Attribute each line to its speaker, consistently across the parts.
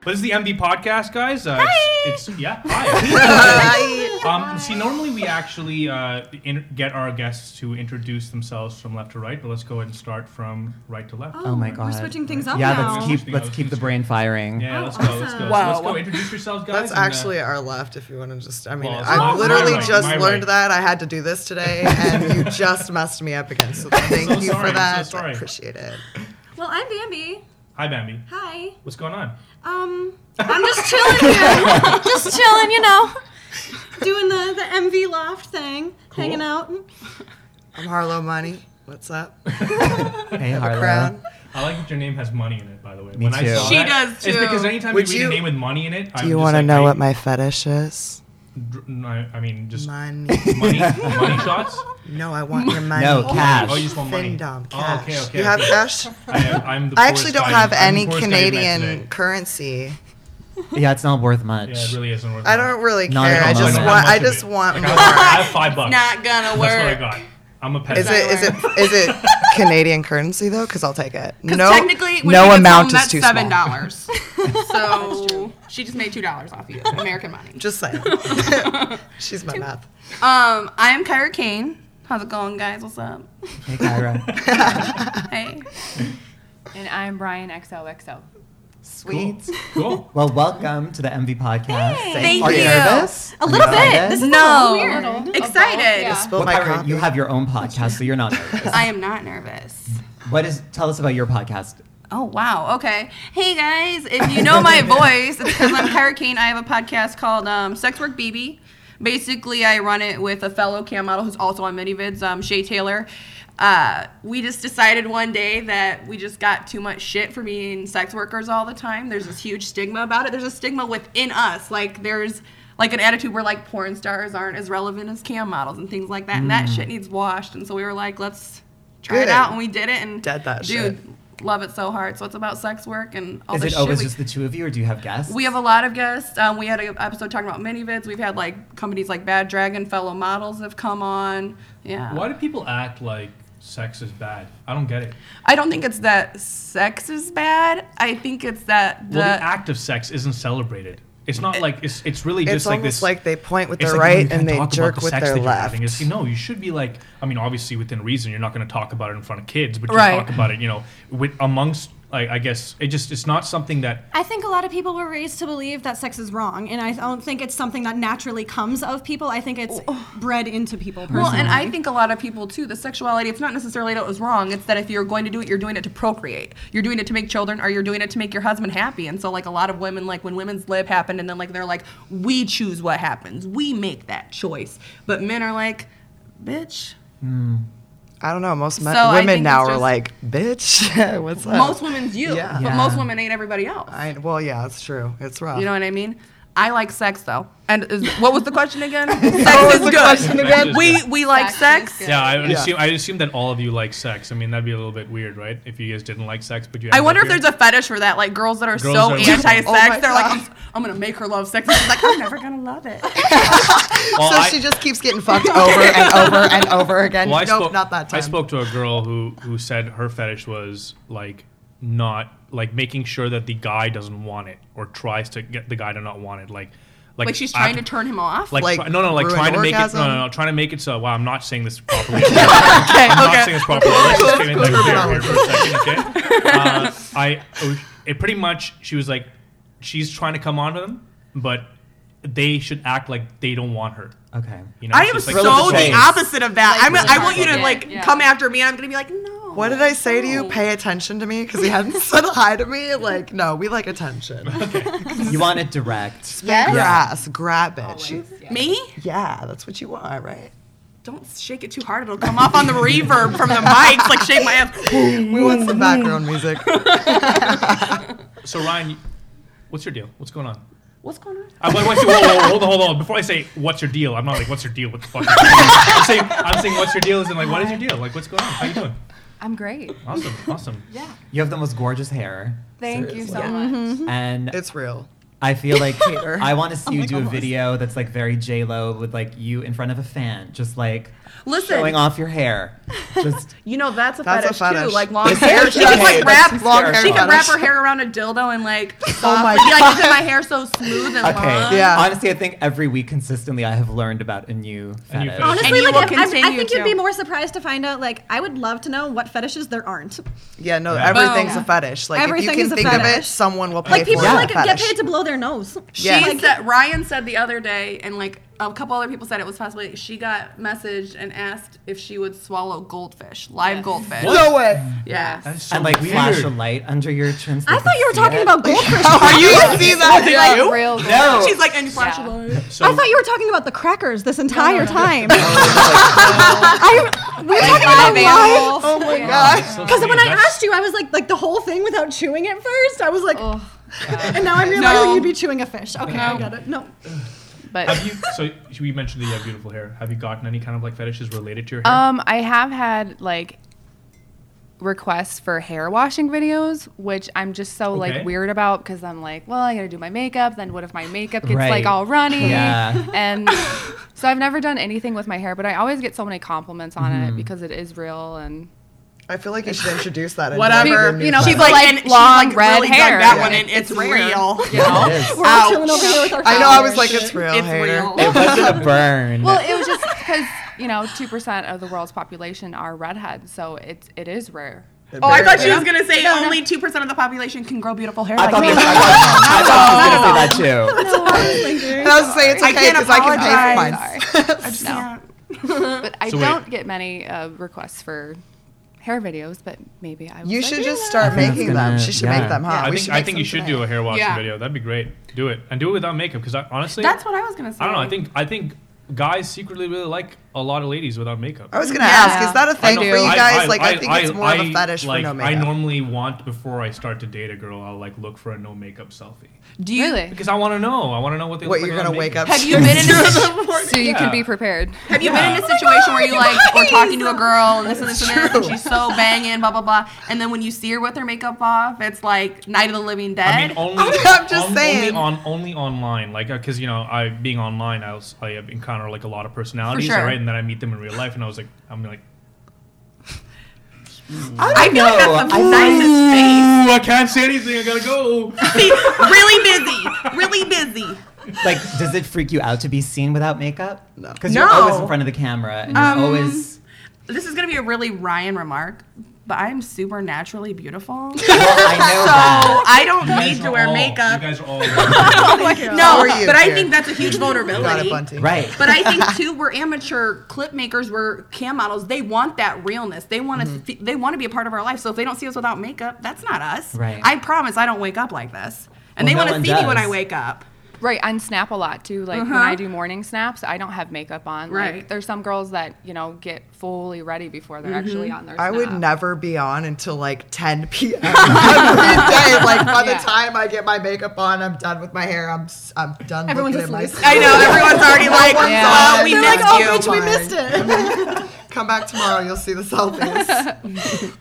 Speaker 1: But this is the MD podcast, guys. Uh, it's, it's, yeah. Hi. um, see, normally we actually uh, in, get our guests to introduce themselves from left to right, but let's go ahead and start from right to left.
Speaker 2: Oh, my
Speaker 3: We're
Speaker 2: God.
Speaker 3: switching things up
Speaker 2: yeah,
Speaker 3: now.
Speaker 2: let's keep let's keep the brain firing.
Speaker 1: Yeah,
Speaker 3: Oh,
Speaker 1: let's go. Let's go.
Speaker 3: awesome.
Speaker 1: So let's
Speaker 4: Wow.
Speaker 1: go. Introduce yourselves, guys.
Speaker 4: That's
Speaker 1: and, uh,
Speaker 4: actually our left. If you want to just, I mean,
Speaker 1: Well, it's
Speaker 4: I
Speaker 1: my-
Speaker 3: my
Speaker 4: literally
Speaker 3: right,
Speaker 4: just
Speaker 1: my
Speaker 4: learned
Speaker 1: right.
Speaker 4: that I had to do this today, and you just messed me up again. So thank
Speaker 1: so
Speaker 4: you
Speaker 1: sorry, I'm
Speaker 4: for
Speaker 1: so
Speaker 4: that. I
Speaker 1: sorry.
Speaker 4: appreciate it.
Speaker 3: Well, I'm Bambi.
Speaker 1: hi, Bambi.
Speaker 3: Hi.
Speaker 1: What's going on?
Speaker 3: Um, I'm just chilling here. just chilling, you know. Doing the, the MV loft thing, hanging out.
Speaker 4: I'm Harlow Money. What's up?
Speaker 2: Hey, Harlow.
Speaker 4: Crown.
Speaker 1: I like that your name has money in it, by the way.
Speaker 2: Me
Speaker 1: when I
Speaker 2: too.
Speaker 1: saw
Speaker 3: She
Speaker 1: that,
Speaker 3: does,
Speaker 1: It's
Speaker 3: too.
Speaker 1: because anytime
Speaker 4: Would
Speaker 1: you read a
Speaker 4: you-
Speaker 1: name with money in it,
Speaker 4: Do you want to know what my fetish is?
Speaker 1: I, I mean, just
Speaker 4: Money.
Speaker 1: money, money shots.
Speaker 4: No, I want your money.
Speaker 2: No, cash.
Speaker 1: Oh, you just want money.
Speaker 4: Findom,
Speaker 1: Oh,
Speaker 4: cash.
Speaker 1: okay, okay,
Speaker 4: you have
Speaker 1: okay.
Speaker 4: cash?
Speaker 1: I, am, I'm the
Speaker 4: I actually
Speaker 1: poorest
Speaker 4: don't
Speaker 1: guy-
Speaker 4: have
Speaker 1: I'm the
Speaker 4: any
Speaker 1: poorest guy you've met
Speaker 4: Canadian
Speaker 1: today.
Speaker 4: currency.
Speaker 2: Yeah, it's not worth much.
Speaker 1: Yeah, it really isn't worth.
Speaker 4: I don't really
Speaker 2: Not
Speaker 4: care.
Speaker 2: at
Speaker 4: I
Speaker 2: all.
Speaker 4: just
Speaker 2: I don't
Speaker 4: want.
Speaker 1: have
Speaker 4: I
Speaker 1: much of
Speaker 4: just
Speaker 1: it.
Speaker 4: want
Speaker 1: Like, I,
Speaker 4: more.
Speaker 1: have, I have five bucks.
Speaker 3: Not gonna
Speaker 1: That's what I
Speaker 3: work.
Speaker 1: got. I'm a
Speaker 4: Is
Speaker 1: peasant.
Speaker 4: it is it is it Canadian currency though? Because I'll take it. No,
Speaker 5: technically, when
Speaker 4: no
Speaker 5: she gets
Speaker 4: amount
Speaker 5: home,
Speaker 4: is
Speaker 5: that's
Speaker 4: too
Speaker 5: seven
Speaker 4: small.
Speaker 5: dollars. so she just made two dollars off you, American money.
Speaker 4: Just saying. She's my math.
Speaker 5: Um, I'm Kyra Kane. How's it going, guys? What's up?
Speaker 2: Hey, Kyra.
Speaker 5: Hey.
Speaker 6: And I'm Brian XOXO.
Speaker 1: cool?
Speaker 4: Sweet.
Speaker 1: cool.
Speaker 2: Well, welcome to the MV podcast.
Speaker 5: Thank
Speaker 2: Are you,
Speaker 5: you.
Speaker 2: nervous? A little bit.
Speaker 3: This is
Speaker 5: No.
Speaker 3: a Oh, little weird.
Speaker 5: Excited.
Speaker 6: Yeah.
Speaker 4: Spill my coffee.
Speaker 2: you have your own podcast, so you're not nervous.
Speaker 5: I am not nervous.
Speaker 2: What is? Tell us about your podcast.
Speaker 5: Oh wow. Okay. Hey guys, if you know my voice, it's because I'm Kyra Kane. I have a podcast called um, Sex Work BB. Basically, I run it with a fellow cam model who's also on Minivids, um, Shay Taylor. Uh, we just decided one day that we just got too much shit for being sex workers all the time. There's this huge stigma about it. There's a stigma within us. Like there's like an attitude where like porn stars aren't as relevant as cam models and things like that. And that shit needs washed. And so we were like, let's try it
Speaker 4: Mm. Good.
Speaker 5: out. And we did it. And
Speaker 4: Dead that
Speaker 5: dude,
Speaker 4: shit.
Speaker 5: love it so hard. So it's about sex work and all
Speaker 2: is
Speaker 5: the
Speaker 2: it
Speaker 5: shit.
Speaker 2: always
Speaker 5: Oh, we,
Speaker 2: just the two of you, or do you have guests?
Speaker 5: we have a lot of guests. Um, we had an episode talking about minivids. We've had like companies like Bad Dragon, fellow models have come on. Yeah.
Speaker 1: Why do people act like sex is bad? I don't get it.
Speaker 5: I don't think it's that sex is bad. I think it's that the,
Speaker 1: well, the act of sex isn't celebrated. It's not like it's. It's really
Speaker 4: It's
Speaker 1: just like
Speaker 4: almost
Speaker 1: this.
Speaker 4: like they point with
Speaker 1: it's
Speaker 4: their
Speaker 1: like, you
Speaker 4: right
Speaker 1: can't
Speaker 4: and they
Speaker 1: talk about
Speaker 4: jerk
Speaker 1: the
Speaker 4: with
Speaker 1: sex
Speaker 4: their
Speaker 1: that you're having.
Speaker 4: left.
Speaker 1: It's, you know, you should be like. I mean, obviously within reason, you're not going to talk about it in front of kids, but you
Speaker 5: Right.
Speaker 1: talk about it. You know, with amongst. Like, I guess it just. It's not something that.
Speaker 3: I think a lot of people were raised to believe that sex is wrong, and I don't think it's something that naturally comes of people. I think it's bred into people. Personally.
Speaker 5: well, and I think a lot of people too, the sexuality, it's not necessarily that it was wrong. It's that if you're going to do it, you're doing it to procreate. You're doing it to make children or you're doing it to make your husband happy. And so, like, a lot of women, like, when women's lib happened, and then, like, they're like, we choose what happens, we make that choice. But men are like, bitch.
Speaker 4: I don't know. Most men,
Speaker 5: So I think
Speaker 4: women now
Speaker 5: it's
Speaker 4: are
Speaker 5: just-
Speaker 4: like, bitch, what's up?
Speaker 5: most women's you,
Speaker 4: Yeah.
Speaker 5: but
Speaker 2: Yeah.
Speaker 5: most women ain't everybody else.
Speaker 4: I, well, yeah, it's true. It's rough.
Speaker 5: You know what I mean? I like sex though. And is, what was the question again?
Speaker 4: What
Speaker 5: sex
Speaker 4: was
Speaker 5: is
Speaker 4: the
Speaker 5: good.
Speaker 4: question
Speaker 1: Sex
Speaker 4: again?
Speaker 1: is
Speaker 5: We we like
Speaker 6: Sex
Speaker 5: sex.
Speaker 6: is good.
Speaker 1: Yeah, I would
Speaker 4: Yeah.
Speaker 1: assume. I assume that all of you like sex. I mean, that'd be a little bit weird, right? If you guys didn't like sex, but you.
Speaker 5: I
Speaker 1: ended
Speaker 5: wonder
Speaker 1: up
Speaker 5: if
Speaker 1: here.
Speaker 5: there's a fetish for that, like girls that are
Speaker 1: Girls
Speaker 5: so
Speaker 1: that are like-
Speaker 5: anti-sex,
Speaker 4: Oh my
Speaker 5: they're like,
Speaker 4: God.
Speaker 5: I'm, s- I'm gonna make her love sex. And she's like, I'm never gonna love it.
Speaker 1: Well,
Speaker 4: so
Speaker 1: I-
Speaker 4: she just keeps getting fucked over and over and over again.
Speaker 1: Well, I
Speaker 4: nope,
Speaker 1: spoke,
Speaker 4: not that time.
Speaker 1: I spoke to a girl who who said her fetish was like not like making sure that the guy doesn't want it or tries to get the guy to not want it. Like, like,
Speaker 5: Like she's
Speaker 1: I have
Speaker 5: trying to turn him off.
Speaker 1: Like,
Speaker 4: Like,
Speaker 1: try- no, no, like
Speaker 4: ruin
Speaker 1: trying to make it. No, no,
Speaker 4: orgasm?
Speaker 1: no, trying to make it so. Wow, I'm not saying this properly. I'm
Speaker 4: Okay,
Speaker 1: not
Speaker 4: okay.
Speaker 1: saying this properly. Let's just get in
Speaker 4: Cool,
Speaker 1: like,
Speaker 4: cool,
Speaker 1: here,
Speaker 4: cool.
Speaker 1: here for a second, okay? Uh, I, it pretty much. She was like, she's trying to come on to them, but they should act like they don't want her.
Speaker 2: Okay.
Speaker 1: You know,
Speaker 5: I
Speaker 1: it's
Speaker 5: am
Speaker 1: just
Speaker 5: so
Speaker 1: like-
Speaker 2: Thrill of the
Speaker 5: the
Speaker 2: chase.
Speaker 5: opposite of that. I'm gonna, I want you to
Speaker 6: Yeah.
Speaker 5: like
Speaker 6: Yeah.
Speaker 5: come after me, and I'm gonna be like, no.
Speaker 4: What did I say to you?
Speaker 5: No.
Speaker 4: Pay attention to me because he hadn't said hi to me. Like, no, we like attention.
Speaker 2: You want it direct.
Speaker 4: Grass, grab it. She-
Speaker 5: Me?
Speaker 4: yeah, that's what you want, right?
Speaker 5: Don't shake it too hard; it'll come off on the reverb from the mics. Like shake my ass.
Speaker 4: We want some background music.
Speaker 1: So Ryan, you- what's your deal? What's going on?
Speaker 5: What's going on?
Speaker 1: I, wait, wait, wait, whoa, whoa, whoa, hold on, hold on. Before I say what's your deal, I'm not like what's your deal. What the fuck? is your deal?" I'm saying I'm saying what's your deal is in like what is your deal? Like what's going on? How you doing?
Speaker 6: I'm great.
Speaker 1: Awesome, awesome. Yeah.
Speaker 2: You have the most gorgeous hair,
Speaker 6: Thank you so
Speaker 4: Seriously.
Speaker 2: Mm-hmm.
Speaker 6: much.
Speaker 2: and
Speaker 4: It's real.
Speaker 2: I feel like
Speaker 4: Hater.
Speaker 2: I want to see you do a
Speaker 4: goodness.
Speaker 2: video that's like very J Lo with like you in front of a fan, just like
Speaker 5: Listen,
Speaker 2: showing off your hair. Just
Speaker 5: you know that's a
Speaker 4: That's a
Speaker 5: fetish,
Speaker 4: fetish.
Speaker 5: too. Like long
Speaker 2: It's
Speaker 5: hair. She can
Speaker 2: okay,
Speaker 5: like wrap
Speaker 2: that's
Speaker 5: long hair.
Speaker 2: hysterical.
Speaker 5: She can wrap her
Speaker 4: Fetish.
Speaker 5: hair around a dildo and like.
Speaker 4: Oh my
Speaker 5: Be like, isn't my hair so smooth and
Speaker 2: okay.
Speaker 5: long?
Speaker 4: Yeah.
Speaker 2: Honestly, I think every week consistently I have learned about a new fetish.
Speaker 1: A new fetish.
Speaker 3: Honestly,
Speaker 5: you
Speaker 3: like
Speaker 5: will
Speaker 3: if, I, I
Speaker 5: continue
Speaker 3: think you'd be
Speaker 5: to.
Speaker 3: more surprised to find out. Like, I would love to know what fetishes there aren't.
Speaker 4: Yeah, no,
Speaker 1: Yeah.
Speaker 4: everything's
Speaker 5: Boom.
Speaker 4: a fetish. Like
Speaker 3: Everything
Speaker 4: if you
Speaker 3: is a
Speaker 4: can think of it,
Speaker 3: fetish.
Speaker 4: someone will pay
Speaker 3: Like people
Speaker 4: for it.
Speaker 2: Yeah.
Speaker 3: like
Speaker 4: It's a
Speaker 3: get
Speaker 4: fetish.
Speaker 3: paid to blow their nose.
Speaker 5: She
Speaker 4: Yeah.
Speaker 5: said Ryan said the other day, and like a couple other people said it was possibly she got messaged and asked if she would swallow goldfish, live goldfish.
Speaker 1: What?
Speaker 4: No way.
Speaker 5: Yeah.
Speaker 1: That's so
Speaker 2: and like
Speaker 1: weird.
Speaker 2: flash a light under your trim. so
Speaker 3: I
Speaker 2: you
Speaker 3: thought
Speaker 2: can
Speaker 3: you were
Speaker 2: see
Speaker 3: talking
Speaker 2: it.
Speaker 3: about goldfish.
Speaker 4: Are you see that?
Speaker 6: Like real gold.
Speaker 2: No.
Speaker 5: She's like, and flash
Speaker 6: Yeah.
Speaker 5: alone.
Speaker 1: So,
Speaker 3: I thought you were talking about the crackers this entire time. I, we were talking about live.
Speaker 4: Oh my
Speaker 6: Yeah.
Speaker 4: god.
Speaker 1: so
Speaker 3: Because when
Speaker 1: weird.
Speaker 3: I
Speaker 1: That's-
Speaker 3: asked you, I was like, like the whole thing without chewing it first. I was like,
Speaker 6: Ugh,
Speaker 3: and now I'm realizing
Speaker 5: No.
Speaker 3: you'd be chewing a fish. Okay, I
Speaker 5: No.
Speaker 3: got it. Oh. No.
Speaker 6: but
Speaker 1: Have you? So we mentioned that you have beautiful hair. Have you gotten any kind of like fetishes related to your hair?
Speaker 6: um, I have had like requests for hair washing videos, which I'm just so
Speaker 1: Okay.
Speaker 6: like weird about because I'm like, well, I gotta do my makeup. Then what if my makeup gets
Speaker 2: Right.
Speaker 6: like all runny?
Speaker 2: Yeah.
Speaker 6: And so I've never done anything with my hair, but I always get so many compliments on it because it is real and
Speaker 4: I feel like you should introduce that. into
Speaker 5: Whatever.
Speaker 4: your new
Speaker 6: You know,
Speaker 4: fetish.
Speaker 6: she's like,
Speaker 5: and she's
Speaker 6: long
Speaker 5: like
Speaker 6: red
Speaker 5: really dug
Speaker 6: hair.
Speaker 5: that one in.
Speaker 6: Yeah.
Speaker 5: It's,
Speaker 6: It's
Speaker 5: real.
Speaker 6: You know?
Speaker 2: It is.
Speaker 3: We're all chilling over here with our
Speaker 4: I know. I was
Speaker 3: flowers.
Speaker 4: like, it's real.
Speaker 5: It's
Speaker 4: hater.
Speaker 5: real.
Speaker 2: It wasn't a burn.
Speaker 6: Well, it was just because you know two percent of the world's population are redheads, so it's it is rare.
Speaker 5: Oh, I thought she
Speaker 4: Yeah.
Speaker 5: was gonna say only two percent of the population can grow beautiful hair.
Speaker 2: I
Speaker 5: like
Speaker 2: thought,
Speaker 5: me.
Speaker 2: that, I, thought, I thought she was gonna say that too.
Speaker 4: And I was gonna say it's
Speaker 5: I
Speaker 4: okay
Speaker 5: can't
Speaker 4: because I can pay for
Speaker 5: apologize.
Speaker 4: mine.
Speaker 5: I just
Speaker 6: No.
Speaker 5: can't.
Speaker 4: Mm-hmm.
Speaker 6: But I
Speaker 1: So wait.
Speaker 6: don't get many uh, requests for hair videos, but maybe I. Was
Speaker 4: You
Speaker 6: like,
Speaker 4: should
Speaker 6: "Yeah,
Speaker 4: just start
Speaker 2: think that's
Speaker 4: making them.
Speaker 2: gonna-
Speaker 4: She should
Speaker 2: yeah.
Speaker 4: make them, huh?
Speaker 1: I
Speaker 4: We
Speaker 1: think
Speaker 4: make
Speaker 1: I think you
Speaker 4: some
Speaker 1: should
Speaker 4: today.
Speaker 1: do a hair washing
Speaker 5: Yeah.
Speaker 1: video. That'd be great. Do it and do it without makeup because honestly,
Speaker 5: That's what I was gonna say.
Speaker 1: I don't know. I think I think guys secretly really like a lot of ladies without makeup.
Speaker 4: I was gonna
Speaker 6: Yeah.
Speaker 4: ask, is that a thing
Speaker 1: know-
Speaker 4: for you
Speaker 1: I-
Speaker 4: guys? like, I, think it's more of
Speaker 1: I-
Speaker 4: a fetish
Speaker 1: like,
Speaker 4: for no
Speaker 1: I
Speaker 4: makeup.
Speaker 1: normally want before I start to date a girl, I'll like look for a no makeup selfie
Speaker 6: Do you really?
Speaker 1: because I want to know. I want to know what they
Speaker 4: what
Speaker 1: look
Speaker 4: you're
Speaker 1: like
Speaker 4: gonna
Speaker 1: without
Speaker 4: wake
Speaker 1: makeup.
Speaker 4: up?
Speaker 5: Have you
Speaker 4: to.
Speaker 5: been in a,
Speaker 6: So you
Speaker 1: Yeah.
Speaker 6: can be prepared.
Speaker 5: have you been in a situation where you like we're talking to a girl and this and this and this and she's so banging blah blah blah and then when you see her with her makeup off it's like Night of the Living Dead.
Speaker 1: I mean, oh only,
Speaker 4: I'm just
Speaker 1: on-
Speaker 4: saying.
Speaker 1: Only, on, only online, like, because you know, I being online, I was, I have encountered like a lot of personalities,
Speaker 5: sure.
Speaker 1: right? And then I meet them in real life, and I was like, I'm like,
Speaker 5: I feel like
Speaker 2: No,
Speaker 5: that's the
Speaker 2: I-
Speaker 5: nicest thing.
Speaker 1: ooh, I can't say anything. I gotta go.
Speaker 5: See, really busy, really busy.
Speaker 2: Like, does it freak you out to be seen without makeup? No. Because you're
Speaker 5: No.
Speaker 2: always in front of the camera and you're always.
Speaker 5: This is gonna be a really Ryan remark, but I'm super naturally beautiful. so
Speaker 2: Well, I know that.
Speaker 5: I don't
Speaker 1: You guys
Speaker 5: need to
Speaker 1: are
Speaker 5: wear
Speaker 1: all-
Speaker 5: makeup.
Speaker 1: You guys are all.
Speaker 4: Oh
Speaker 5: No,
Speaker 4: How are you
Speaker 5: but I
Speaker 4: here?
Speaker 5: think that's a huge
Speaker 4: Got
Speaker 5: vulnerability.
Speaker 4: it, Bunty.
Speaker 2: Right.
Speaker 5: But I think too, we're amateur clip makers, we're cam models. They want that realness. They want to. They want to be a part of our life. So if they don't see us without makeup, that's not us.
Speaker 2: Right.
Speaker 5: I promise, I don't wake up like this.
Speaker 2: Well,
Speaker 5: And they
Speaker 2: no
Speaker 5: want to
Speaker 2: one
Speaker 5: see me when
Speaker 2: does.
Speaker 5: I wake up.
Speaker 6: Right, on Snap a lot too. Like when
Speaker 5: Uh-huh.
Speaker 6: I do morning snaps, I don't have makeup on. Like,
Speaker 5: Right.
Speaker 6: there's some girls that you know get fully ready before they're actually on their.
Speaker 4: Mm-hmm. I would
Speaker 6: snap.
Speaker 4: never be on until like 10 p.m. every day. Like by the
Speaker 6: Yeah.
Speaker 4: time I get my makeup on, I'm done with my hair. I'm s- I'm done
Speaker 3: Everyone's
Speaker 4: looking at
Speaker 3: asleep.
Speaker 4: myself.
Speaker 5: I know everyone's already like,
Speaker 4: one's
Speaker 5: "Well,
Speaker 4: on.
Speaker 5: we
Speaker 3: They're
Speaker 5: missed
Speaker 3: like, oh,
Speaker 5: you.
Speaker 3: bitch, we
Speaker 4: Fine.
Speaker 3: missed it.
Speaker 4: Come back tomorrow, you'll see the selfies.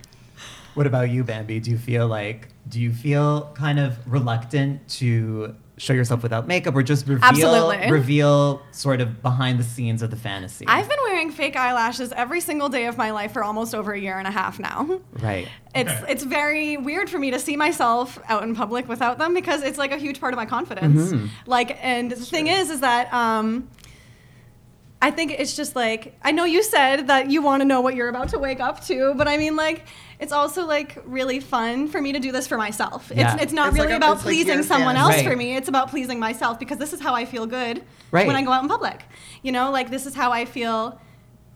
Speaker 2: What about you, Bambi? Do you feel like do you feel kind of reluctant to show yourself without makeup, or just reveal
Speaker 6: Absolutely.
Speaker 2: reveal sort of behind the scenes of the fantasy?
Speaker 3: I've been wearing fake eyelashes every single day of my life for almost over a year and a half now.
Speaker 2: right.
Speaker 3: It's it's very weird for me to see myself out in public without them because it's like a huge part of my confidence.
Speaker 2: Mm-hmm.
Speaker 3: Like, and the thing is, is that um, I think it's just like I know you said that you want to know what you're about to wake up to, but I mean, like, it's also like really fun for me to do this for myself.
Speaker 2: Yeah.
Speaker 3: It's it's not
Speaker 4: It's
Speaker 3: really
Speaker 4: like a-
Speaker 3: about
Speaker 4: it's like
Speaker 3: pleasing
Speaker 4: your
Speaker 3: someone
Speaker 4: fantasy.
Speaker 3: else for
Speaker 2: Right.
Speaker 3: me. It's about pleasing myself because this is how I feel good
Speaker 2: Right.
Speaker 3: when I go out in public. You know, like this is how I feel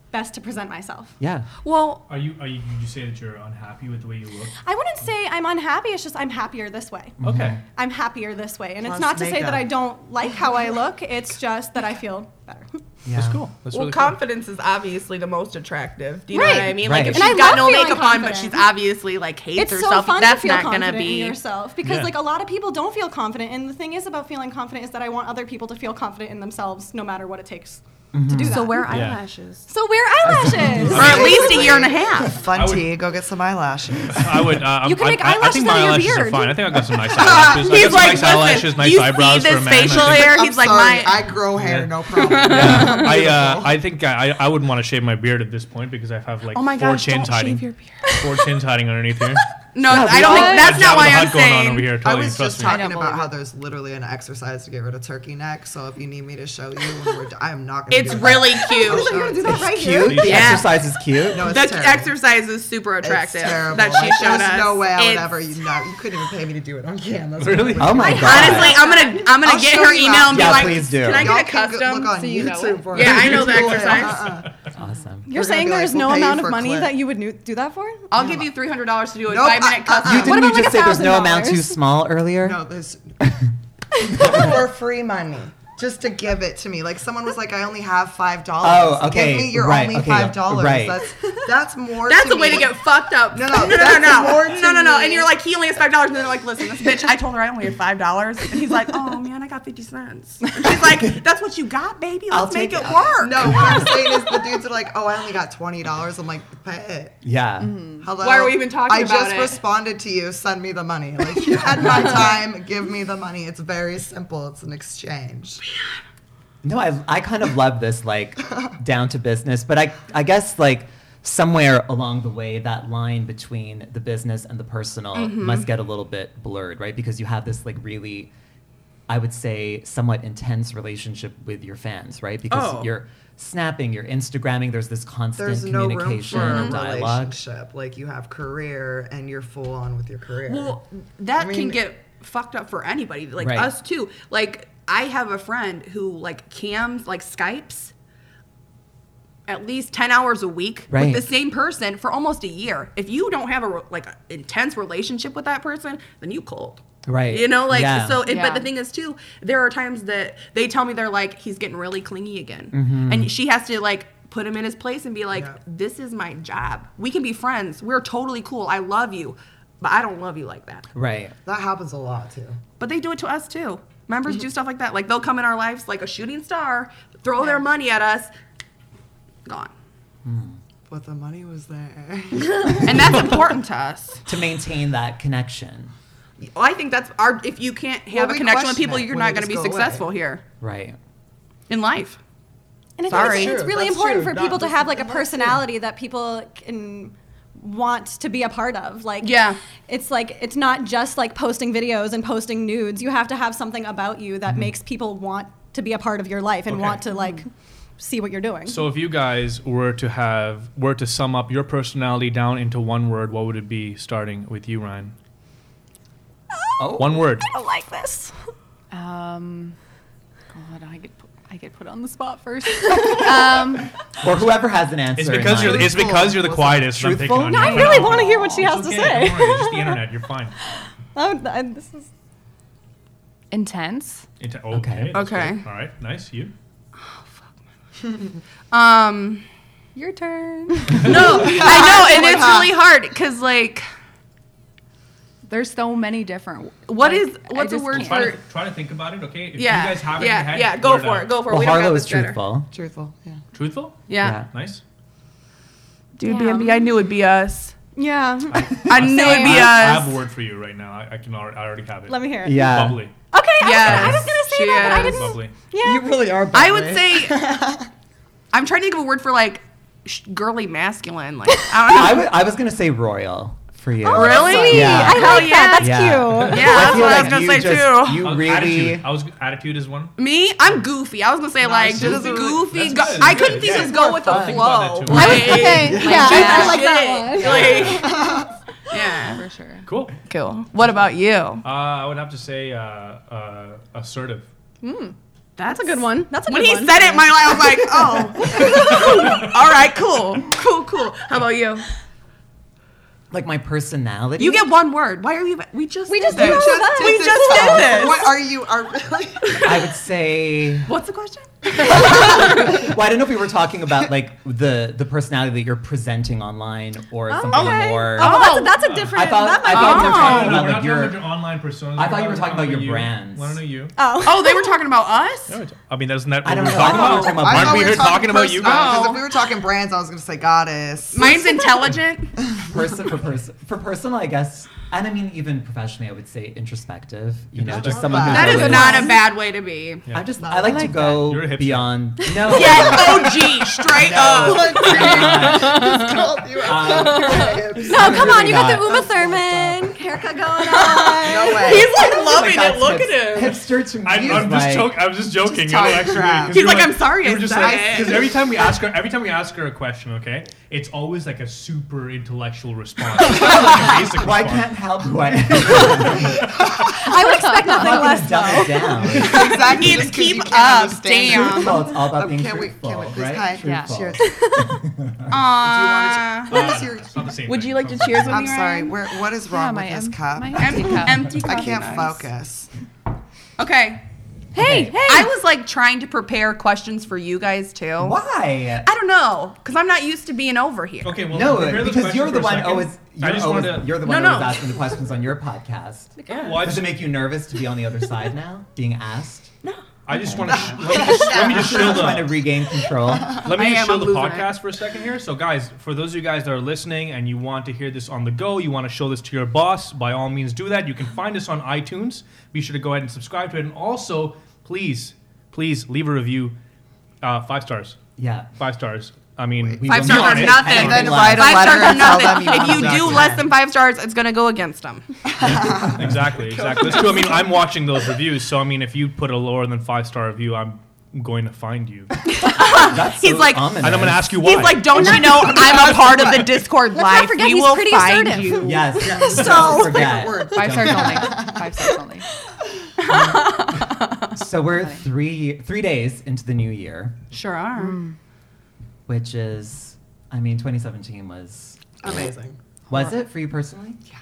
Speaker 3: best to present myself.
Speaker 2: Yeah.
Speaker 6: Well,
Speaker 1: Are you? Are you? Did you say that you're unhappy with the way you look?
Speaker 3: I wouldn't say I'm unhappy. It's just I'm happier this way.
Speaker 1: Okay.
Speaker 3: I'm happier this way. And it's
Speaker 4: Plus
Speaker 3: not to say
Speaker 4: makeup.
Speaker 3: that I don't like how I look. It's just that I feel better.
Speaker 2: Yeah.
Speaker 1: That's cool. That's
Speaker 5: Well,
Speaker 1: really cool.
Speaker 5: confidence is obviously the most attractive. Do you know what I
Speaker 3: Right.
Speaker 5: mean? Like,
Speaker 2: Right.
Speaker 5: if
Speaker 2: And
Speaker 5: she's
Speaker 3: I
Speaker 5: got
Speaker 3: love
Speaker 5: no
Speaker 3: feeling
Speaker 5: makeup on, but
Speaker 3: confident.
Speaker 5: she's obviously like
Speaker 3: It's
Speaker 5: hates
Speaker 3: so
Speaker 5: herself.
Speaker 3: fun
Speaker 5: that's
Speaker 3: to feel
Speaker 5: not
Speaker 3: confident
Speaker 5: gonna be.
Speaker 3: in yourself because
Speaker 1: Yeah.
Speaker 3: like a lot of people don't feel confident. And the thing is about feeling confident is that I want other people to feel confident in themselves no matter what it takes. to
Speaker 4: Mm-hmm.
Speaker 3: do that.
Speaker 5: So wear
Speaker 1: Yeah.
Speaker 5: eyelashes.
Speaker 3: So wear eyelashes.
Speaker 5: Or at least a year and a half.
Speaker 4: Fun
Speaker 1: I would-
Speaker 4: tea. Go get some eyelashes.
Speaker 1: I would. Uh,
Speaker 3: You can
Speaker 1: I,
Speaker 3: make
Speaker 1: I, I think
Speaker 3: eyelashes
Speaker 1: my
Speaker 3: out of
Speaker 1: eyelashes
Speaker 3: your
Speaker 1: are
Speaker 3: beard.
Speaker 1: fine. I think I've got some nice eyelashes. I got
Speaker 5: He's
Speaker 1: some
Speaker 5: like,
Speaker 1: nice
Speaker 5: listen,
Speaker 1: eyelashes, nice
Speaker 5: you
Speaker 1: eyebrows
Speaker 5: see
Speaker 1: for
Speaker 5: this
Speaker 1: a man. I
Speaker 5: facial
Speaker 1: think-
Speaker 5: hair?
Speaker 4: I'm
Speaker 5: He's like,
Speaker 4: sorry,
Speaker 5: my.
Speaker 4: I grow hair,
Speaker 1: Yeah.
Speaker 4: no problem.
Speaker 1: Yeah, I uh, I think I I wouldn't want to shave my beard at this point because I have like
Speaker 5: oh my
Speaker 1: four
Speaker 5: gosh,
Speaker 1: chins
Speaker 5: don't
Speaker 1: hiding,
Speaker 5: shave your beard.
Speaker 1: four chins hiding underneath here.
Speaker 5: No, I don't think that's
Speaker 1: I've
Speaker 5: not
Speaker 1: got
Speaker 5: why
Speaker 1: a
Speaker 5: I'm
Speaker 1: lot going on
Speaker 5: saying.
Speaker 1: over here.
Speaker 4: I
Speaker 1: Totally,
Speaker 4: was
Speaker 1: trust
Speaker 4: just
Speaker 1: me.
Speaker 4: talking
Speaker 6: I don't
Speaker 4: about
Speaker 6: believe
Speaker 4: how there's literally an exercise to get rid of turkey neck. So if you need me to show you, when we're d- I'm not going to.
Speaker 5: It's really
Speaker 4: I'll
Speaker 5: cute.
Speaker 4: show it to you.
Speaker 2: It's cute. The
Speaker 5: Yeah.
Speaker 2: exercise is cute.
Speaker 4: No, it's
Speaker 5: The
Speaker 4: Oh, terrible.
Speaker 5: exercise is super
Speaker 4: It's
Speaker 5: attractive
Speaker 4: terrible.
Speaker 5: that she
Speaker 4: Like,
Speaker 5: showed
Speaker 4: there's
Speaker 5: us.
Speaker 4: no way I would
Speaker 5: It's-
Speaker 4: ever. You, no, you couldn't even pay me to do it on camera.
Speaker 1: Really?
Speaker 2: oh my god.
Speaker 5: Honestly, I'm gonna I'm gonna
Speaker 4: I'll
Speaker 5: get
Speaker 4: show
Speaker 5: her
Speaker 4: you
Speaker 5: email and be
Speaker 2: Yeah,
Speaker 5: like,
Speaker 2: please do.
Speaker 5: "Can I
Speaker 4: Y'all
Speaker 5: get a
Speaker 4: can go-
Speaker 5: custom?"
Speaker 4: look on
Speaker 5: so you know
Speaker 4: YouTube.
Speaker 5: it."
Speaker 4: for
Speaker 5: Yeah,
Speaker 4: it.
Speaker 5: I know the
Speaker 4: Google it.
Speaker 5: exercise.
Speaker 4: Uh-uh.
Speaker 2: That's awesome.
Speaker 3: You're
Speaker 4: They're gonna
Speaker 3: saying
Speaker 4: be like,
Speaker 3: there's no
Speaker 4: "We'll pay you
Speaker 3: amount
Speaker 4: for
Speaker 3: of
Speaker 4: a
Speaker 3: money
Speaker 4: clip."
Speaker 3: that you would nu- do that for?
Speaker 5: I'll give you three hundred dollars to do a
Speaker 4: Nope,
Speaker 5: five minute
Speaker 4: uh, uh,
Speaker 5: custom.
Speaker 2: You didn't
Speaker 3: about,
Speaker 2: you
Speaker 3: like,
Speaker 2: just say there's no amount
Speaker 3: $1,000?
Speaker 2: too small earlier?
Speaker 4: No, this for free money. Just to give it to me. Like someone was like, I only have five dollars.
Speaker 2: Oh, okay,
Speaker 4: Give me your
Speaker 2: right,
Speaker 4: only
Speaker 2: okay,
Speaker 4: five dollars.
Speaker 2: right.
Speaker 4: That's that's more
Speaker 5: That's
Speaker 4: to
Speaker 5: a way
Speaker 4: me.
Speaker 5: to get fucked up.
Speaker 4: No, no, that's more to
Speaker 5: no, no, no.
Speaker 4: me.
Speaker 5: And you're like, he only has five dollars, and they're like, listen, this bitch. I told her I only had five dollars, and he's like, oh man, I got fifty cents. And she's like, that's what you got, baby. Let's
Speaker 4: I'll
Speaker 5: make
Speaker 4: take
Speaker 5: it
Speaker 4: it.
Speaker 5: work.
Speaker 4: No, what I'm saying is the dudes are like, Oh, I only got twenty dollars. I'm like, pay it.
Speaker 2: Yeah.
Speaker 4: Hello.
Speaker 5: Why are we even talking
Speaker 4: I
Speaker 5: about
Speaker 4: just
Speaker 5: it?
Speaker 4: responded to you. Send me the money. Like you had my time. Give me the money. It's very simple. It's an exchange.
Speaker 2: No, I, I kind of love this, like, down to business, but I, I guess, like, somewhere along the way, that line between the business and the personal must get a little bit blurred, right? Because you have this, like, really, I would say, somewhat intense relationship with your fans, right? Because
Speaker 5: Oh.
Speaker 2: you're snapping, you're Instagramming, there's this constant
Speaker 4: There's no room
Speaker 2: communication
Speaker 4: for a
Speaker 2: and dialogue.
Speaker 4: relationship. Like you have career and you're full on with your career.
Speaker 5: Well, that
Speaker 4: I
Speaker 5: can
Speaker 4: mean-
Speaker 5: get fucked up for anybody, like
Speaker 2: Right.
Speaker 5: us too. Like I have a friend who like cams, like Skypes, at least ten hours a week
Speaker 2: Right.
Speaker 5: with the same person for almost a year. If you don't have a re- like a intense relationship with that person, then you cold.
Speaker 2: Right.
Speaker 5: You know, like
Speaker 2: Yeah.
Speaker 5: so. It, But
Speaker 6: Yeah.
Speaker 5: the thing is, too, there are times that they tell me they're like, he's getting really clingy again, and she has to like put him in his place and be like,
Speaker 4: Yeah.
Speaker 5: this is my job. We can be friends. We're totally cool. I love you, but I don't love you like that.
Speaker 2: Right.
Speaker 4: That happens a lot too.
Speaker 5: But they do it to us too. Members do stuff like that. Like they'll come in our lives like a shooting star, throw their money at us, gone.
Speaker 4: But the money was there.
Speaker 5: And that's important to us.
Speaker 2: To maintain that connection.
Speaker 5: Well, I think that's our. If you can't have
Speaker 4: Well,
Speaker 5: a
Speaker 4: we
Speaker 5: connection with
Speaker 4: question
Speaker 5: people,
Speaker 4: it
Speaker 5: you're
Speaker 4: when
Speaker 5: not
Speaker 4: it
Speaker 5: going to
Speaker 4: just
Speaker 5: be
Speaker 4: go away.
Speaker 5: successful here
Speaker 2: Right.
Speaker 5: in life.
Speaker 3: And I think
Speaker 5: Sorry.
Speaker 3: it's, it's
Speaker 4: True,
Speaker 3: really
Speaker 4: that's
Speaker 3: important
Speaker 4: true.
Speaker 3: for
Speaker 4: Not
Speaker 3: people to
Speaker 4: just
Speaker 3: have
Speaker 4: the
Speaker 3: like a
Speaker 4: commercial.
Speaker 3: personality that people can want to be a part of. Like,
Speaker 5: Yeah.
Speaker 3: it's like it's not just like posting videos and posting nudes. You have to have something about you that makes people want to be a part of your life and
Speaker 1: Okay.
Speaker 3: want
Speaker 4: Mm-hmm.
Speaker 3: to like see what you're doing.
Speaker 1: So if you guys were to have were to sum up your personality down into one word, what would it be? Starting with you, Ryan.
Speaker 2: Oh.
Speaker 1: One word.
Speaker 3: I don't like this.
Speaker 6: Um, God, I get pu- I get put on the spot first. um,
Speaker 2: Or whoever has an answer.
Speaker 1: It's
Speaker 2: in
Speaker 1: because you're
Speaker 2: mind.
Speaker 1: it's because you're the quietest. I'm picking
Speaker 2: Truthful?
Speaker 1: on
Speaker 2: No,
Speaker 1: you.
Speaker 3: I really want to hear what she has
Speaker 1: It's
Speaker 3: to
Speaker 1: okay,
Speaker 3: say.
Speaker 1: Don't worry, it's just the internet. You're fine.
Speaker 3: Oh, th- this is
Speaker 6: intense.
Speaker 1: It's- okay.
Speaker 2: Okay.
Speaker 1: that's
Speaker 5: Okay.
Speaker 1: good. All right. Nice. You.
Speaker 5: Um,
Speaker 6: Your turn.
Speaker 5: no, I know, and it's really hard because like,
Speaker 6: There's so many different.
Speaker 5: what is
Speaker 6: I
Speaker 5: what's a
Speaker 6: just
Speaker 5: word
Speaker 6: can't.
Speaker 1: Try
Speaker 5: for?
Speaker 1: to, try to think about it. Okay. If
Speaker 5: Yeah,
Speaker 1: You guys have it
Speaker 5: yeah,
Speaker 1: in your head,
Speaker 5: yeah. Go
Speaker 1: blurt
Speaker 5: for
Speaker 1: out.
Speaker 5: it. Go for it.
Speaker 2: Well,
Speaker 5: we don't
Speaker 2: Harlow
Speaker 5: got
Speaker 2: is
Speaker 5: this better.
Speaker 2: truthful.
Speaker 4: Truthful. Yeah.
Speaker 1: Truthful.
Speaker 5: Yeah.
Speaker 1: Nice.
Speaker 5: dude,
Speaker 6: Damn.
Speaker 5: BMB, I knew it'd be us.
Speaker 3: yeah.
Speaker 5: I knew it'd
Speaker 1: I,
Speaker 5: be
Speaker 1: I have a
Speaker 5: us.
Speaker 1: word for you right now. I, I can already, I already have it.
Speaker 3: Let me hear it.
Speaker 2: Yeah.
Speaker 1: Bubbly.
Speaker 3: Okay. I,
Speaker 5: Yes,
Speaker 3: was, I was gonna say
Speaker 5: she
Speaker 3: that, but I
Speaker 5: is.
Speaker 3: didn't.
Speaker 1: Bubbly.
Speaker 3: Yeah.
Speaker 4: You really are.
Speaker 5: I would say, I'm trying to think of a word for like sh- girly masculine. Like I
Speaker 2: I
Speaker 5: don't know.
Speaker 2: wa- I was gonna say royal for you.
Speaker 3: Oh,
Speaker 5: Really?
Speaker 3: that's sweet.
Speaker 2: Yeah.
Speaker 3: I
Speaker 5: Hell
Speaker 3: like that. That's
Speaker 2: yeah.
Speaker 3: cute.
Speaker 5: yeah, that's
Speaker 2: feel
Speaker 5: what I was
Speaker 2: like
Speaker 5: gonna
Speaker 2: you
Speaker 5: say
Speaker 2: just-
Speaker 5: too.
Speaker 2: You
Speaker 1: Uh,
Speaker 2: really.
Speaker 1: Attitude. I was attitude is one.
Speaker 5: Me, I'm goofy. I was gonna say like
Speaker 4: she
Speaker 5: just
Speaker 4: doesn't really-
Speaker 5: goofy.
Speaker 1: That's
Speaker 5: go-
Speaker 1: good.
Speaker 5: I couldn't
Speaker 1: Yeah.
Speaker 5: think just go with the
Speaker 1: I'll think about
Speaker 5: flow.
Speaker 1: that too. I was-
Speaker 5: Like,
Speaker 3: okay,
Speaker 5: like,
Speaker 3: yeah,
Speaker 5: do
Speaker 3: I
Speaker 5: the
Speaker 3: like
Speaker 5: shit. Like, yeah.
Speaker 6: For sure.
Speaker 1: Cool.
Speaker 5: Cool. What about you?
Speaker 1: Uh, I would have to say uh, uh, assertive.
Speaker 5: That's
Speaker 3: That's a good one. That's a
Speaker 5: When
Speaker 3: good
Speaker 5: he
Speaker 3: one.
Speaker 5: said it, my I was like, oh, all right, cool, cool, cool. How about you?
Speaker 2: Like my personality.
Speaker 5: You get one word. Why are you? We just
Speaker 3: We
Speaker 5: did
Speaker 3: just
Speaker 5: this.
Speaker 3: did all of that.
Speaker 5: We
Speaker 3: This
Speaker 5: just did this.
Speaker 4: What are you? Are really?
Speaker 2: I would say.
Speaker 5: What's the question?
Speaker 2: well, I don't know if we were talking about like the the personality that you're presenting online or something
Speaker 3: okay.
Speaker 2: more.
Speaker 3: Oh, well, that's, a, that's a different.
Speaker 2: I thought
Speaker 3: that
Speaker 2: I
Speaker 3: might
Speaker 2: thought
Speaker 3: be
Speaker 2: we
Speaker 3: a
Speaker 2: were
Speaker 3: different-
Speaker 2: talking
Speaker 1: No, we're not
Speaker 2: about like
Speaker 1: talking
Speaker 2: your
Speaker 1: about your online personas.
Speaker 2: I thought you were
Speaker 1: We're
Speaker 2: talking about your
Speaker 1: you.
Speaker 2: brands.
Speaker 1: Why don't I know you?
Speaker 3: Oh,
Speaker 5: Oh, they were talking about us?
Speaker 1: No, it's- I mean, that's not
Speaker 2: I
Speaker 1: what
Speaker 2: don't
Speaker 1: we're
Speaker 2: know. I
Speaker 1: talking
Speaker 2: thought we were
Speaker 1: about.
Speaker 2: talking about
Speaker 4: I
Speaker 7: Aren't we here talking about
Speaker 4: thought were
Speaker 7: you
Speaker 4: personal, 'cause
Speaker 5: guys?
Speaker 4: If we were talking brands, I was gonna say goddess.
Speaker 5: Mine's intelligent.
Speaker 2: person for person for personal, I guess, and I mean even professionally, I would say introspective. You know, just someone who
Speaker 5: That is
Speaker 2: really-
Speaker 5: not a bad way to be.
Speaker 1: Yeah.
Speaker 2: I just I like, to
Speaker 1: You're a
Speaker 2: go
Speaker 1: hipster.
Speaker 2: beyond. No.
Speaker 5: Yes, OG, straight up.
Speaker 4: Like, just called you out.
Speaker 2: Uh,
Speaker 3: no,
Speaker 2: Oh,
Speaker 3: come on, you got the
Speaker 2: Not-
Speaker 3: Uma Thurman haircut going on.
Speaker 4: No way.
Speaker 5: He's like
Speaker 2: Oh my
Speaker 5: loving
Speaker 2: God,
Speaker 5: it. Look
Speaker 2: hips-
Speaker 5: at him.
Speaker 2: Hipster to me.
Speaker 1: I,
Speaker 2: is
Speaker 1: I'm
Speaker 2: like,
Speaker 1: just joking. I'm just joking.
Speaker 4: Just
Speaker 1: I don't
Speaker 4: talking
Speaker 1: actually-
Speaker 4: crap.
Speaker 1: 'cause
Speaker 5: He's
Speaker 1: you're
Speaker 5: like, "I'm sorry,
Speaker 1: you
Speaker 5: I
Speaker 1: were just
Speaker 5: said
Speaker 1: like-
Speaker 5: it."
Speaker 1: 'cause every time we ask her, every time we ask her a question, okay, it's always like a super intellectual response. It's not like a basic
Speaker 2: Well, I
Speaker 1: response.
Speaker 2: can't help who I am.
Speaker 3: I would expect nothing
Speaker 2: I'm
Speaker 3: less.
Speaker 2: not gonna
Speaker 4: Um,
Speaker 2: dumb it down.
Speaker 4: Exactly.
Speaker 5: Keep-
Speaker 4: just 'cause you
Speaker 5: keep
Speaker 4: can't
Speaker 5: up,
Speaker 4: understand
Speaker 5: damn.
Speaker 4: her.
Speaker 2: Well, it's all about
Speaker 4: Um,
Speaker 2: being
Speaker 4: can we-
Speaker 2: truthful,
Speaker 4: can we please-
Speaker 2: right?
Speaker 4: hi,
Speaker 2: Truthful.
Speaker 4: cheers.
Speaker 1: Uh,
Speaker 5: Aw.
Speaker 4: What's your-
Speaker 1: it's not the same
Speaker 7: Would
Speaker 1: thing.
Speaker 7: you like to
Speaker 1: It's not
Speaker 7: cheers
Speaker 1: the
Speaker 7: with
Speaker 1: same
Speaker 4: I'm
Speaker 1: thing.
Speaker 4: sorry. Where, what is
Speaker 6: Yeah,
Speaker 4: wrong
Speaker 6: my
Speaker 4: with this
Speaker 6: em-
Speaker 4: cup?
Speaker 6: my
Speaker 4: I
Speaker 6: empty cup.
Speaker 5: Empty cup.
Speaker 4: can't focus.
Speaker 5: Okay.
Speaker 3: Hey, hey.
Speaker 5: I was like trying to prepare questions for you guys too.
Speaker 2: Why?
Speaker 5: I don't know, because I'm not used to being over here.
Speaker 1: Okay, well, prepare this
Speaker 2: No, because
Speaker 1: question
Speaker 2: you're
Speaker 1: for
Speaker 2: the
Speaker 1: a
Speaker 2: one
Speaker 1: second.
Speaker 2: always.
Speaker 1: I
Speaker 2: You're,
Speaker 1: just
Speaker 2: always,
Speaker 1: wanted to.
Speaker 2: you're the one
Speaker 5: No,
Speaker 2: always
Speaker 5: no.
Speaker 2: asking the questions on your podcast.
Speaker 1: Well, I
Speaker 2: Does
Speaker 1: just,
Speaker 2: it make you nervous to be on the other side now, being asked?
Speaker 1: I just want to. Let me just, let me just
Speaker 2: Sure,
Speaker 1: show
Speaker 2: I'm trying to
Speaker 1: the.
Speaker 2: regain control.
Speaker 1: Let
Speaker 5: Uh, I
Speaker 1: me
Speaker 5: am,
Speaker 1: show
Speaker 5: I'm
Speaker 1: the
Speaker 5: losing it.
Speaker 1: podcast for a second here. So, guys, for those of you guys that are listening and you want to hear this on the go, you want to show this to your boss, by all means do that. You can find us on iTunes. Be sure to go ahead and subscribe to it. And also, please, please leave a review. Uh, five stars.
Speaker 2: Yeah.
Speaker 1: Five stars. I mean,
Speaker 2: We
Speaker 5: Five
Speaker 2: will
Speaker 5: stars
Speaker 2: not
Speaker 5: are
Speaker 2: take
Speaker 5: nothing.
Speaker 2: anything
Speaker 4: Then
Speaker 2: less.
Speaker 4: write a
Speaker 5: Five
Speaker 4: letter
Speaker 5: stars are
Speaker 4: and tell them
Speaker 5: nothing.
Speaker 4: you
Speaker 5: If you
Speaker 4: want
Speaker 5: do
Speaker 4: that.
Speaker 5: less than five stars, it's gonna go against them.
Speaker 1: exactly, exactly. That's true. I mean, I'm watching those reviews. So, I mean, if you put a lower than five star review, I'm going to find you. And
Speaker 2: That's
Speaker 5: He's
Speaker 2: so
Speaker 5: like-
Speaker 2: ominous.
Speaker 1: I'm going to ask you why.
Speaker 5: He's like, don't you know I'm a part of the Discord
Speaker 3: Let's not
Speaker 5: live?
Speaker 3: forget
Speaker 5: We
Speaker 3: he's
Speaker 5: will
Speaker 3: pretty
Speaker 5: find
Speaker 3: assertive.
Speaker 5: you.
Speaker 2: Yes.
Speaker 4: Yes.
Speaker 2: Don't
Speaker 4: So-
Speaker 2: forget.
Speaker 4: Favorite word.
Speaker 6: Five
Speaker 2: Don't
Speaker 6: stars only. Five stars only.
Speaker 2: So we're three three days into the new year,
Speaker 5: Sure are.
Speaker 4: Hmm.
Speaker 2: which is, I mean, 2017 was
Speaker 4: Amazing.
Speaker 2: was it for you personally? Yeah.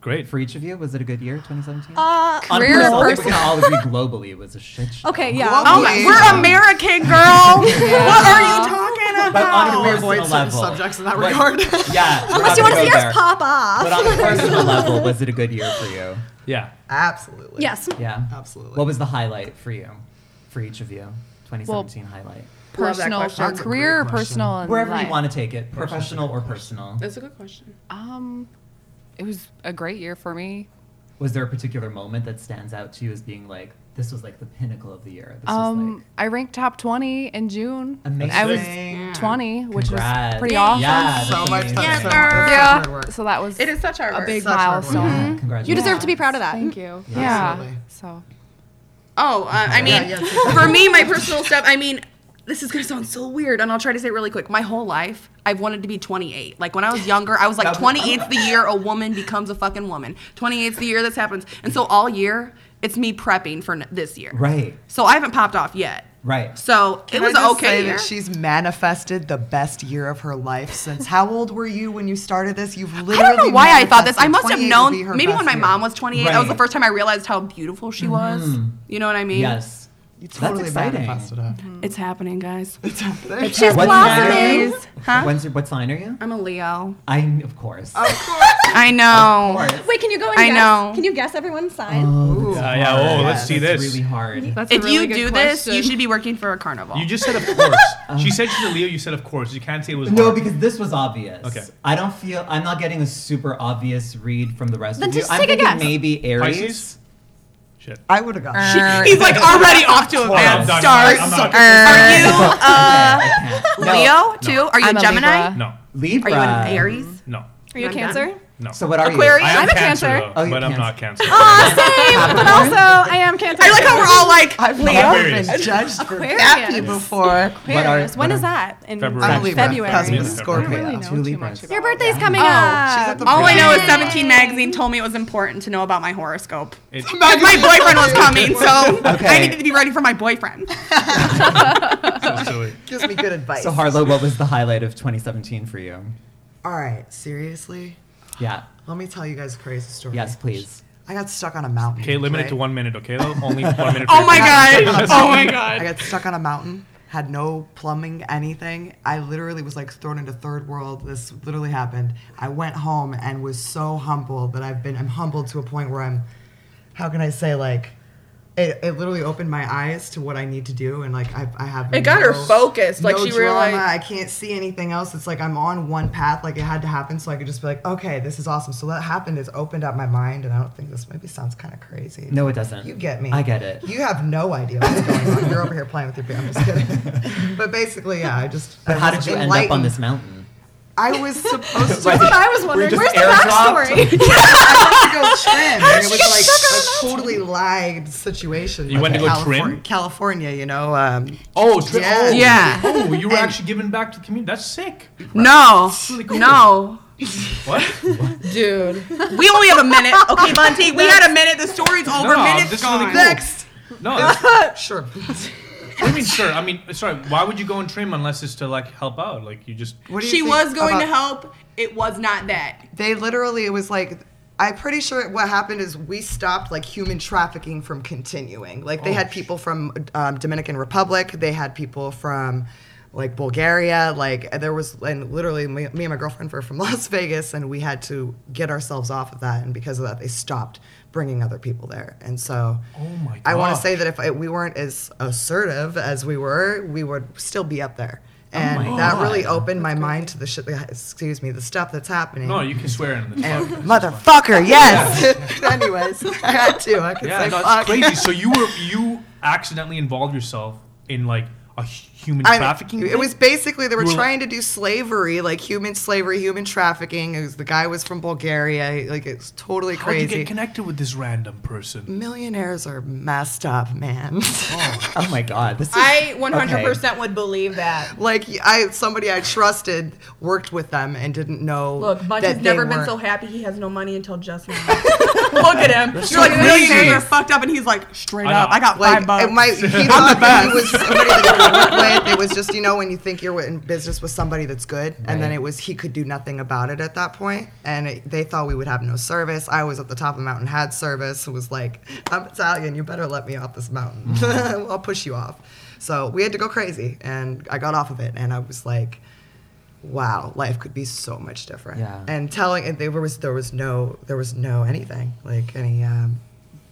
Speaker 1: Great.
Speaker 2: For each of you, was it a good year, 2017?
Speaker 3: Uh,
Speaker 6: Career
Speaker 2: personal,
Speaker 6: or
Speaker 2: I think we can all agree globally it was a shit show.
Speaker 3: okay, yeah.
Speaker 4: Well,
Speaker 5: Oh my,
Speaker 4: Yeah.
Speaker 5: we're American, girl. What are you talking
Speaker 2: But
Speaker 5: about?
Speaker 2: on a personal
Speaker 4: avoid certain
Speaker 2: level,
Speaker 4: subjects in that
Speaker 2: Like,
Speaker 4: regard.
Speaker 2: yeah. we're
Speaker 3: Unless
Speaker 2: not
Speaker 3: you want
Speaker 2: gonna
Speaker 3: to see
Speaker 2: go
Speaker 3: us
Speaker 2: there.
Speaker 3: pop off.
Speaker 2: But on a personal level, was it a good year for you?
Speaker 1: yeah.
Speaker 4: Absolutely.
Speaker 3: yes.
Speaker 2: Yeah.
Speaker 4: Absolutely.
Speaker 2: What was the highlight for you, for each of you? 2017 highlight.
Speaker 6: Personal
Speaker 4: question.
Speaker 6: for
Speaker 4: That's a
Speaker 6: career or
Speaker 4: great question.
Speaker 6: personal and
Speaker 2: Wherever
Speaker 6: life?
Speaker 2: you want to take it, professional or personal.
Speaker 5: That's a good question.
Speaker 6: Um, it was a great year for me.
Speaker 2: Was there a particular moment that stands out to you as being like, this was like the pinnacle of the year? This was
Speaker 6: Um,
Speaker 2: like
Speaker 6: I ranked top 20 in June.
Speaker 2: amazing.
Speaker 6: I was
Speaker 2: Yeah.
Speaker 6: 20, which
Speaker 2: Congrats.
Speaker 6: was pretty awesome.
Speaker 2: Yeah,
Speaker 4: so
Speaker 2: Ah, that's
Speaker 4: much
Speaker 2: amazing.
Speaker 4: so much- so much
Speaker 5: Yeah.
Speaker 4: hard
Speaker 6: Yeah.
Speaker 4: work.
Speaker 6: So that was
Speaker 5: It is such hard Mm-hmm.
Speaker 6: a
Speaker 5: work.
Speaker 6: big
Speaker 4: Such hard
Speaker 6: milestone.
Speaker 4: work.
Speaker 2: Congratulations.
Speaker 3: You deserve to be proud of that.
Speaker 6: Thank you.
Speaker 2: Yeah.
Speaker 4: Absolutely.
Speaker 6: Yeah. So
Speaker 5: Oh, uh, I mean,
Speaker 4: yeah,
Speaker 5: for me, my personal stuff. I mean, this is gonna sound so weird, and I'll try to say it really quick. My whole life, I've wanted to be 28. Like when I was younger, I was like, 28's the year a woman becomes a fucking woman. 28's the year this happens, and so all year, it's me prepping for n- this year.
Speaker 2: Right.
Speaker 5: So I haven't popped off yet.
Speaker 2: Right.
Speaker 5: So it
Speaker 4: Can
Speaker 5: was
Speaker 4: I
Speaker 5: an
Speaker 4: just
Speaker 5: okay
Speaker 4: say
Speaker 5: year.
Speaker 4: that she's manifested the best year of her life since. How old were you when you started this? You've
Speaker 5: I
Speaker 4: literally.
Speaker 5: don't know why I thought this. I
Speaker 4: manifested 28
Speaker 5: must have known.
Speaker 4: would be her
Speaker 5: Maybe
Speaker 4: best
Speaker 5: when my
Speaker 4: year.
Speaker 5: mom was 28, that was the
Speaker 2: Right. Mm-hmm.
Speaker 5: first time I realized how beautiful she was. You know what I mean?
Speaker 2: Yes.
Speaker 4: You
Speaker 2: That's
Speaker 4: totally
Speaker 2: exciting.
Speaker 4: manifested it.
Speaker 5: It's happening, guys.
Speaker 4: It's happening.
Speaker 3: She's
Speaker 2: What
Speaker 3: blossoming.
Speaker 2: sign are you?
Speaker 5: Huh?
Speaker 2: When's your, what sign are you?
Speaker 5: I'm a Leo.
Speaker 2: I, of course.
Speaker 4: Oh.
Speaker 5: I know.
Speaker 3: Wait, can you go and
Speaker 5: I
Speaker 3: guess?
Speaker 5: know.
Speaker 3: Can you guess everyone's sign?
Speaker 2: Oh,
Speaker 1: Uh, yeah, oh, let's see
Speaker 2: that's
Speaker 1: this.
Speaker 2: really hard.
Speaker 6: that's
Speaker 5: if you do this, you should be working for a carnival.
Speaker 1: You just said, of course. she said she's a Leo. You said, of course. You can't say it was.
Speaker 2: Um, No,
Speaker 1: hard.
Speaker 2: because this was obvious.
Speaker 1: Okay.
Speaker 2: I don't feel I'm not getting a super obvious read from the rest
Speaker 3: Then
Speaker 2: of you.
Speaker 3: just
Speaker 2: I'm
Speaker 3: take a
Speaker 2: thinking
Speaker 3: guess.
Speaker 2: maybe Aries.
Speaker 1: Pisces? Shit.
Speaker 4: I would have gone.
Speaker 5: He's like already off to a bad
Speaker 1: I'm done.
Speaker 5: start.
Speaker 1: I'm not-
Speaker 5: Are you uh,
Speaker 2: I can't. No,
Speaker 5: Leo too? Are you
Speaker 6: I'm
Speaker 5: a
Speaker 6: a
Speaker 5: Gemini?
Speaker 6: Libra.
Speaker 1: No,
Speaker 5: Are
Speaker 2: Libra.
Speaker 5: you an Aries?
Speaker 4: Mm-hmm.
Speaker 1: no,
Speaker 3: Are you a
Speaker 5: I'm
Speaker 3: Cancer?
Speaker 1: no.
Speaker 2: So what are
Speaker 5: Aquarius?
Speaker 1: I am
Speaker 6: I'm a
Speaker 1: cancer,
Speaker 6: Cancer.
Speaker 1: though,
Speaker 2: Oh, you're
Speaker 1: but I'm
Speaker 2: Cancer.
Speaker 1: not cancer.
Speaker 3: Same, but also Oh, I am Cancer.
Speaker 5: I like how we're all like
Speaker 4: I've never
Speaker 1: Aquarius.
Speaker 4: been judged for
Speaker 3: Aquarius.
Speaker 4: happy before.
Speaker 2: What are-
Speaker 3: Aquarius. When
Speaker 2: what
Speaker 3: is
Speaker 2: are-
Speaker 3: that? In
Speaker 1: February.
Speaker 4: I'm Libra.
Speaker 3: February.
Speaker 4: Cousin
Speaker 1: Yeah.
Speaker 4: was Scorpio.
Speaker 2: you?
Speaker 6: really know
Speaker 2: uh, Two
Speaker 6: too
Speaker 2: Libras.
Speaker 6: much about
Speaker 3: Your birthday's coming
Speaker 6: Oh,
Speaker 4: She's
Speaker 3: up.
Speaker 4: at the
Speaker 5: all I know is
Speaker 4: beginning.
Speaker 5: 17 Magazine told me it was important to know about my horoscope.
Speaker 1: It-
Speaker 5: 'Cause my boyfriend was coming, so I
Speaker 2: Okay.
Speaker 5: needed to be ready for my boyfriend.
Speaker 1: so silly.
Speaker 4: Gives me good advice.
Speaker 2: So Harlow, what was the highlight of 2017 for you?
Speaker 4: All right, seriously.
Speaker 2: Yeah.
Speaker 4: Let me tell you guys a crazy story.
Speaker 2: Yes, please.
Speaker 4: I got stuck on a mountain.
Speaker 1: Okay, limit
Speaker 4: right?
Speaker 1: it to one minute, okay? Though only one minute.
Speaker 5: Oh my
Speaker 1: each.
Speaker 5: god! Oh my
Speaker 4: I
Speaker 5: god!
Speaker 4: got stuck on a mountain, had no plumbing, anything. I literally was like thrown into third world. This literally happened. I went home and was so humbled that I've been, I'm humbled to a point where I'm, how can I say, like, it, it literally opened my eyes to what I need to do, and like I, I have.
Speaker 5: It got her focused, like,
Speaker 4: no
Speaker 5: she
Speaker 4: drama.
Speaker 5: realized-
Speaker 4: I can't see anything else. It's like I'm on one path. Like it had to happen, so I could just be like, okay, this is awesome. So that happened. It's opened up my mind, and I don't think this maybe sounds kind of crazy.
Speaker 2: No, it doesn't.
Speaker 4: You get me.
Speaker 2: I get it.
Speaker 4: You have no idea what's going on. You're over here playing with your beer. I'm just kidding. but basically, yeah, I just.
Speaker 2: But
Speaker 4: I
Speaker 2: how
Speaker 4: was
Speaker 2: did you end up on
Speaker 4: enlightened.
Speaker 2: this mountain?
Speaker 4: I was supposed to
Speaker 2: Right.
Speaker 3: That's what I was wondering.
Speaker 2: just
Speaker 3: Where's the
Speaker 2: airdropped?
Speaker 3: backstory?
Speaker 4: go trim, and it was like a totally lied situation.
Speaker 1: You went to
Speaker 4: with
Speaker 1: go trim?
Speaker 4: California- California, you know. Um,
Speaker 1: Oh, tri-
Speaker 4: Yeah.
Speaker 1: oh,
Speaker 5: Yeah.
Speaker 1: Oh, you were
Speaker 4: And-
Speaker 1: actually giving back to the community. That's sick.
Speaker 5: No,
Speaker 1: really cool.
Speaker 5: no,
Speaker 1: What?
Speaker 5: dude. We only have a minute, okay, Bunty? We had a minute. The story's over.
Speaker 1: No,
Speaker 5: Minute's
Speaker 1: this is
Speaker 5: gone.
Speaker 1: really cool.
Speaker 4: next,
Speaker 1: No. that's- What
Speaker 4: sure.
Speaker 1: do you mean, sir? I mean, sorry. Why would you go and trim unless it's to like help out? Like you just.
Speaker 4: What do you
Speaker 5: She
Speaker 4: think
Speaker 5: was going to
Speaker 4: about-
Speaker 5: help. It was not that.
Speaker 4: They literally, it was like. I'm pretty sure what happened is we stopped like human trafficking from continuing. Like they
Speaker 1: Oh,
Speaker 4: had people from um, Dominican Republic, they had people from like Bulgaria, like and there was and literally me, me and my girlfriend were from Las Vegas, and we had to get ourselves off of that. And because of that, they stopped bringing other people there. And so,
Speaker 1: Oh my
Speaker 4: I want to
Speaker 1: gosh.
Speaker 4: say that if I, we weren't as assertive as we were, we would still be up there.
Speaker 1: Oh
Speaker 4: And
Speaker 2: my
Speaker 4: that
Speaker 2: God.
Speaker 4: really opened my mind to the shit. Excuse me, the stuff that's happening.
Speaker 1: No, you can swear in this.
Speaker 4: And
Speaker 1: podcast.
Speaker 4: motherfucker, yes. Anyways, I had to. I could
Speaker 1: Yeah,
Speaker 4: say
Speaker 1: that's
Speaker 4: fuck.
Speaker 1: crazy. So you were you accidentally involved yourself in like a hu- human
Speaker 4: I-
Speaker 1: trafficking.
Speaker 4: It
Speaker 1: thing?
Speaker 4: was basically they were
Speaker 1: You were-
Speaker 4: trying to do slavery, like human slavery, human trafficking. It was, the guy was from Bulgaria. Like it's totally
Speaker 1: How'd you
Speaker 4: crazy.
Speaker 1: get connected with this random person?
Speaker 4: Millionaires are messed up, man.
Speaker 2: Oh my god, this is
Speaker 5: I 100% would believe that.
Speaker 4: like I, somebody I trusted worked with them and didn't know.
Speaker 5: Look, Bunch
Speaker 4: that
Speaker 5: has
Speaker 4: they
Speaker 5: never been
Speaker 4: weren't-
Speaker 5: so happy he has no money until just now. Look at him. You're like,
Speaker 1: so
Speaker 5: "Millionaires
Speaker 1: crazy."
Speaker 5: are fucked up, and he's like, straight
Speaker 1: I know.
Speaker 5: up, I got
Speaker 4: Like
Speaker 5: five bucks.
Speaker 4: it might, he thought that he was somebody that he would work with. It was just you know when you think you're in business with somebody that's good, and then
Speaker 2: Right.
Speaker 4: it was he could do nothing about it at that point, and it, they thought we would have no service. I was at the top of the mountain, had service. It was like I'm Italian, you better let me off this mountain.
Speaker 5: Mm-hmm.
Speaker 4: I'll push you off. So we had to go crazy, and I got off of it, and I was like. Wow, life could be so much different.
Speaker 2: Yeah.
Speaker 4: And telling, and there was there was no there was no anything like any um,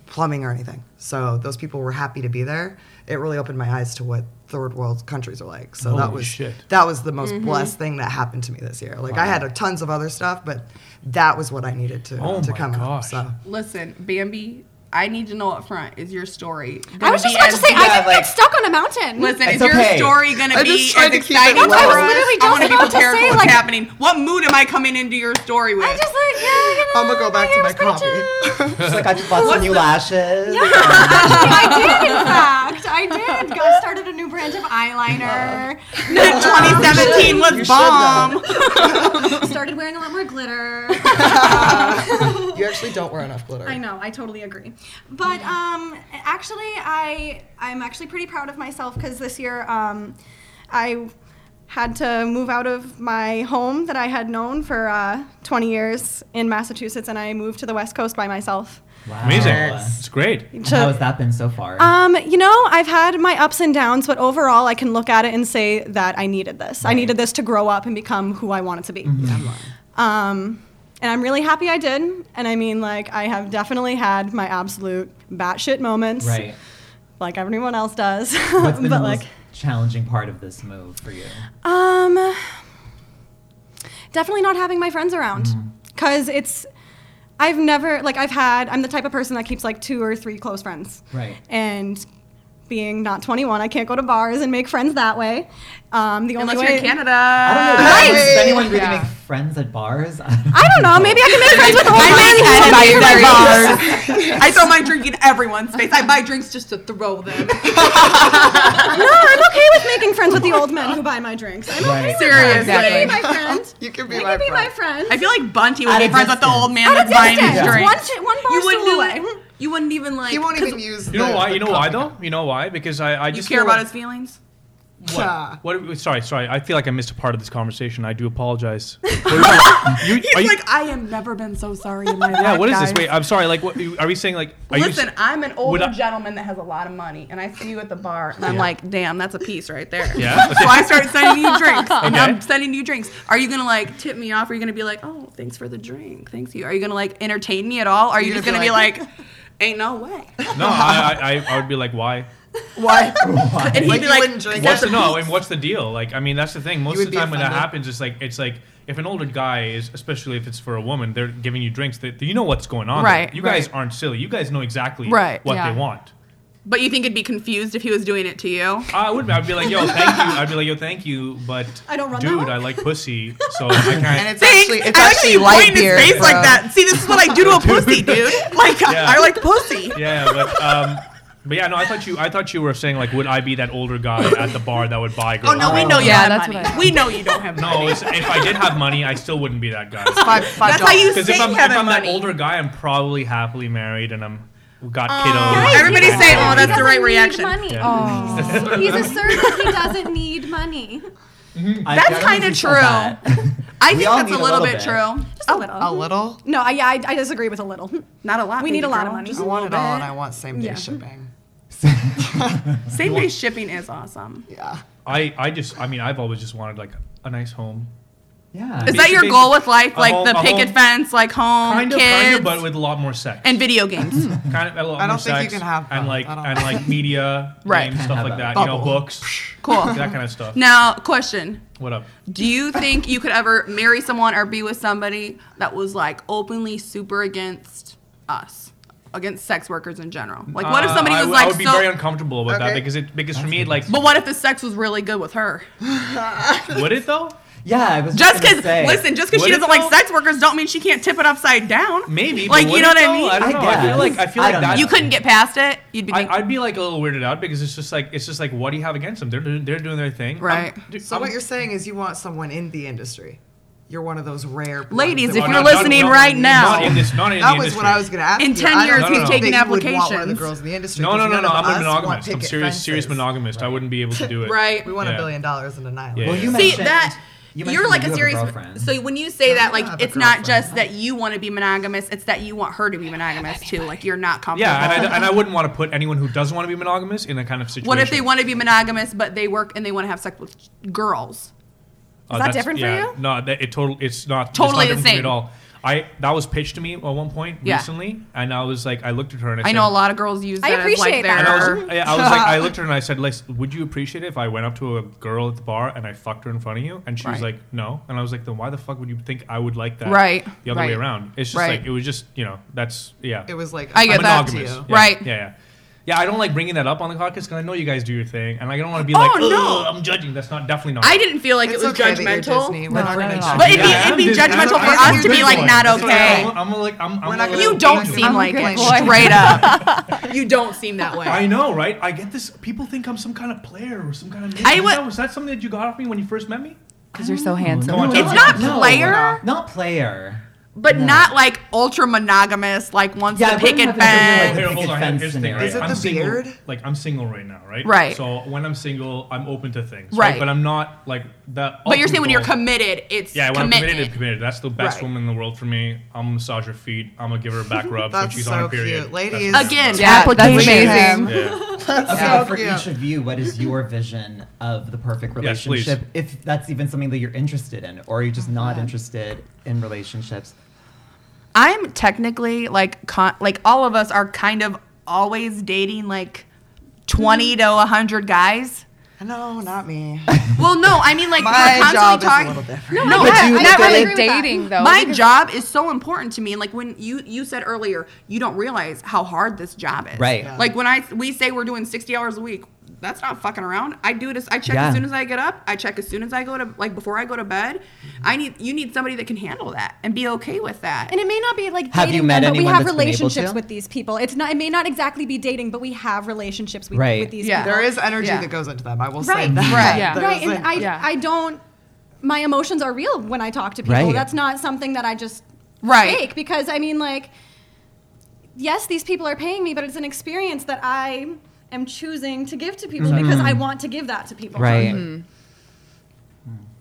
Speaker 4: plumbing or anything. So those people were happy to be there. It really opened my eyes to what third world countries are like. So that
Speaker 1: Holy
Speaker 4: was
Speaker 1: shit.
Speaker 4: that was the most blessed thing that happened to me this year. Like I had a, tons of other stuff, but that was what I needed to
Speaker 1: Oh
Speaker 4: to
Speaker 1: my
Speaker 4: come out.
Speaker 1: gosh.
Speaker 4: So
Speaker 5: Listen, Bambi, I need to know up front is your story.
Speaker 3: I was just
Speaker 5: gonna be
Speaker 3: about to
Speaker 5: as-
Speaker 3: say, I didn't
Speaker 2: like-
Speaker 3: get stuck on a mountain.
Speaker 5: Listen,
Speaker 2: It's
Speaker 5: is your
Speaker 2: okay.
Speaker 5: story gonna
Speaker 4: I
Speaker 5: be
Speaker 4: just tried
Speaker 5: as
Speaker 4: to keep it
Speaker 5: exciting?
Speaker 4: low. That's what I was
Speaker 5: for us?
Speaker 3: literally
Speaker 5: I wanna
Speaker 3: just
Speaker 5: be
Speaker 3: about to
Speaker 5: prepared
Speaker 3: say,
Speaker 5: for what's
Speaker 3: like-
Speaker 5: happening. What mood am I coming into your story with?
Speaker 3: I just like, yeah,
Speaker 4: I'm gonna go back to my
Speaker 3: coffee.
Speaker 4: coffee.
Speaker 2: It's like I just bought some new lashes.
Speaker 3: Yeah, actually, I did. In fact, I did. Got started a new brand of eyeliner.
Speaker 5: 2017 was bomb.
Speaker 3: Started wearing a lot more glitter.
Speaker 4: you actually don't wear enough glitter.
Speaker 3: I know. I totally agree. But um, actually, I I'm actually pretty proud of myself because this year um, I had to move out of my home that I had known for uh, 20 years in Massachusetts, and I moved to the West Coast by myself.
Speaker 2: Wow.
Speaker 1: Amazing. It's great.
Speaker 2: And How has that been so far?
Speaker 3: Um, you know, I've had my ups and downs, but overall, I can look at it and say that I needed this. I needed this to grow up and become who I wanted to be.
Speaker 2: Mm-hmm.
Speaker 3: Um, and I'm really happy I did. And I mean, like, I have definitely had my absolute batshit moments,
Speaker 2: right.
Speaker 3: like everyone else does.
Speaker 2: What's been
Speaker 3: but
Speaker 2: the
Speaker 3: like,
Speaker 2: most challenging part of this move for you?
Speaker 3: um, definitely not having my friends around
Speaker 2: Mm-hmm.
Speaker 3: because it's. I've never like I've had. I'm the type of person that keeps like two or three close friends.
Speaker 2: Right.
Speaker 3: And being not 21, I can't go to bars and make friends that way. Um, the only
Speaker 5: Unless
Speaker 3: way
Speaker 5: you're in Canada.
Speaker 2: I don't know.
Speaker 4: Right.
Speaker 2: Does anyone really
Speaker 6: Yeah.
Speaker 2: make friends at bars?
Speaker 3: I don't know. Maybe I can make friends with old
Speaker 5: I
Speaker 3: men.
Speaker 5: make
Speaker 3: who
Speaker 5: enemies
Speaker 3: are
Speaker 5: at
Speaker 3: bars.
Speaker 5: bars. I throw my drink in everyone's face. I buy drinks just to throw them.
Speaker 3: No, I'm okay with making friends with the old men who buy my drinks. I'm okay
Speaker 2: Right.
Speaker 3: with
Speaker 5: Seriously.
Speaker 3: that. They can be my friend.
Speaker 4: You can be
Speaker 3: They
Speaker 4: my
Speaker 3: can be my
Speaker 4: friend.
Speaker 3: friend.
Speaker 5: I feel like Bunty would
Speaker 2: At
Speaker 5: be
Speaker 2: a
Speaker 5: friends with the
Speaker 2: distance.
Speaker 5: old man
Speaker 3: At a
Speaker 5: that's buying his
Speaker 3: distance,
Speaker 5: drinks.
Speaker 3: one, ch- one bar
Speaker 5: you wouldn't
Speaker 3: stool
Speaker 5: even,
Speaker 3: away.
Speaker 5: you wouldn't even like
Speaker 4: He won't
Speaker 5: 'cause
Speaker 4: even use.
Speaker 1: You know
Speaker 4: the-
Speaker 1: why?
Speaker 4: the
Speaker 1: You know why
Speaker 4: coffee cup.
Speaker 1: though? You know why? Because I, I just
Speaker 5: you care
Speaker 1: feel
Speaker 5: about
Speaker 1: like-
Speaker 5: his feelings.
Speaker 1: What? what sorry, sorry. I feel like I missed a part of this conversation. I do apologize. What are you, you- are you-
Speaker 5: I have never been so sorry in my life.
Speaker 1: yeah, what is this?
Speaker 5: guys."
Speaker 1: Wait, I'm sorry. Like, what, are we saying like? Are
Speaker 5: Listen,
Speaker 1: You, s-
Speaker 5: I'm an older
Speaker 1: I-
Speaker 5: gentleman that has a lot of money, and I see you at the bar, and I'm
Speaker 1: Yeah.
Speaker 5: like, damn, that's a piece right there.
Speaker 1: Yeah, okay.
Speaker 5: So I start sending you drinks, and
Speaker 1: Okay.
Speaker 5: I'm sending you drinks. Are you gonna like tip me off? Are you gonna be like, oh, thanks for the drink, thanks you? Are you gonna like entertain me at all? Are you
Speaker 4: You're
Speaker 5: just
Speaker 4: gonna
Speaker 5: gonna
Speaker 4: be
Speaker 5: be like, ain't no way?
Speaker 1: no, I, I, I- I would be like, why?
Speaker 4: Why?
Speaker 5: And he'd
Speaker 4: Like,
Speaker 5: be
Speaker 4: you
Speaker 5: like,
Speaker 4: wouldn't drink
Speaker 1: What's
Speaker 4: it.
Speaker 1: the no? And what's the deal? Like, I mean, that's the thing. Most
Speaker 4: You
Speaker 1: of
Speaker 4: would
Speaker 1: the
Speaker 4: be
Speaker 1: time when that
Speaker 4: offended.
Speaker 1: happens, it's like it's like if an older guy is, especially if it's for a woman, they're giving you drinks. That you know what's going on. there.
Speaker 6: Right,
Speaker 1: You guys
Speaker 6: right.
Speaker 1: aren't silly. You guys know exactly
Speaker 6: Right,
Speaker 1: what
Speaker 6: yeah.
Speaker 1: they want.
Speaker 5: but you think it'd be confused if he was doing it to you?
Speaker 1: I would. I'd be like, yo, thank you. I'd be like, yo, thank you, but
Speaker 3: I don't run that
Speaker 1: dude,
Speaker 3: well.
Speaker 1: I like pussy, so I can't.
Speaker 4: And it's actually it's
Speaker 5: I like
Speaker 4: actually
Speaker 5: that you point
Speaker 4: light
Speaker 5: in his
Speaker 4: beer.
Speaker 5: face
Speaker 4: bro.
Speaker 5: like that. See, this is what I do to a pussy, dude. Like,
Speaker 1: Yeah.
Speaker 5: I like pussy.
Speaker 1: yeah, but um, but yeah, no, I thought you, I thought you were saying like, would I be that older guy at the bar that would buy girls?
Speaker 5: Oh no, we
Speaker 2: Oh.
Speaker 5: know you
Speaker 6: Yeah,
Speaker 5: have
Speaker 6: that's
Speaker 5: money.
Speaker 6: what I-
Speaker 5: we know you don't have money.
Speaker 1: No, it's, if I did have money, I still wouldn't be that guy.
Speaker 4: Five, five
Speaker 5: That's how you
Speaker 1: Because if
Speaker 5: Same
Speaker 1: I'm, if
Speaker 5: having
Speaker 1: I'm that
Speaker 5: money.
Speaker 1: older guy, I'm probably happily married and I'm got
Speaker 5: Guys,
Speaker 1: kiddos.
Speaker 5: Everybody's
Speaker 1: and-
Speaker 5: saying, "Oh, that's the
Speaker 3: He doesn't
Speaker 5: right
Speaker 3: need
Speaker 5: reaction."
Speaker 3: Money.
Speaker 6: Oh.
Speaker 3: He's a servant. He doesn't need money.
Speaker 2: I
Speaker 5: That's
Speaker 2: definitely said
Speaker 5: kinda true. I think
Speaker 2: all
Speaker 5: that's a
Speaker 2: need
Speaker 5: little,
Speaker 2: a little
Speaker 5: bit,
Speaker 2: bit.
Speaker 5: true.
Speaker 3: Just a little.
Speaker 4: A little.
Speaker 3: Oh, no, I, yeah, I, I disagree with a little.
Speaker 5: Not a lot.
Speaker 3: We
Speaker 5: baby
Speaker 3: need a lot
Speaker 5: girl.
Speaker 3: of money.
Speaker 5: Just
Speaker 4: I
Speaker 5: a
Speaker 4: want it
Speaker 5: little
Speaker 4: all, and
Speaker 5: bit.
Speaker 4: I want same day
Speaker 3: Yeah.
Speaker 4: shipping.
Speaker 5: Same day shipping is awesome.
Speaker 4: Yeah.
Speaker 1: I, I just, I mean, I've always just wanted like a nice home.
Speaker 2: Yeah.
Speaker 5: Is that your
Speaker 1: Basically,
Speaker 5: goal with life,
Speaker 1: a
Speaker 5: like
Speaker 1: home-
Speaker 5: the
Speaker 1: a
Speaker 5: picket
Speaker 1: home-
Speaker 5: fence, like home,
Speaker 1: Kind of,
Speaker 5: kids,
Speaker 1: kind of, but with Hmm. a lot more sex.
Speaker 5: and video games?
Speaker 1: kind of a lot more
Speaker 4: I don't think you
Speaker 1: sex
Speaker 4: can have
Speaker 1: and
Speaker 4: both.
Speaker 1: like
Speaker 4: I don't
Speaker 1: and like media,
Speaker 5: Right.
Speaker 1: games,
Speaker 2: Can't
Speaker 1: stuff
Speaker 2: have
Speaker 1: like that.
Speaker 2: that.
Speaker 1: You know,
Speaker 4: Bubble.
Speaker 1: books,
Speaker 5: cool.
Speaker 1: that kind of stuff.
Speaker 5: Now, question:
Speaker 1: What up?
Speaker 5: Do you think you could ever marry someone or be with somebody that was like openly super against us, against sex workers in general? Like, what if
Speaker 1: Uh,
Speaker 5: somebody
Speaker 1: I
Speaker 5: was
Speaker 1: would-
Speaker 5: like
Speaker 1: I would be
Speaker 5: so?
Speaker 1: very uncomfortable with that
Speaker 4: Okay.
Speaker 1: because it because for me like
Speaker 5: but what if the sex was really good with her?
Speaker 1: would it though?
Speaker 2: Yeah, I was
Speaker 5: Just
Speaker 2: gonna
Speaker 5: because,
Speaker 2: say.
Speaker 5: listen, just because she
Speaker 1: Would it
Speaker 5: doesn't like
Speaker 1: though?
Speaker 5: sex workers, don't mean she can't tip it upside down.
Speaker 1: Maybe. but
Speaker 5: like
Speaker 1: would
Speaker 5: you know
Speaker 1: it,
Speaker 5: what I
Speaker 1: though?
Speaker 5: mean.
Speaker 1: I don't know. I, feel
Speaker 2: guess.
Speaker 1: like I feel
Speaker 2: I
Speaker 1: like
Speaker 2: don't
Speaker 1: that.
Speaker 2: know.
Speaker 5: you couldn't get past it. You'd be
Speaker 1: I, I'd be like a little weirded out because it's just like it's just like what do you have against them? They're do- they're doing their thing,
Speaker 5: Right.
Speaker 1: I'm- dude,
Speaker 4: So
Speaker 1: I'm-
Speaker 4: what you're saying is you want someone in the industry. You're one of those rare people
Speaker 5: Ladies,
Speaker 4: that
Speaker 1: Oh,
Speaker 5: if
Speaker 4: want-
Speaker 5: you're
Speaker 1: not-
Speaker 5: listening
Speaker 1: not-
Speaker 5: right
Speaker 1: not
Speaker 5: now-
Speaker 1: in this, not in
Speaker 4: that
Speaker 1: the
Speaker 4: was
Speaker 1: industry.
Speaker 4: what I was gonna ask.
Speaker 5: In
Speaker 4: you.
Speaker 5: 10
Speaker 4: I don't
Speaker 5: years,
Speaker 1: he's
Speaker 4: think
Speaker 5: taking
Speaker 4: you would want one of the
Speaker 5: applications.
Speaker 4: girls in the industry.
Speaker 1: No,
Speaker 4: 'cause
Speaker 1: no, no,
Speaker 4: none
Speaker 1: no.
Speaker 4: of
Speaker 1: I'm
Speaker 4: us
Speaker 1: a
Speaker 4: want
Speaker 1: monogamist. I'm
Speaker 4: picket
Speaker 1: serious, serious
Speaker 4: fences.
Speaker 1: monogamist. I wouldn't be able to do it.
Speaker 5: right.
Speaker 4: We want a
Speaker 1: Yeah.
Speaker 4: billion dollars in an island.
Speaker 1: Yeah.
Speaker 2: Well, you
Speaker 5: See
Speaker 2: mentioned-
Speaker 5: that
Speaker 2: you
Speaker 5: you
Speaker 2: mentioned
Speaker 5: are like
Speaker 2: you
Speaker 5: a
Speaker 2: have
Speaker 5: serious.
Speaker 2: girlfriend.
Speaker 5: so when you say that,
Speaker 4: I have
Speaker 5: like
Speaker 4: a
Speaker 5: it's not
Speaker 4: girlfriend.
Speaker 5: just that you want to be monogamous; it's that you want her to be monogamous too. Like you're not comfortable.
Speaker 1: Yeah, and I, and I wouldn't want to put anyone who doesn't want to be monogamous in that kind of situation.
Speaker 5: what if they want to be monogamous but they work and they want to have sex with girls?
Speaker 1: Uh,
Speaker 5: that
Speaker 1: that's-
Speaker 5: different for
Speaker 1: yeah,
Speaker 5: you?
Speaker 1: No, that, it total. It's not
Speaker 5: Totally the
Speaker 1: it's not different for me
Speaker 5: same.
Speaker 1: at all. I that was pitched to me at one point
Speaker 5: Yeah.
Speaker 1: recently, and I was like, I looked at her and I,
Speaker 5: I
Speaker 1: said,
Speaker 5: know a lot of girls use.
Speaker 3: I
Speaker 5: That
Speaker 3: appreciate
Speaker 5: as, like,
Speaker 3: that.
Speaker 1: And I
Speaker 5: their-
Speaker 1: was, yeah, I was like, I looked at her and I said, "Lex, would you appreciate it if I went up to a girl at the bar and I fucked her in front of you?" And she was
Speaker 5: Right.
Speaker 1: like, "No." And I was like, "Then why the fuck would you think I would like that?"
Speaker 5: Right,
Speaker 1: The other way
Speaker 5: right.
Speaker 1: around. It's just
Speaker 5: Right.
Speaker 1: like it was just you know that's yeah.
Speaker 4: It was like
Speaker 5: I get
Speaker 4: I'm
Speaker 5: that.
Speaker 4: monogamous.
Speaker 1: monogamous.
Speaker 4: to you.
Speaker 1: Yeah,
Speaker 5: Right.
Speaker 1: Yeah, yeah. Yeah, I don't like bringing that up on the podcast because I know you guys do your thing, and like, I don't want to be
Speaker 5: Oh,
Speaker 1: like,
Speaker 5: no.
Speaker 1: "Ugh, I'm judging. That's not definitely not.
Speaker 5: I didn't feel like
Speaker 4: It's
Speaker 5: it was
Speaker 4: okay that you're Disney.
Speaker 5: judgmental.
Speaker 4: We're not
Speaker 6: No,
Speaker 4: gonna
Speaker 6: no,
Speaker 4: judge
Speaker 6: no.
Speaker 5: But it'd be,
Speaker 1: Yeah,
Speaker 5: it'd be
Speaker 1: I'm just-
Speaker 5: judgmental
Speaker 1: I'm-
Speaker 5: for
Speaker 1: I'm
Speaker 5: us to be
Speaker 1: judging
Speaker 5: like
Speaker 1: boys.
Speaker 5: not
Speaker 1: That's what I-
Speaker 5: okay.
Speaker 1: I'm, I'm like I'm, I'm
Speaker 4: We're not
Speaker 1: a
Speaker 4: gonna
Speaker 1: little
Speaker 5: You don't
Speaker 4: Thank you.
Speaker 5: seem
Speaker 4: I'm a
Speaker 5: like it.
Speaker 6: Grinch.
Speaker 5: Straight up. You don't seem that
Speaker 1: I
Speaker 5: way.
Speaker 1: know, right? I get this. People think I'm some kind of player or some kind of.
Speaker 5: I
Speaker 1: I
Speaker 5: would-
Speaker 1: was, was that something that you got off me when you first met me?
Speaker 6: Because you're so handsome.
Speaker 1: no,
Speaker 5: It's not player,
Speaker 2: Not player.
Speaker 5: but not like ultra monogamous, like once
Speaker 2: Yeah,
Speaker 5: the
Speaker 2: I wouldn't
Speaker 5: picket
Speaker 2: have to have
Speaker 5: fence.
Speaker 2: been
Speaker 1: Here,
Speaker 2: It's
Speaker 1: hold
Speaker 2: a
Speaker 1: on.
Speaker 2: defense
Speaker 1: Here's the thing,
Speaker 2: scenario.
Speaker 1: right?
Speaker 4: Is it
Speaker 1: I'm
Speaker 4: the
Speaker 1: single,
Speaker 4: beard?
Speaker 1: Like I'm single right now, right?
Speaker 5: Right.
Speaker 1: So when I'm single, I'm open to things.
Speaker 5: Right.
Speaker 1: But I'm not like that.
Speaker 5: But you're saying when you're committed, it's
Speaker 1: Yeah, when I'm committed,
Speaker 5: committed.
Speaker 1: I'm committed. That's the best
Speaker 5: Right.
Speaker 1: woman in the world for me. I'm gonna massage her feet. I'm gonna give her a back rub when
Speaker 4: That's
Speaker 1: she's
Speaker 4: so
Speaker 1: on her period.
Speaker 4: cute. Ladies-
Speaker 1: That's-
Speaker 5: Again,
Speaker 6: Yeah, that's
Speaker 5: application.
Speaker 6: amazing.
Speaker 1: Yeah.
Speaker 4: That's
Speaker 2: Okay,
Speaker 4: so
Speaker 2: for
Speaker 4: cute.
Speaker 2: each of you, what is your vision of the perfect
Speaker 1: Yes, please.
Speaker 2: relationship? if that's even something that you're interested in, or are you just not interested in relationships?
Speaker 5: I'm technically like con- like all of us are kind of always dating like 20 to 100 guys.
Speaker 4: No, not me.
Speaker 5: Well, no, I mean like
Speaker 4: My
Speaker 5: we're
Speaker 4: job
Speaker 5: constantly
Speaker 4: is a
Speaker 5: talking.
Speaker 4: little different.
Speaker 5: No,
Speaker 6: But
Speaker 5: yeah,
Speaker 6: you
Speaker 5: and that
Speaker 6: not
Speaker 5: really-
Speaker 6: really dating though.
Speaker 5: my
Speaker 6: because-
Speaker 5: job is so important to me and like when you you said earlier you don't realize how hard this job is
Speaker 2: Right. Yeah.
Speaker 5: like when i we say we're doing 60 hours a week that's not fucking around i do it as i check
Speaker 2: Yeah.
Speaker 5: as soon as i get up i check as soon as i go to like before i go to bed i need you need somebody that can handle that and be okay with that
Speaker 3: And it may not be like
Speaker 2: Have you
Speaker 3: dating
Speaker 2: met
Speaker 3: them, but we
Speaker 2: anyone
Speaker 3: have
Speaker 2: that's been able
Speaker 3: relationships
Speaker 2: to?
Speaker 3: with these people. It's not. It may not exactly be dating, but we have relationships with,
Speaker 2: Right.
Speaker 3: with these
Speaker 5: Yeah.
Speaker 3: people.
Speaker 4: There is energy
Speaker 5: Yeah.
Speaker 4: that goes into them. I will say
Speaker 3: Right,
Speaker 4: that.
Speaker 5: right,
Speaker 6: yeah.
Speaker 4: There's
Speaker 3: right, and
Speaker 4: like-
Speaker 3: I
Speaker 6: Yeah.
Speaker 3: I don't. My emotions are real when I talk to people.
Speaker 2: Right.
Speaker 3: That's not something that I just
Speaker 5: Right.
Speaker 3: fake because I mean like yes, these people are paying me, but it's an experience that I am choosing to give to people because I want to give that to people.
Speaker 2: Mm-hmm.
Speaker 5: Mm-hmm.
Speaker 2: Right.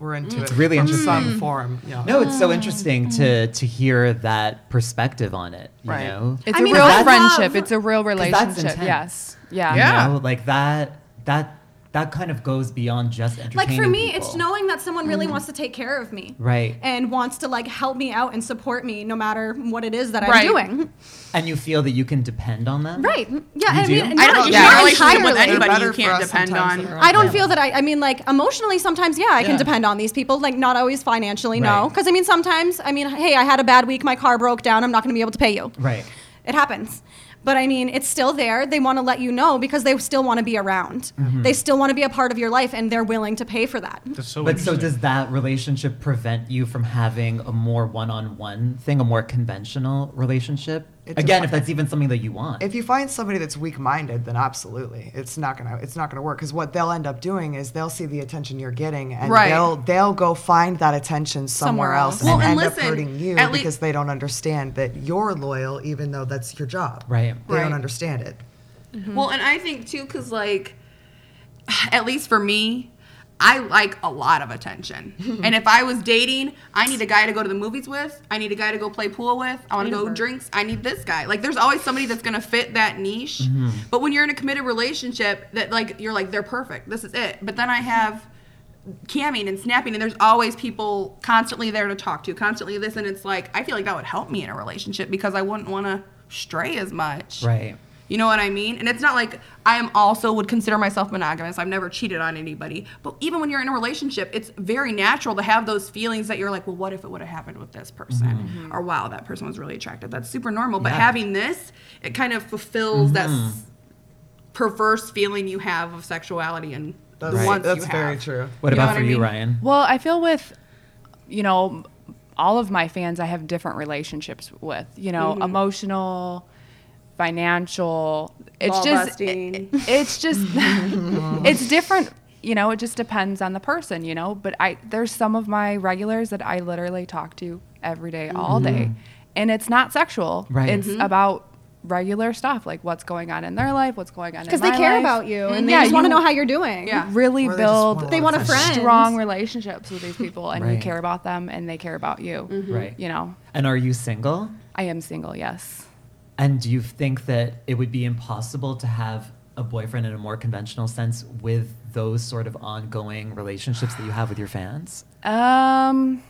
Speaker 4: We're into
Speaker 2: It's
Speaker 4: it.
Speaker 2: really
Speaker 4: from
Speaker 2: interesting.
Speaker 4: Some form. Yeah.
Speaker 2: No, it's so interesting to to hear that perspective on it. You
Speaker 4: Right.
Speaker 2: know,
Speaker 6: It's
Speaker 3: I
Speaker 6: a
Speaker 3: mean,
Speaker 6: real
Speaker 2: that's-
Speaker 6: friendship. It's a real
Speaker 2: 'Cause that's
Speaker 6: relationship.
Speaker 2: intense.
Speaker 6: Yes. Yeah.
Speaker 2: You
Speaker 7: Yeah.
Speaker 2: know, like that. That that kind of goes beyond just
Speaker 3: Like
Speaker 2: entertaining.
Speaker 3: for me, it's
Speaker 2: people.
Speaker 3: knowing that someone really wants to take care of me.
Speaker 2: Mm-hmm. Right.
Speaker 3: And wants to like help me out and support me no matter what it is that I'm
Speaker 5: Right.
Speaker 3: doing.
Speaker 2: And you feel that you can depend on them.
Speaker 3: Right. Yeah.
Speaker 2: You
Speaker 3: I
Speaker 2: do?
Speaker 3: mean,
Speaker 5: I
Speaker 3: not-
Speaker 5: don't
Speaker 3: not
Speaker 5: yeah. a relationship with
Speaker 3: entirely.
Speaker 4: They're
Speaker 5: anybody you
Speaker 4: better for
Speaker 5: can't
Speaker 4: us
Speaker 5: depend
Speaker 4: sometimes
Speaker 5: on.
Speaker 4: than
Speaker 3: I don't
Speaker 2: family.
Speaker 3: feel that I. I mean, like emotionally, sometimes yeah, I
Speaker 4: Yeah.
Speaker 3: can depend on these people. Like not always financially, no.
Speaker 2: Right.
Speaker 3: Because I mean, sometimes I mean, hey, I had a bad week. My car broke down. I'm not going to be able to pay you.
Speaker 2: Right.
Speaker 3: It happens. But I mean, it's still there. They want to let you know because they still want to be around. They still want to be a part of your life, and they're willing to pay for that.
Speaker 1: That's so
Speaker 2: But so
Speaker 1: interesting.
Speaker 2: does that relationship prevent you from having a more one-on-one thing, a more conventional relationship?
Speaker 4: It
Speaker 2: Again, if
Speaker 4: depends.
Speaker 2: that's even something that you want.
Speaker 4: if you find somebody that's weak-minded, then absolutely, it's not gonna it's not gonna work. Because what they'll end up doing is they'll see the attention you're getting, and
Speaker 5: Right.
Speaker 4: they'll they'll go find that attention somewhere,
Speaker 3: Somewhere
Speaker 4: else
Speaker 3: else.
Speaker 4: and,
Speaker 5: Well, and
Speaker 4: end
Speaker 5: listen,
Speaker 4: up hurting you
Speaker 5: at
Speaker 4: because
Speaker 5: lea-
Speaker 4: they don't understand that you're loyal, even though that's your job.
Speaker 2: Right.
Speaker 4: They
Speaker 5: Right.
Speaker 4: don't understand it.
Speaker 5: Well, and I think too, because like, at least for me, I like a lot of attention. and if I was dating, I need a guy to go to the movies with. I need a guy to go play pool with. I want to go drinks. I need this guy. Like, there's always somebody that's gonna fit that niche. But when you're in a committed relationship, that like you're like they're perfect. This is it. But then I have camming and snapping and there's always people constantly there to talk to constantly this and it's like i feel like that would help me in a relationship because i wouldn't want to stray as much
Speaker 2: Right.
Speaker 5: you know what I mean? And it's not like I am also would consider myself monogamous. I've never cheated on anybody. But even when you're in a relationship, it's very natural to have those feelings that you're like, well, what if it would have happened with this person? Or wow, that person was really attractive. That's super normal. But
Speaker 2: Mm-hmm. Yeah. Mm-hmm.
Speaker 5: having this, it kind of fulfills that s- perverse feeling you have of sexuality and
Speaker 4: That's,
Speaker 5: the wants
Speaker 4: that's
Speaker 5: you
Speaker 4: very
Speaker 5: have.
Speaker 4: true.
Speaker 2: What
Speaker 5: You know
Speaker 2: about
Speaker 5: what
Speaker 2: for
Speaker 5: I
Speaker 2: you,
Speaker 5: mean?
Speaker 2: Ryan?
Speaker 6: Well, I feel with, you know, m- all of my fans, I have different relationships with, you know,
Speaker 3: Mm-hmm.
Speaker 6: emotional, financial. It's
Speaker 5: Ball
Speaker 6: just,
Speaker 5: busting.
Speaker 6: it- it's just, it's different. You know, it just depends on the person, you know, but I, there's some of my regulars that I literally talk to every day, all day. And it's not sexual.
Speaker 2: Right.
Speaker 6: It's
Speaker 3: Mm-hmm.
Speaker 6: about regular stuff, like what's going on in their life, what's going on in
Speaker 3: Because they
Speaker 6: my
Speaker 3: care
Speaker 6: life.
Speaker 3: about you and they
Speaker 6: Yeah,
Speaker 3: just want to
Speaker 6: you-
Speaker 3: know how you're doing.
Speaker 5: Yeah.
Speaker 6: really
Speaker 4: Or they just
Speaker 6: build
Speaker 4: want
Speaker 3: They want a friend.
Speaker 6: strong relationships with these people and you
Speaker 2: Right.
Speaker 6: care about them and they care about you
Speaker 3: Mm-hmm.
Speaker 2: Right.
Speaker 6: you know
Speaker 2: And are you single?
Speaker 6: i am single yes
Speaker 2: And do you think that it would be impossible to have a boyfriend in a more conventional sense with those sort of ongoing relationships that you have with your fans?
Speaker 6: um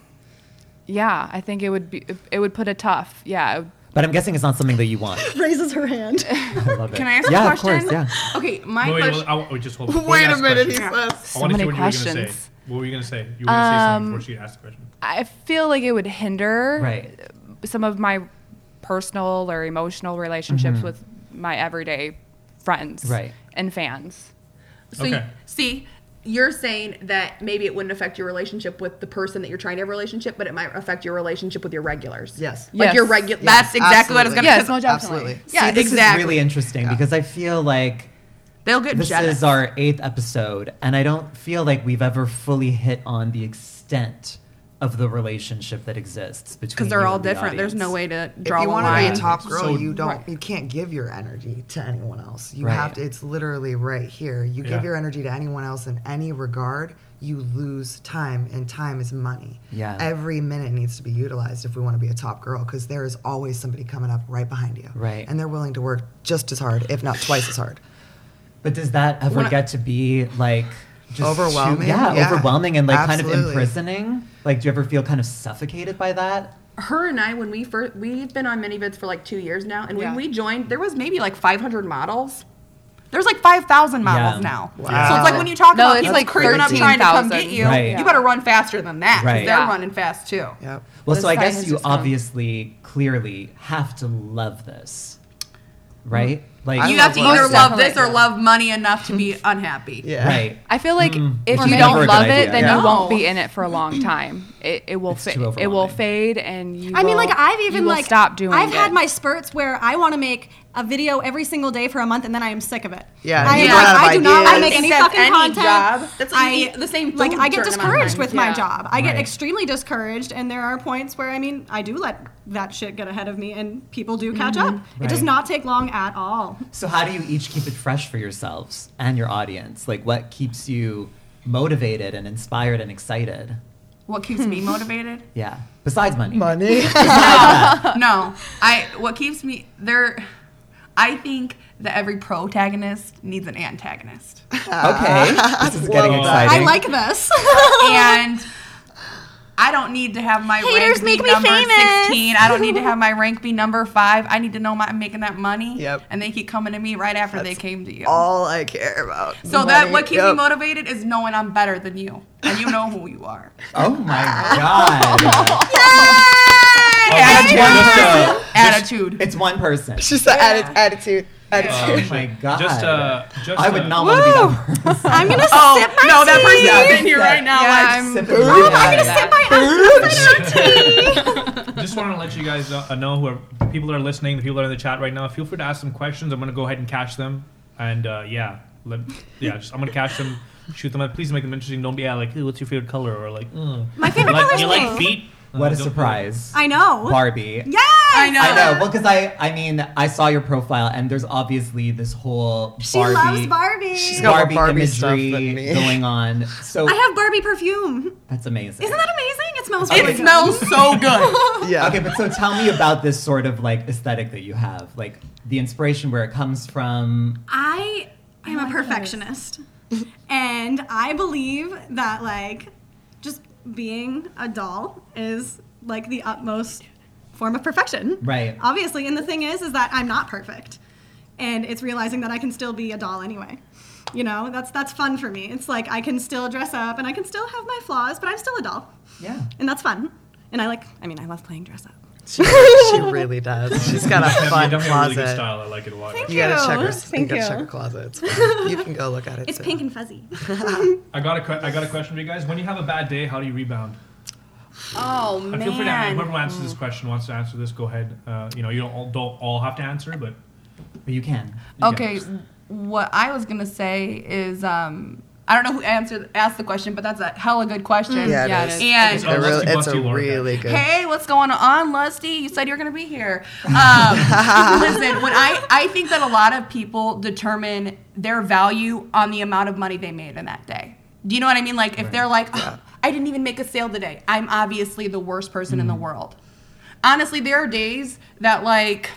Speaker 6: yeah i think it would be it would put a tough yeah it would-
Speaker 2: But I'm guessing it's not something that you want.
Speaker 3: Raises her hand.
Speaker 2: I love it.
Speaker 5: Can I ask
Speaker 2: yeah,
Speaker 5: a question?
Speaker 2: Of course, yeah.
Speaker 5: Okay, my
Speaker 1: Wait, wait,
Speaker 5: question.
Speaker 1: wait, I'll- I'll just hold. before you
Speaker 4: Wait a
Speaker 1: ask
Speaker 4: minute, he
Speaker 1: question. I want
Speaker 4: says.
Speaker 1: to
Speaker 6: So
Speaker 1: hear
Speaker 6: many
Speaker 1: what you were going to say.
Speaker 6: questions.
Speaker 1: What were you going to say? You were going to say something before she asked the question.
Speaker 6: i feel like it would hinder
Speaker 2: Right.
Speaker 6: some of my personal or emotional relationships with my everyday friends
Speaker 2: Right.
Speaker 6: and fans
Speaker 5: So you-
Speaker 1: Okay.
Speaker 5: see, you're saying that maybe it wouldn't affect your relationship with the person that you're trying to have a relationship, but it might affect your relationship with your regulars.
Speaker 4: Yes.
Speaker 5: Like your
Speaker 6: Yes.
Speaker 5: regular.
Speaker 4: Yeah,
Speaker 5: that's exactly what I was gonna.
Speaker 4: absolutely.
Speaker 6: yes
Speaker 5: Yes.
Speaker 6: no
Speaker 4: Absolutely.
Speaker 6: definitely
Speaker 5: Yeah.
Speaker 2: See, this
Speaker 5: exactly.
Speaker 2: is really interesting because I feel like
Speaker 5: They'll get
Speaker 2: this
Speaker 5: jealous.
Speaker 2: is our eighth episode, and I don't feel like we've ever fully hit on the extent of the relationship that exists between.
Speaker 5: because they're
Speaker 2: you
Speaker 5: all
Speaker 2: and the
Speaker 5: different. There's no
Speaker 2: audience.
Speaker 5: way to
Speaker 4: If
Speaker 5: draw
Speaker 4: you
Speaker 5: a
Speaker 4: want to
Speaker 5: line.
Speaker 4: be a top girl,
Speaker 1: So-
Speaker 4: you don't.
Speaker 5: Right.
Speaker 4: You can't give your energy to anyone else. You
Speaker 2: Right.
Speaker 4: have to. It's literally right here. You
Speaker 1: Yeah.
Speaker 4: give your energy to anyone else in any regard, you lose time, and time is money.
Speaker 2: Yeah.
Speaker 4: Every minute needs to be utilized if we want to be a top girl, because there is always somebody coming up right behind you.
Speaker 2: Right.
Speaker 4: And they're willing to work just as hard, if not twice as hard.
Speaker 2: But does that ever
Speaker 5: When I-
Speaker 2: get to be like just
Speaker 4: Overwhelming?
Speaker 2: Too, yeah,
Speaker 4: Yeah.
Speaker 2: overwhelming and like kind of
Speaker 4: Absolutely.
Speaker 2: imprisoning. Like, do you ever feel kind of suffocated by that?
Speaker 5: Her and I, when we first, we've been on Minivids for like two years now, and
Speaker 6: Yeah.
Speaker 5: when we joined, there was maybe like 500 models. There's like 5,000 models
Speaker 2: Yeah.
Speaker 5: now.
Speaker 4: Wow.
Speaker 5: So it's like when you talk
Speaker 6: No,
Speaker 5: about
Speaker 6: it's
Speaker 5: people
Speaker 6: like
Speaker 5: creeping up trying to come get
Speaker 6: 13,000.
Speaker 5: you,
Speaker 2: Right.
Speaker 5: you better run faster than that. 'cause
Speaker 2: Right.
Speaker 5: They're
Speaker 6: Yeah.
Speaker 5: running fast too.
Speaker 4: Yep.
Speaker 2: Well,
Speaker 6: The
Speaker 2: so I
Speaker 6: silence
Speaker 2: guess you
Speaker 6: is gone.
Speaker 2: obviously, clearly have to love this, right? Like,
Speaker 4: I
Speaker 5: You
Speaker 4: love
Speaker 5: have to
Speaker 4: what
Speaker 5: either
Speaker 4: I
Speaker 5: love
Speaker 6: do.
Speaker 5: this or love money enough to be unhappy.
Speaker 4: Yeah.
Speaker 2: right?
Speaker 6: I feel like if
Speaker 2: Or
Speaker 6: you
Speaker 2: maybe for a
Speaker 6: don't
Speaker 2: good
Speaker 6: love
Speaker 2: idea.
Speaker 6: it, then
Speaker 2: Yeah.
Speaker 6: you won't
Speaker 5: No.
Speaker 6: be in it for a long time. It, it will
Speaker 2: It's too
Speaker 6: fa- it will
Speaker 2: overwhelming.
Speaker 6: fade, and you.
Speaker 3: I mean,
Speaker 6: will-
Speaker 3: like I've
Speaker 6: you
Speaker 3: even
Speaker 6: will
Speaker 3: like
Speaker 6: stop doing.
Speaker 3: I've had
Speaker 6: it.
Speaker 3: my spurts where I want to make a video every single day for a month and then I am sick of it.
Speaker 4: Yeah,
Speaker 3: I,
Speaker 4: you
Speaker 3: am
Speaker 5: run out
Speaker 3: like,
Speaker 4: of
Speaker 3: I do not
Speaker 4: ideas.
Speaker 3: want to make
Speaker 5: I
Speaker 3: any
Speaker 5: think that's
Speaker 3: fucking
Speaker 5: any
Speaker 3: content.
Speaker 5: job. That's like
Speaker 3: I,
Speaker 5: you eat the same
Speaker 3: like
Speaker 5: food
Speaker 3: I get
Speaker 5: certain amount of
Speaker 3: discouraged
Speaker 5: times.
Speaker 3: with
Speaker 5: Yeah.
Speaker 3: my job. I get
Speaker 2: Right.
Speaker 3: extremely discouraged, and there are points where I
Speaker 5: Mm-hmm.
Speaker 3: mean I do let that shit get ahead of me, and people do catch up. It does
Speaker 2: Right.
Speaker 3: not take long at all. all.
Speaker 2: So how do you each keep it fresh for yourselves and your audience? Like what keeps you motivated and inspired and excited?
Speaker 5: What keeps me motivated?
Speaker 2: Yeah. Besides money.
Speaker 4: Money.
Speaker 5: no, no. I what keeps me there. I think that every protagonist needs an antagonist,
Speaker 2: Okay. This is getting
Speaker 1: Whoa.
Speaker 2: exciting.
Speaker 3: I like this.
Speaker 5: and I don't need to have my
Speaker 3: Haters
Speaker 5: rank
Speaker 3: make
Speaker 5: be
Speaker 3: me
Speaker 5: number
Speaker 3: famous.
Speaker 5: sixteen. I don't need to have my rank be number five. I need to know my, I'm making that money.
Speaker 4: Yep.
Speaker 5: And they keep coming to me right after they came to you.
Speaker 4: All I care about.
Speaker 5: so that
Speaker 4: Money.
Speaker 5: what keeps me
Speaker 4: Yep.
Speaker 5: motivated is knowing I'm better than you, and you know who you are.
Speaker 2: Oh my god.
Speaker 1: Alright, just, uh,
Speaker 5: Attitude.
Speaker 2: it's one person.
Speaker 4: Just the atti- attitude. Attitude.
Speaker 2: Oh my god.
Speaker 1: Just, uh, just,
Speaker 2: I would
Speaker 1: uh,
Speaker 2: not want to be that person.
Speaker 3: I'm gonna
Speaker 5: Oh
Speaker 3: sip my
Speaker 5: no, that
Speaker 3: tea.
Speaker 5: person's
Speaker 2: Yeah,
Speaker 5: in here
Speaker 2: that's-
Speaker 5: right now.
Speaker 6: yeah,
Speaker 5: like,
Speaker 6: I'm-
Speaker 2: Sip and breathe.
Speaker 3: I'm gonna sip my I'm gonna sip my tea.
Speaker 1: Just want to let you guys know, uh, know who are the people that are listening, the people that are in the chat right now. Feel free to ask them questions. I'm gonna go ahead and catch them, and uh, yeah, let, yeah, just, I'm gonna catch them, shoot them. up. Please make them interesting. Don't be uh, like, hey, what's your favorite color, or like, "Mm,
Speaker 3: My
Speaker 1: you
Speaker 3: favorite color
Speaker 1: like,
Speaker 3: is
Speaker 1: you
Speaker 3: pink.
Speaker 1: like feet. Uh,
Speaker 2: What a
Speaker 1: don't-
Speaker 2: surprise.
Speaker 3: I know.
Speaker 2: Barbie.
Speaker 3: Yes.
Speaker 5: I know.
Speaker 2: I know. Well, because I, I mean, I saw your profile, and there's obviously this whole
Speaker 3: She
Speaker 2: Barbie,
Speaker 3: loves Barbie.
Speaker 4: She's got more
Speaker 2: Barbie,
Speaker 4: Barbie stuff
Speaker 2: imagery
Speaker 4: than me.
Speaker 2: going on. So
Speaker 3: I have Barbie perfume.
Speaker 2: that's amazing.
Speaker 3: Isn't that amazing? It smells. really
Speaker 5: It
Speaker 3: good.
Speaker 5: smells so good.
Speaker 4: Yeah.
Speaker 2: Okay, but so tell me about this sort of like aesthetic that you have, like the inspiration where it comes from.
Speaker 3: I am a perfectionist. and I believe that like just being a doll is like the utmost form of perfection.
Speaker 2: Right.
Speaker 3: Obviously, and the thing is is that I'm not perfect. And it's realizing that I can still be a doll anyway. You know, that's that's fun for me. It's like I can still dress up and I can still have my flaws, but I'm still a doll.
Speaker 2: Yeah.
Speaker 3: And that's fun. And I like I mean, I love playing dress up.
Speaker 4: She, she really does. She's got a
Speaker 1: You
Speaker 4: fun
Speaker 1: definitely have a really good
Speaker 4: closet.
Speaker 1: style. I like it a lot.
Speaker 3: Thank
Speaker 4: you gotta check her.
Speaker 3: Thank
Speaker 4: you gotta
Speaker 3: you.
Speaker 4: check her closet. It's fine. you can go look at it.
Speaker 3: It's
Speaker 4: too.
Speaker 3: pink and fuzzy.
Speaker 1: I got a, que- I got a question for you guys. When you have a bad day, how do you rebound?
Speaker 5: Oh
Speaker 1: Uh, feel free to whoever
Speaker 5: man.
Speaker 1: answers this question wants to answer this. Go ahead. Uh, you know, you don't all, don't all have to answer, but
Speaker 2: But you can.
Speaker 1: you
Speaker 5: Okay,
Speaker 1: guys.
Speaker 5: what I was gonna say is um I don't know who answered asked the question, but that's a hella good question.
Speaker 4: Mm. Yeah,
Speaker 6: Yeah,
Speaker 4: it
Speaker 6: it
Speaker 4: is.
Speaker 6: is.
Speaker 5: And
Speaker 1: Oh,
Speaker 4: They're really-
Speaker 1: Lusty
Speaker 4: it's a
Speaker 1: Busty Lorca.
Speaker 4: really good.
Speaker 5: Hey, what's going on, Lusty? You said you're gonna be here. Um, listen, when I I think that a lot of people determine their value on the amount of money they made in that day. Do you know what I mean? Like if they're like, "Oh, I didn't even make a sale today. I'm obviously the worst person in the world. Honestly, there are days that like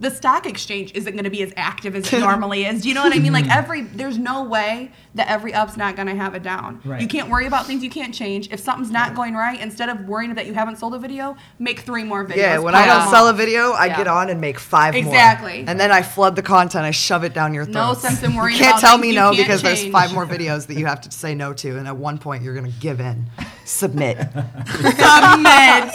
Speaker 5: the stock exchange isn't going to be as active as it normally is. Do you know what I mean? Like every there's no way that every up's not going to have a down.
Speaker 2: Right.
Speaker 5: You can't worry about things you can't change. If something's not going right, instead of worrying that you haven't sold a video, make three more videos.
Speaker 4: Yeah, when
Speaker 5: Pile
Speaker 4: I don't
Speaker 5: them
Speaker 4: sell a
Speaker 5: up.
Speaker 4: video, I
Speaker 5: Yeah.
Speaker 4: get on and make five more.
Speaker 5: Exactly.
Speaker 4: And then I flood the content. I shove it down your throat.
Speaker 5: No sense in worrying
Speaker 4: You can't
Speaker 5: about
Speaker 4: tell
Speaker 5: things
Speaker 4: me
Speaker 5: you
Speaker 4: no
Speaker 5: can't
Speaker 4: because there's
Speaker 5: change.
Speaker 4: five more videos that you have to say no to, and at one point you're gonna give in, submit.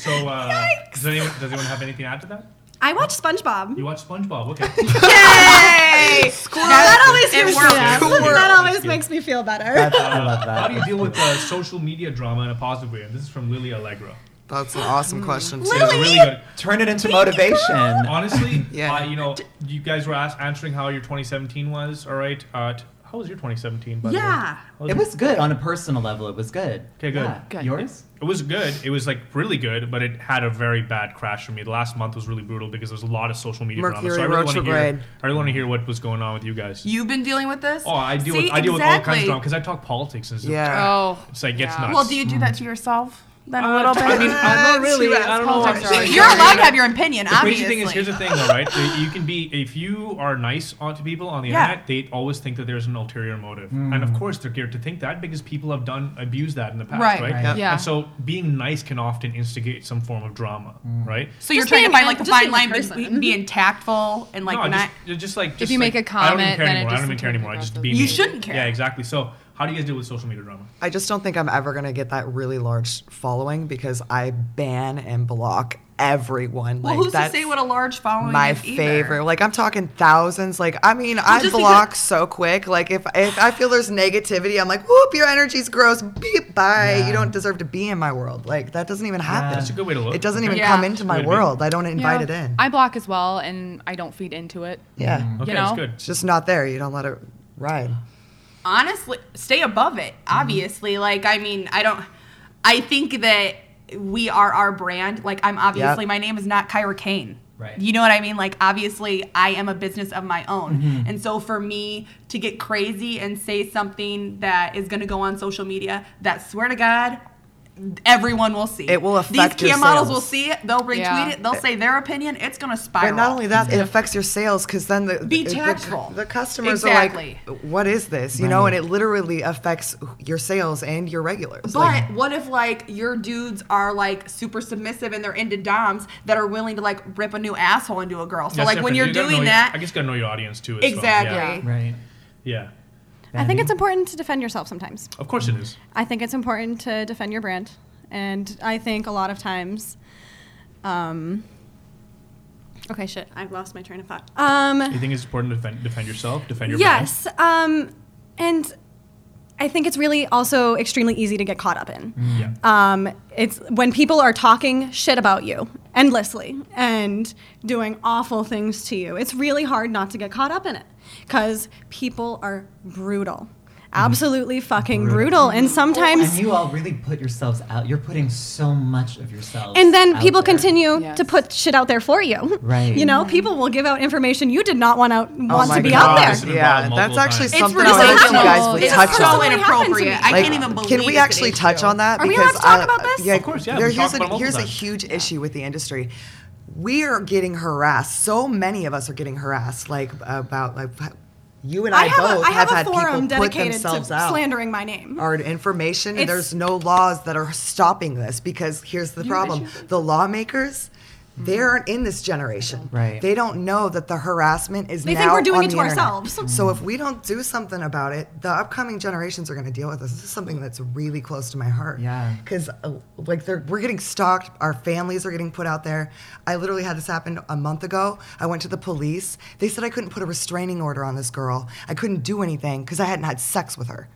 Speaker 1: So, uh, does, anyone, does anyone have anything to add to that?
Speaker 3: I watch SpongeBob.
Speaker 1: You watch SpongeBob, okay?
Speaker 5: Yay!
Speaker 3: that always
Speaker 5: it
Speaker 3: makes me
Speaker 5: works.
Speaker 1: Squirrel.
Speaker 3: that always
Speaker 1: Squirrel.
Speaker 3: makes me feel better.
Speaker 2: That's, I love that.
Speaker 1: How do you deal with uh, social media drama in a positive way? And this is from Lily Allegra.
Speaker 4: That's an awesome question too.
Speaker 1: It was a really good.
Speaker 2: Turn it into motivation.
Speaker 1: Honestly,
Speaker 4: Yeah.
Speaker 1: uh, you know, you guys were ask, answering how your 2017 was. All right, uh, t- how was your 2017? By
Speaker 5: Yeah.
Speaker 1: the way?
Speaker 2: It was good on a personal level. It was good.
Speaker 1: 'Kay, good.
Speaker 2: Yeah.
Speaker 6: Good.
Speaker 2: Yours?
Speaker 1: It was good. It was like really good, but it had a very bad crash for me. The last month was really brutal because there was a lot of social media drama. So I
Speaker 4: Mercury
Speaker 1: really want to hear.
Speaker 4: retrograde.
Speaker 1: I really want to hear what was going on with you guys.
Speaker 5: You've been dealing with this?
Speaker 1: Oh, I deal
Speaker 5: See,
Speaker 1: with I deal with all kinds
Speaker 5: exactly.
Speaker 1: of drama because I talk politics and stuff.
Speaker 4: Yeah.
Speaker 6: Oh.
Speaker 1: It's like gets nuts.
Speaker 6: Well, do you do that to yourself then a
Speaker 1: Uh,
Speaker 6: little bit?
Speaker 1: I mean, I not really. I don't know.
Speaker 6: Politics are
Speaker 1: I-
Speaker 5: You're allowed to have your opinion,
Speaker 1: The crazy
Speaker 5: obviously.
Speaker 1: thing is, here's the thing, though, right? That you can be if you are nice onto people on the
Speaker 5: Yeah.
Speaker 1: internet, they always think that there's an ulterior motive, and of course they're geared to think that because people have done abused that in the past,
Speaker 5: Right.
Speaker 1: right?
Speaker 2: Right.
Speaker 6: Yeah.
Speaker 1: And so being nice can often instigate some form of drama, right?
Speaker 5: So you're
Speaker 3: Just
Speaker 5: trying to
Speaker 3: being
Speaker 5: find
Speaker 3: a-
Speaker 5: like the
Speaker 3: just
Speaker 5: fine
Speaker 3: being a
Speaker 5: line
Speaker 3: person.
Speaker 5: between being tactful and like
Speaker 1: no,
Speaker 5: not.
Speaker 1: just, just like just
Speaker 6: you
Speaker 1: like,
Speaker 6: make a
Speaker 1: I don't even
Speaker 6: comment,
Speaker 1: care
Speaker 6: then it
Speaker 1: anymore. I don't even
Speaker 6: doesn't
Speaker 1: care anymore. I
Speaker 6: take
Speaker 1: just
Speaker 6: off
Speaker 1: be
Speaker 6: the-
Speaker 5: You
Speaker 1: me.
Speaker 5: shouldn't care.
Speaker 1: Yeah, exactly. So how do you guys deal with social media drama?
Speaker 4: I just don't think I'm ever gonna get that really large following because I ban and block everyone.
Speaker 5: well,
Speaker 4: like
Speaker 5: who's to
Speaker 4: that's
Speaker 5: say what a large following
Speaker 4: my
Speaker 5: is either?
Speaker 4: favorite. Like I'm talking thousands. Like I mean, I
Speaker 5: just
Speaker 4: block so quick. Like if if I feel there's negativity, I'm like, whoop, your energy's gross. Beep, bye.
Speaker 2: Yeah.
Speaker 4: You don't deserve to be in my world. Like that doesn't even happen.
Speaker 1: That's a good way to look.
Speaker 4: It doesn't
Speaker 1: Okay.
Speaker 4: even
Speaker 5: Yeah.
Speaker 4: come into
Speaker 1: Good
Speaker 4: my
Speaker 1: way to be.
Speaker 4: world. I don't invite it
Speaker 6: Yeah.
Speaker 4: in.
Speaker 6: I block as well, and I don't feed into it.
Speaker 4: yeah,
Speaker 1: Okay,
Speaker 6: you
Speaker 1: that's
Speaker 6: know?
Speaker 1: good.
Speaker 4: it's just not there. You don't let it ride.
Speaker 5: honestly stay above it
Speaker 4: Mm-hmm.
Speaker 5: obviously like i mean i don't i think that we are our brand like i'm obviously
Speaker 4: Yep.
Speaker 5: my name is not kyra kane
Speaker 2: Right.
Speaker 5: You know what I mean? Like, obviously, I am a business of my own.
Speaker 4: Mm-hmm.
Speaker 5: And so, for me to get crazy and say something that is going to go on social media, that swear to God, everyone will see.
Speaker 4: It will affect
Speaker 5: These
Speaker 4: your
Speaker 5: Kia models will
Speaker 4: sales.
Speaker 5: see it. They'll retweet
Speaker 6: Yeah.
Speaker 5: it. They'll say their opinion. It's going to spiral.
Speaker 4: And not only that, it affects your sales because then the
Speaker 5: Be
Speaker 4: the- the-
Speaker 5: tactful.
Speaker 4: The, customers
Speaker 5: Exactly.
Speaker 4: are like, "What is this?" You know,
Speaker 2: Right.
Speaker 4: and it literally affects your sales and your regulars.
Speaker 5: But what if like your dudes are like super submissive and they're into doms that are willing to like rip a new asshole into a girl? So
Speaker 1: That's
Speaker 5: like when
Speaker 1: different.
Speaker 5: you're
Speaker 1: You gotta know
Speaker 5: doing
Speaker 1: your-
Speaker 5: that,
Speaker 1: I guess gotta know your audience too. As
Speaker 5: exactly.
Speaker 1: Well.
Speaker 3: Yeah.
Speaker 2: Right.
Speaker 1: Yeah. yeah.
Speaker 3: I think it's important to defend yourself sometimes.
Speaker 1: Of course it is.
Speaker 3: I think it's important to defend your brand, and I think a lot of times, um, okay, shit, I've lost my train of thought. Um,
Speaker 1: You think it's important to defend, defend yourself, defend your brand?
Speaker 3: yes, um, and I think it's really also extremely easy to get caught up in.
Speaker 1: Yeah.
Speaker 3: Um, it's when people are talking shit about you endlessly and doing awful things to you. It's really hard not to get caught up in it because people are brutal,
Speaker 4: Mm-hmm.
Speaker 3: absolutely fucking brutal,
Speaker 2: Oh,
Speaker 3: and sometimes.
Speaker 2: And you all really put yourselves out. You're putting so much of yourselves.
Speaker 3: and then
Speaker 2: out
Speaker 3: people
Speaker 2: there.
Speaker 3: continue
Speaker 6: Yes.
Speaker 3: to put shit out there for you.
Speaker 2: Right.
Speaker 3: You know, people will give out information you did not want out want
Speaker 4: Oh my
Speaker 3: to be
Speaker 1: God.
Speaker 3: out
Speaker 1: It's
Speaker 3: there.
Speaker 1: been
Speaker 4: Yeah,
Speaker 1: involved
Speaker 4: that's
Speaker 1: multiple
Speaker 4: actually
Speaker 1: times.
Speaker 5: It's
Speaker 4: something I wish you
Speaker 3: ridiculous.
Speaker 4: guys would
Speaker 5: It's
Speaker 4: touch
Speaker 5: so
Speaker 4: on.
Speaker 3: Something happened to
Speaker 5: inappropriate.
Speaker 3: me.
Speaker 5: I
Speaker 4: Like,
Speaker 5: can't even believe.
Speaker 4: Can we
Speaker 5: it's an
Speaker 4: actually touch
Speaker 5: issue.
Speaker 4: on that?
Speaker 3: Are we allowed to talk about this?
Speaker 4: Yeah,
Speaker 1: Of course, yeah,
Speaker 4: there-
Speaker 1: we've
Speaker 4: here's
Speaker 1: talked
Speaker 4: a,
Speaker 1: about it multiple
Speaker 4: here's a
Speaker 1: times.
Speaker 4: huge issue with the industry. We are getting harassed. So many of us are getting harassed. Like about like you and I,
Speaker 3: I have,
Speaker 4: both
Speaker 3: a, I have,
Speaker 4: had
Speaker 3: a
Speaker 4: people
Speaker 3: forum
Speaker 4: put
Speaker 3: dedicated to
Speaker 4: themselves out.
Speaker 3: slandering my name.
Speaker 4: Our information. and
Speaker 3: Mm-hmm. It's-
Speaker 4: There's no laws that are stopping this because here's the problem: the lawmakers. They
Speaker 3: Mm-hmm.
Speaker 4: aren't in this generation.
Speaker 2: Right.
Speaker 4: They don't know that the harassment is
Speaker 3: They
Speaker 4: now
Speaker 3: think we're doing
Speaker 4: on
Speaker 3: it
Speaker 4: the
Speaker 3: to
Speaker 4: internet.
Speaker 3: ourselves.
Speaker 4: So if we don't do something about it, the upcoming generations are going to deal with this. This is something that's really close to my heart.
Speaker 2: Yeah.
Speaker 4: Because like they're, we're getting stalked. Our families are getting put out there. I literally had this happen a month ago. I went to the police. They said I couldn't put a restraining order on this girl. I couldn't do anything because I hadn't had sex with her.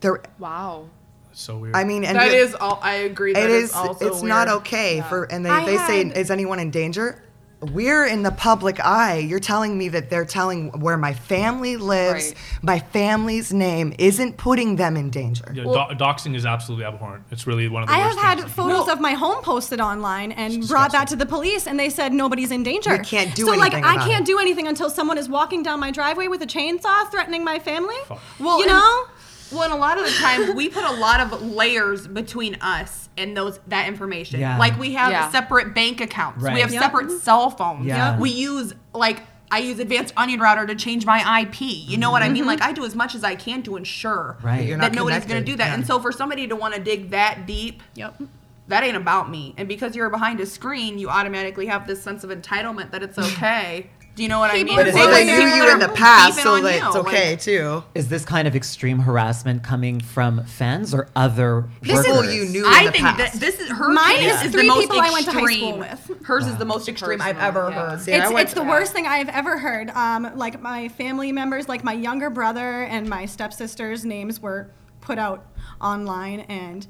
Speaker 4: There.
Speaker 6: Wow.
Speaker 1: so weird.
Speaker 4: I mean, and
Speaker 7: That
Speaker 4: the-
Speaker 7: is all. I agree. That
Speaker 4: it is.
Speaker 7: also
Speaker 4: it's not
Speaker 7: weird.
Speaker 4: okay for. And they,
Speaker 3: I
Speaker 4: they say,
Speaker 3: had-
Speaker 4: is anyone in danger? We're in the public eye. You're telling me that they're telling where my family lives.
Speaker 6: Right.
Speaker 4: My family's name isn't putting them in danger.
Speaker 1: Yeah, do- doxing is absolutely abhorrent. It's really one of the
Speaker 3: I have
Speaker 1: worst
Speaker 3: had
Speaker 1: things.
Speaker 3: photos of my home posted online and brought that to the police, and they said nobody's in danger.
Speaker 4: We can't do
Speaker 3: so,
Speaker 4: anything
Speaker 3: like, I
Speaker 4: about
Speaker 3: can't
Speaker 4: it.
Speaker 3: do anything until someone is walking down my driveway with a chainsaw, threatening my family.
Speaker 1: Fuck.
Speaker 5: Well,
Speaker 3: you
Speaker 5: and-
Speaker 3: know,
Speaker 5: Well, and a lot of the time we put a lot of layers between us and those that information.
Speaker 2: Yeah.
Speaker 5: Like we have
Speaker 6: Yeah.
Speaker 5: separate bank accounts.
Speaker 2: Right.
Speaker 5: We have
Speaker 2: Yep.
Speaker 5: separate cell phones.
Speaker 2: Yeah.
Speaker 5: We use like I use advanced onion router to change my IP. You know what I mean?
Speaker 4: Mm-hmm.
Speaker 5: Like I do as much as I can to ensure
Speaker 2: Right. That
Speaker 4: you're
Speaker 5: that
Speaker 4: not
Speaker 5: nobody's going
Speaker 4: connected.
Speaker 5: to do that.
Speaker 4: Yeah.
Speaker 5: And so for somebody to want to dig that deep,
Speaker 3: yep.
Speaker 5: that ain't about me. And because you're behind a screen, you automatically have this sense of entitlement that it's okay. do you know what I mean?
Speaker 3: But it's
Speaker 5: Same
Speaker 4: Well,
Speaker 5: with
Speaker 4: they
Speaker 3: like-
Speaker 5: people
Speaker 4: knew
Speaker 5: that
Speaker 4: you
Speaker 5: are
Speaker 4: in the
Speaker 5: beefing
Speaker 4: past, so
Speaker 5: on
Speaker 4: that
Speaker 5: you.
Speaker 4: it's
Speaker 5: Like,
Speaker 4: okay too.
Speaker 2: Is this kind of extreme harassment coming from fans or other
Speaker 4: This
Speaker 2: workers?
Speaker 4: is- People you knew in
Speaker 5: I
Speaker 4: the
Speaker 5: think
Speaker 4: past.
Speaker 5: that this is her.
Speaker 3: Mine
Speaker 5: case
Speaker 3: is
Speaker 5: is
Speaker 3: three
Speaker 5: the most
Speaker 3: people I went to high
Speaker 5: extreme.
Speaker 3: school
Speaker 5: Hers is the most extreme I've
Speaker 6: Personal,
Speaker 5: ever
Speaker 6: yeah.
Speaker 5: heard.
Speaker 4: See, I
Speaker 3: it's
Speaker 4: went
Speaker 3: it's the
Speaker 4: to-
Speaker 3: worst thing I've ever heard. Um, like my family members, like my younger brother and my stepsister's names were put out online, and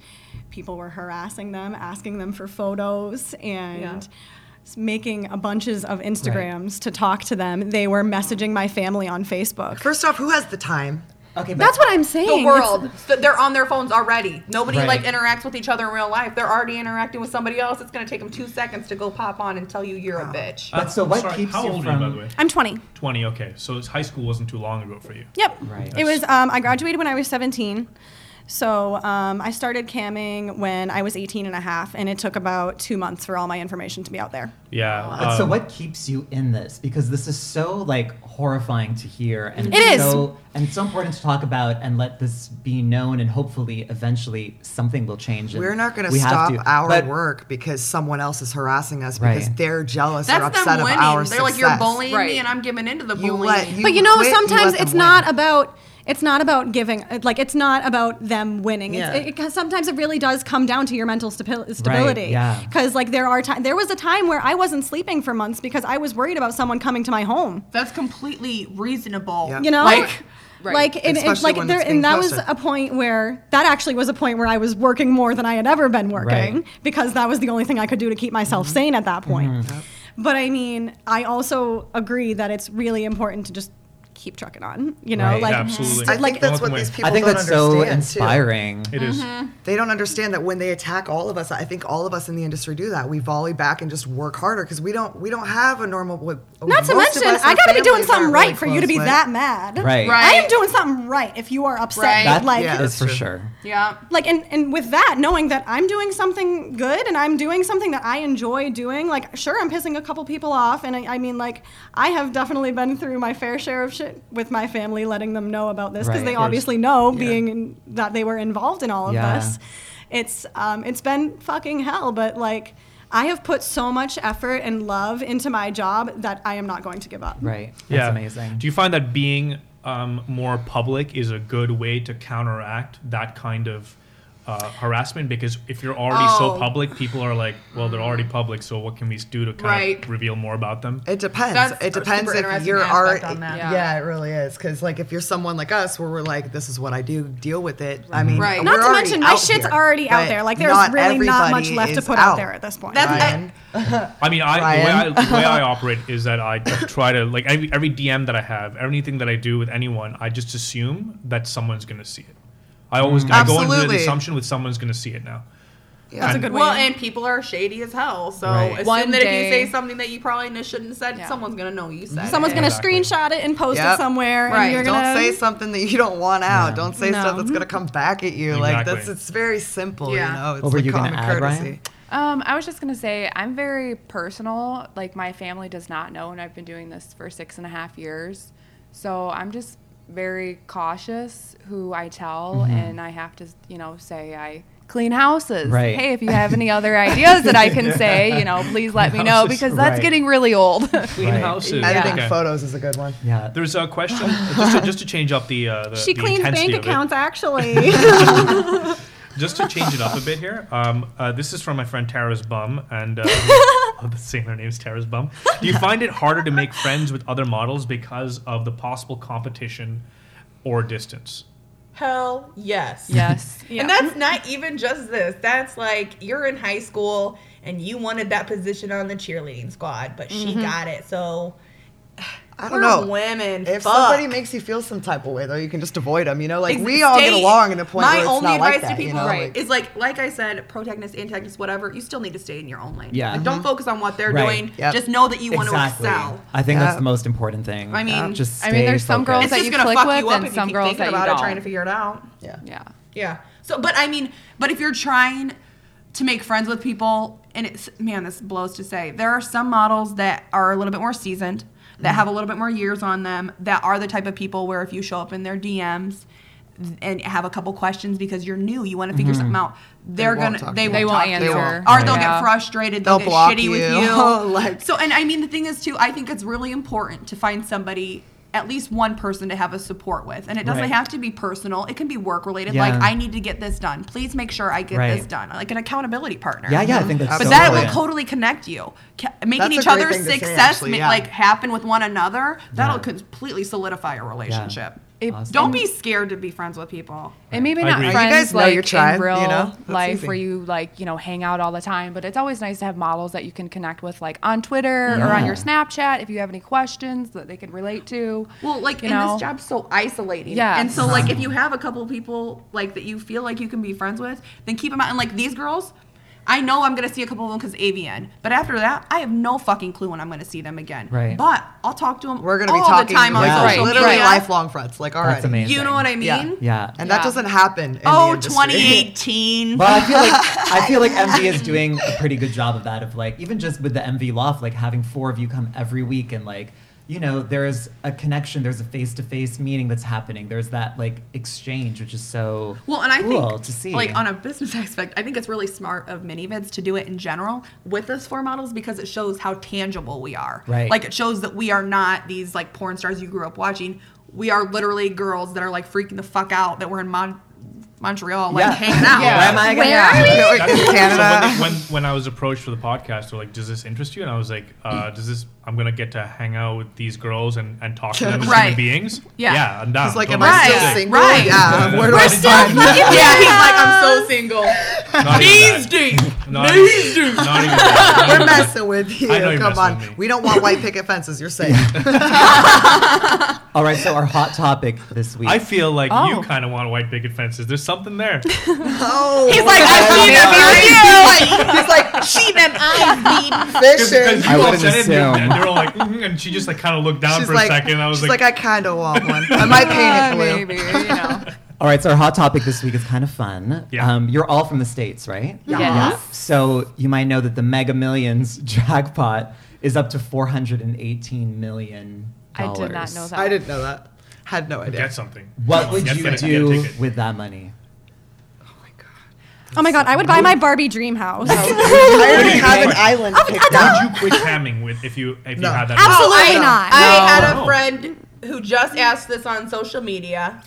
Speaker 3: people were harassing them, asking them for photos, and. s- Making a bunches of Instagrams to talk to them. They were messaging my family on Facebook.
Speaker 4: First off, who has the time?
Speaker 2: Okay, but
Speaker 3: That's what I'm saying.
Speaker 5: The
Speaker 3: It's-
Speaker 5: world, th- they're on their phones already. Nobody
Speaker 2: Right.
Speaker 5: like interacts with each other in real life. They're already interacting with somebody else. It's gonna take them two seconds to go pop on and tell you you're a bitch.
Speaker 2: But so what keeps
Speaker 1: How
Speaker 2: you
Speaker 1: old
Speaker 2: from?
Speaker 1: are you, by the way?
Speaker 3: I'm 20.
Speaker 1: 20, okay. So it's- high school wasn't too long ago for you.
Speaker 3: Yep.
Speaker 2: Right.
Speaker 3: It was. Um, I graduated when I was 17. So um, I started camming when I was 18 and a half, and it took about two months for all my information to be out there.
Speaker 1: Yeah.
Speaker 2: But so
Speaker 1: um,
Speaker 2: what keeps you in this? Because this is so like horrifying to hear, and
Speaker 3: It is.
Speaker 2: so and so important to talk about, and let this be known, and hopefully, eventually, something will change. and
Speaker 4: We're not going
Speaker 2: we
Speaker 4: to
Speaker 2: have
Speaker 4: stop
Speaker 2: to.
Speaker 4: our
Speaker 2: But-
Speaker 4: work because someone else is harassing us because
Speaker 2: Right.
Speaker 4: they're jealous or
Speaker 5: That's
Speaker 4: upset
Speaker 5: them
Speaker 4: of
Speaker 5: winning.
Speaker 4: our
Speaker 5: They're
Speaker 4: success.
Speaker 5: like you're bullying
Speaker 6: Right.
Speaker 5: me and I'm giving into the
Speaker 4: You
Speaker 5: bullying.
Speaker 4: let you
Speaker 3: but you know,
Speaker 4: quit, let
Speaker 3: sometimes
Speaker 4: them
Speaker 3: it's not
Speaker 4: win.
Speaker 3: about it's not about giving like it's not about them winning
Speaker 4: Yeah.
Speaker 3: it's, it, 'cause sometimes it really does come down to your mental stabi- stability
Speaker 2: yeah.
Speaker 3: because like there are times there was a time where i wasn't sleeping for months because i was worried about someone coming to my home
Speaker 5: That's completely reasonable.
Speaker 4: Yeah.
Speaker 3: you know
Speaker 5: Like-
Speaker 6: Right.
Speaker 3: like and, and,
Speaker 4: Especially
Speaker 3: like
Speaker 4: when
Speaker 3: there,
Speaker 4: it's being
Speaker 3: and that was
Speaker 4: posted.
Speaker 3: a point where that actually was a point where i was working more than i had ever been working
Speaker 2: Right. Mm-hmm.
Speaker 3: because that was the only thing i could do to keep myself sane at that point but i mean i also agree that it's really important to just keep trucking on. You know,
Speaker 2: Right.
Speaker 3: like
Speaker 1: Absolutely.
Speaker 3: I
Speaker 4: I
Speaker 3: like-
Speaker 4: think that's what
Speaker 1: Ultimately.
Speaker 4: these people
Speaker 2: I think
Speaker 4: don't
Speaker 2: that's so
Speaker 4: understand, too.
Speaker 2: inspiring.
Speaker 1: It is.
Speaker 3: Mm-hmm.
Speaker 4: They don't understand that when they attack all of us, I think all of us in the industry do that. We volley back and just work harder because we don't we don't have a normal. What,
Speaker 3: Not to
Speaker 4: most of
Speaker 3: mention,
Speaker 4: us, our
Speaker 3: I gotta be doing
Speaker 4: families aren't
Speaker 3: something right
Speaker 4: really
Speaker 3: for you to
Speaker 4: close
Speaker 3: be
Speaker 4: with.
Speaker 3: that mad.
Speaker 2: Right.
Speaker 5: Right.
Speaker 3: I am doing something right if you are upset.
Speaker 5: Right.
Speaker 2: That is
Speaker 3: Like,
Speaker 4: Yeah. that's
Speaker 2: for
Speaker 4: true.
Speaker 2: sure.
Speaker 5: Yeah.
Speaker 3: like and, and with that, knowing that I'm doing something good and I'm doing something that I enjoy doing, like, sure, I'm pissing a couple people off. And I, I mean, like, I have definitely been through my fair share of shit with my family, letting them know about this because
Speaker 2: Right.
Speaker 3: they
Speaker 2: Of course.
Speaker 3: obviously know being in, that they were involved in all of
Speaker 2: Yeah.
Speaker 3: this. It's um, it's been fucking hell, but like. I have put so much effort and love into my job that I am not going to give up.
Speaker 2: Right. That's
Speaker 1: yeah.
Speaker 2: amazing.
Speaker 1: Do you find that being um, more public is a good way to counteract that kind of uh, harassment? Because if you're already
Speaker 5: Oh.
Speaker 1: so public, people are like, well, they're already public, so what can we do to kind
Speaker 5: Right.
Speaker 1: of reveal more about them?
Speaker 4: It depends.
Speaker 5: That's
Speaker 4: it
Speaker 5: a
Speaker 4: depends
Speaker 5: super
Speaker 4: if
Speaker 5: interesting
Speaker 4: you're
Speaker 5: aspect
Speaker 4: already.
Speaker 5: on that.
Speaker 6: Yeah.
Speaker 4: Yeah. it really is. Because like if you're someone like us, where we're like, this is what I do, deal with it. I mean,
Speaker 5: Mm-hmm. Right.
Speaker 4: we're
Speaker 3: Not to
Speaker 4: already
Speaker 3: mention, my
Speaker 4: out
Speaker 3: shit's
Speaker 4: here,
Speaker 3: already out
Speaker 4: but
Speaker 3: there. Like, there's really not much
Speaker 4: everybody
Speaker 3: left to
Speaker 4: is
Speaker 3: put out. there at this point.
Speaker 5: That's- I-
Speaker 4: Ryan.
Speaker 1: I mean, I, the,
Speaker 4: Ryan.
Speaker 1: way I the way I operate is that I try to like every, every DM that I have, everything that I do with anyone, I just assume that someone's gonna see it. I always I go into the
Speaker 4: Absolutely.
Speaker 1: assumption with someone's gonna see it now.
Speaker 4: Yeah.
Speaker 3: That's a good way.
Speaker 5: Well, and people are shady as hell. So
Speaker 2: Right.
Speaker 5: assume
Speaker 6: One
Speaker 5: that
Speaker 6: day-
Speaker 5: if you say something that you probably n- shouldn't have said,
Speaker 6: Yeah.
Speaker 5: someone's gonna know you said.
Speaker 3: Someone's
Speaker 5: it.
Speaker 3: gonna
Speaker 1: Exactly.
Speaker 3: screenshot it and post it
Speaker 4: Yep.
Speaker 3: somewhere,
Speaker 5: Right.
Speaker 3: and you're
Speaker 4: Don't
Speaker 3: gonna
Speaker 4: say something that you don't want out. Don't say
Speaker 3: No.
Speaker 4: stuff that's gonna come back at you. Like
Speaker 1: Exactly.
Speaker 4: that's it's very simple.
Speaker 5: Yeah.
Speaker 4: You know, it's
Speaker 2: What were
Speaker 4: like
Speaker 2: you gonna
Speaker 4: common
Speaker 2: add, Ryan?
Speaker 4: courtesy.
Speaker 6: Um, I was just gonna say I'm very personal. Like my family does not know, and I've been doing this for six and a half years. So I'm just very cautious who I tell, and I have to, you know, say I clean houses.
Speaker 2: Right.
Speaker 6: Hey, if you have any other ideas that I can say, you know, please let me know
Speaker 1: Houses.
Speaker 6: because that's
Speaker 2: Right.
Speaker 6: getting really old.
Speaker 1: Clean
Speaker 2: Right.
Speaker 1: houses.
Speaker 4: Editing
Speaker 1: Okay.
Speaker 4: photos is a good one.
Speaker 2: Yeah.
Speaker 1: There's a question just to, just to change up the uh, the,
Speaker 3: she
Speaker 1: the
Speaker 3: cleans
Speaker 1: intensity
Speaker 3: bank
Speaker 1: of it.
Speaker 3: accounts actually.
Speaker 1: Just to change it up a bit here, um, uh, this is from my friend Tara's bum, and uh, I love saying her name's Tara's bum. Do you find it harder to make friends with other models because of the possible competition or distance?
Speaker 5: Hell yes.
Speaker 6: yes.
Speaker 5: And that's not even just this. That's like you're in high school and you wanted that position on the cheerleading squad, but she
Speaker 3: Mm-hmm.
Speaker 5: got it. So
Speaker 4: I
Speaker 5: we're
Speaker 4: don't know.
Speaker 5: women.
Speaker 4: If
Speaker 5: fuck.
Speaker 4: somebody makes you feel some type of way, though, you can just avoid them. You know, like
Speaker 5: Ex-
Speaker 4: we all get
Speaker 5: stay-
Speaker 4: along in the point
Speaker 5: My
Speaker 4: where it's
Speaker 5: only
Speaker 4: not
Speaker 5: advice
Speaker 4: like that.
Speaker 5: to people
Speaker 4: you know,
Speaker 6: Right.
Speaker 4: like-
Speaker 5: is like, like I said, protagonist, antagonist, whatever. You still need to stay in your own lane.
Speaker 2: Yeah.
Speaker 5: Like, don't focus on what they're
Speaker 2: Right.
Speaker 5: doing.
Speaker 4: Mm-hmm. Yep.
Speaker 5: Just know that you want to
Speaker 2: exactly.
Speaker 5: excel.
Speaker 2: I think that's
Speaker 4: Yeah.
Speaker 2: the most important thing.
Speaker 5: I mean- Yeah.
Speaker 2: just
Speaker 6: I mean,
Speaker 2: stay
Speaker 6: there's some girls
Speaker 2: focused.
Speaker 5: It's
Speaker 6: that
Speaker 5: just
Speaker 6: you
Speaker 5: gonna
Speaker 6: click
Speaker 5: fuck
Speaker 6: with
Speaker 5: you up
Speaker 6: and
Speaker 5: if you
Speaker 6: some
Speaker 5: keep
Speaker 6: girls
Speaker 5: thinking
Speaker 6: that you
Speaker 5: about it,
Speaker 6: don't.
Speaker 5: trying to figure it out.
Speaker 4: yeah.
Speaker 6: yeah.
Speaker 5: Yeah. So, but I mean, but if you're trying to make friends with people, and it's man, this blows to say, there are some models that are a little bit more seasoned, that
Speaker 4: Mm-hmm.
Speaker 5: have a little bit more years on them, that are the type of people where if you show up in their DMs and have a couple questions because you're new, you want to figure something out, they're
Speaker 4: Mm-hmm. won't
Speaker 5: gonna
Speaker 4: talk
Speaker 5: they
Speaker 4: to you.
Speaker 5: won't,
Speaker 6: They won't
Speaker 5: talk to you.
Speaker 6: answer.
Speaker 5: or they'll
Speaker 6: Yeah.
Speaker 5: get frustrated,
Speaker 4: They'll
Speaker 5: they'll, get
Speaker 4: block
Speaker 5: shitty with
Speaker 4: you.
Speaker 5: you.
Speaker 4: Like-
Speaker 5: so, and I mean, the thing is too, I think it's really important to find somebody. At least one person to have a support with, and it doesn't
Speaker 2: Right.
Speaker 5: have to be personal. It can be work related.
Speaker 2: Yeah.
Speaker 5: Like I need to get this done. Please make sure I get this
Speaker 2: Right.
Speaker 5: done. Like an accountability partner.
Speaker 2: Yeah, yeah, I think that's
Speaker 5: But
Speaker 2: so
Speaker 5: that will
Speaker 2: important.
Speaker 5: totally connect you. Ca- Making
Speaker 4: That's a
Speaker 5: each
Speaker 4: great
Speaker 5: other's
Speaker 4: thing to say,
Speaker 5: success
Speaker 4: actually,
Speaker 5: ma-
Speaker 4: yeah.
Speaker 5: like happen with one another. That'll
Speaker 2: Yeah.
Speaker 5: completely solidify a relationship.
Speaker 6: It-
Speaker 2: Awesome.
Speaker 5: Don't be scared to be friends with people.
Speaker 6: And maybe
Speaker 1: I
Speaker 6: not
Speaker 1: agree. You
Speaker 6: friends
Speaker 4: guys know
Speaker 6: like
Speaker 4: your tribe,
Speaker 6: in real
Speaker 4: you know? That's
Speaker 6: life
Speaker 4: easy.
Speaker 6: where you like you know hang out all the time, but it's always nice to have models that you can connect with, like on Twitter or on your Snapchat if you have any questions that they can relate to.
Speaker 5: Well, like
Speaker 6: you
Speaker 5: in
Speaker 6: know?
Speaker 5: this job's so isolating.
Speaker 6: Yes.
Speaker 5: And so like if you have a couple of people like that you feel like you can be friends with, then keep them out. And like these girls, I know I'm gonna see a couple of them because AVN. But after that, I have no fucking clue when I'm gonna see them again.
Speaker 2: Right.
Speaker 5: But I'll talk to them.
Speaker 4: We're gonna
Speaker 5: all
Speaker 4: be talking
Speaker 5: the time on
Speaker 4: like,
Speaker 2: Yeah.
Speaker 5: social
Speaker 4: literally
Speaker 5: media.
Speaker 4: lifelong friends. Like already,
Speaker 2: That's amazing.
Speaker 5: You know what I mean?
Speaker 4: Yeah.
Speaker 2: Yeah.
Speaker 4: and
Speaker 6: Yeah.
Speaker 4: that doesn't happen. In the
Speaker 5: Oh,
Speaker 4: industry.
Speaker 5: 2018.
Speaker 2: Well, I feel like I feel like MV is doing a pretty good job of that. Of like even just with the MV loft, like having four of you come every week and like you know there's a connection, there's a face to face meeting that's happening. There's that like exchange, which is so
Speaker 5: Well, and I
Speaker 2: cool
Speaker 5: think
Speaker 2: to see
Speaker 5: like on a business aspect, I think it's really smart of Minivids to do it in general with us four models because it shows how tangible we are.
Speaker 2: Right.
Speaker 5: Like it shows that we are not these like porn stars you grew up watching. We are literally girls that are like freaking the fuck out that we're in Mon- Montreal like
Speaker 2: Yeah.
Speaker 5: hanging out.
Speaker 2: Where am I gonna-
Speaker 6: Where are
Speaker 4: Yeah,
Speaker 1: That's- so when,
Speaker 4: Canada. Mm.
Speaker 1: they- when when I was approached for the podcast, they're like, "Does this interest you?" And I was like, uh, "Does this? I'm gonna get to hang out with these girls and, and talk to them as human
Speaker 5: Right.
Speaker 1: beings.
Speaker 5: Yeah.
Speaker 1: yeah I'm down.
Speaker 4: He's like, am
Speaker 1: Totally.
Speaker 4: I still
Speaker 5: Right,
Speaker 4: single?
Speaker 5: right.
Speaker 4: Yeah. Where do I
Speaker 5: We're still
Speaker 4: sign?
Speaker 5: fucking Yeah, he's like, I'm so single.
Speaker 1: Not even
Speaker 5: These
Speaker 1: that.
Speaker 5: dudes.
Speaker 1: Not even, not even that.
Speaker 4: We're messing with you.
Speaker 1: I know you're
Speaker 4: Come
Speaker 1: messing
Speaker 4: on.
Speaker 1: with me.
Speaker 4: We don't want white picket fences, you're saying.
Speaker 2: All right, so our hot topic this week.
Speaker 1: I feel like
Speaker 6: Oh.
Speaker 1: you kind of want white picket fences. There's something there.
Speaker 4: Oh.
Speaker 5: He's like, I
Speaker 4: He's
Speaker 5: see
Speaker 4: like, he's like, she them eyes need
Speaker 1: Because
Speaker 4: fishing.
Speaker 1: you all
Speaker 2: wouldn't
Speaker 1: said it, and
Speaker 2: assume.
Speaker 1: they're all like, "Mhm," and she just like kind of looked down
Speaker 4: She's
Speaker 1: for
Speaker 4: like,
Speaker 1: a second. I was
Speaker 4: she's
Speaker 1: like,
Speaker 4: like, I kind of want one. I might
Speaker 6: Yeah,
Speaker 4: paint
Speaker 6: Ah, maybe,
Speaker 4: it blue.
Speaker 6: you know.
Speaker 2: All right, so our hot topic this week is kind of fun.
Speaker 1: Yeah.
Speaker 2: Um, you're all from the States, right?
Speaker 6: Yes. Yes.
Speaker 2: So you might know that the Mega Millions jackpot is up to $418 million.
Speaker 6: I did not know that.
Speaker 4: I didn't know that. Had no idea.
Speaker 1: get something.
Speaker 2: What
Speaker 1: Come on,
Speaker 2: would
Speaker 1: get-
Speaker 2: you
Speaker 1: get a- get a
Speaker 2: do
Speaker 1: ticket.
Speaker 2: with that money?
Speaker 3: Oh my god, I would buy my Barbie dream house.
Speaker 7: I already
Speaker 1: you
Speaker 7: have an
Speaker 1: doing?
Speaker 4: Oh,
Speaker 7: island picked
Speaker 1: Would
Speaker 7: out.
Speaker 1: you quit hamming with if you if
Speaker 4: No.
Speaker 1: you had that?
Speaker 3: Absolutely.
Speaker 5: I,
Speaker 3: not.
Speaker 5: I had
Speaker 1: No.
Speaker 5: a friend who just asked this on social media,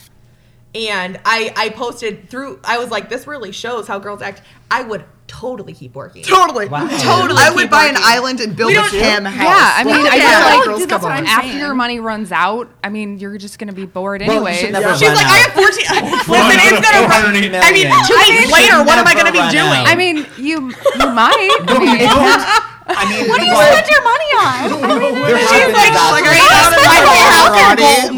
Speaker 5: and I I posted through. I was like, this really shows how girls act. I would totally keep working.
Speaker 4: Totally.
Speaker 2: Wow.
Speaker 4: Totally. I would buy an island and build a cam house.
Speaker 6: Yeah, I mean,
Speaker 4: Like,
Speaker 6: I
Speaker 4: yeah,
Speaker 6: feel like
Speaker 4: girls,
Speaker 3: dude,
Speaker 4: come
Speaker 3: that's what
Speaker 4: on.
Speaker 3: I'm
Speaker 6: after
Speaker 3: saying.
Speaker 6: your money runs out, I mean, you're just gonna be bored
Speaker 2: Well, you
Speaker 6: anyway.
Speaker 2: should never
Speaker 4: Yeah.
Speaker 2: run
Speaker 4: She's
Speaker 5: She's like, I
Speaker 2: out.
Speaker 5: have 14.
Speaker 1: Run
Speaker 5: Listen,
Speaker 1: out
Speaker 5: it's
Speaker 1: of
Speaker 5: gonna run.
Speaker 1: 480
Speaker 5: I mean,
Speaker 2: million.
Speaker 5: two weeks later, what am I gonna be
Speaker 2: Never run out.
Speaker 5: doing?
Speaker 6: I mean, you you might. I mean, it has-
Speaker 2: I mean,
Speaker 3: what do you
Speaker 2: people-
Speaker 3: spend your money on?
Speaker 2: there have
Speaker 5: She's
Speaker 2: been
Speaker 5: like,
Speaker 2: that-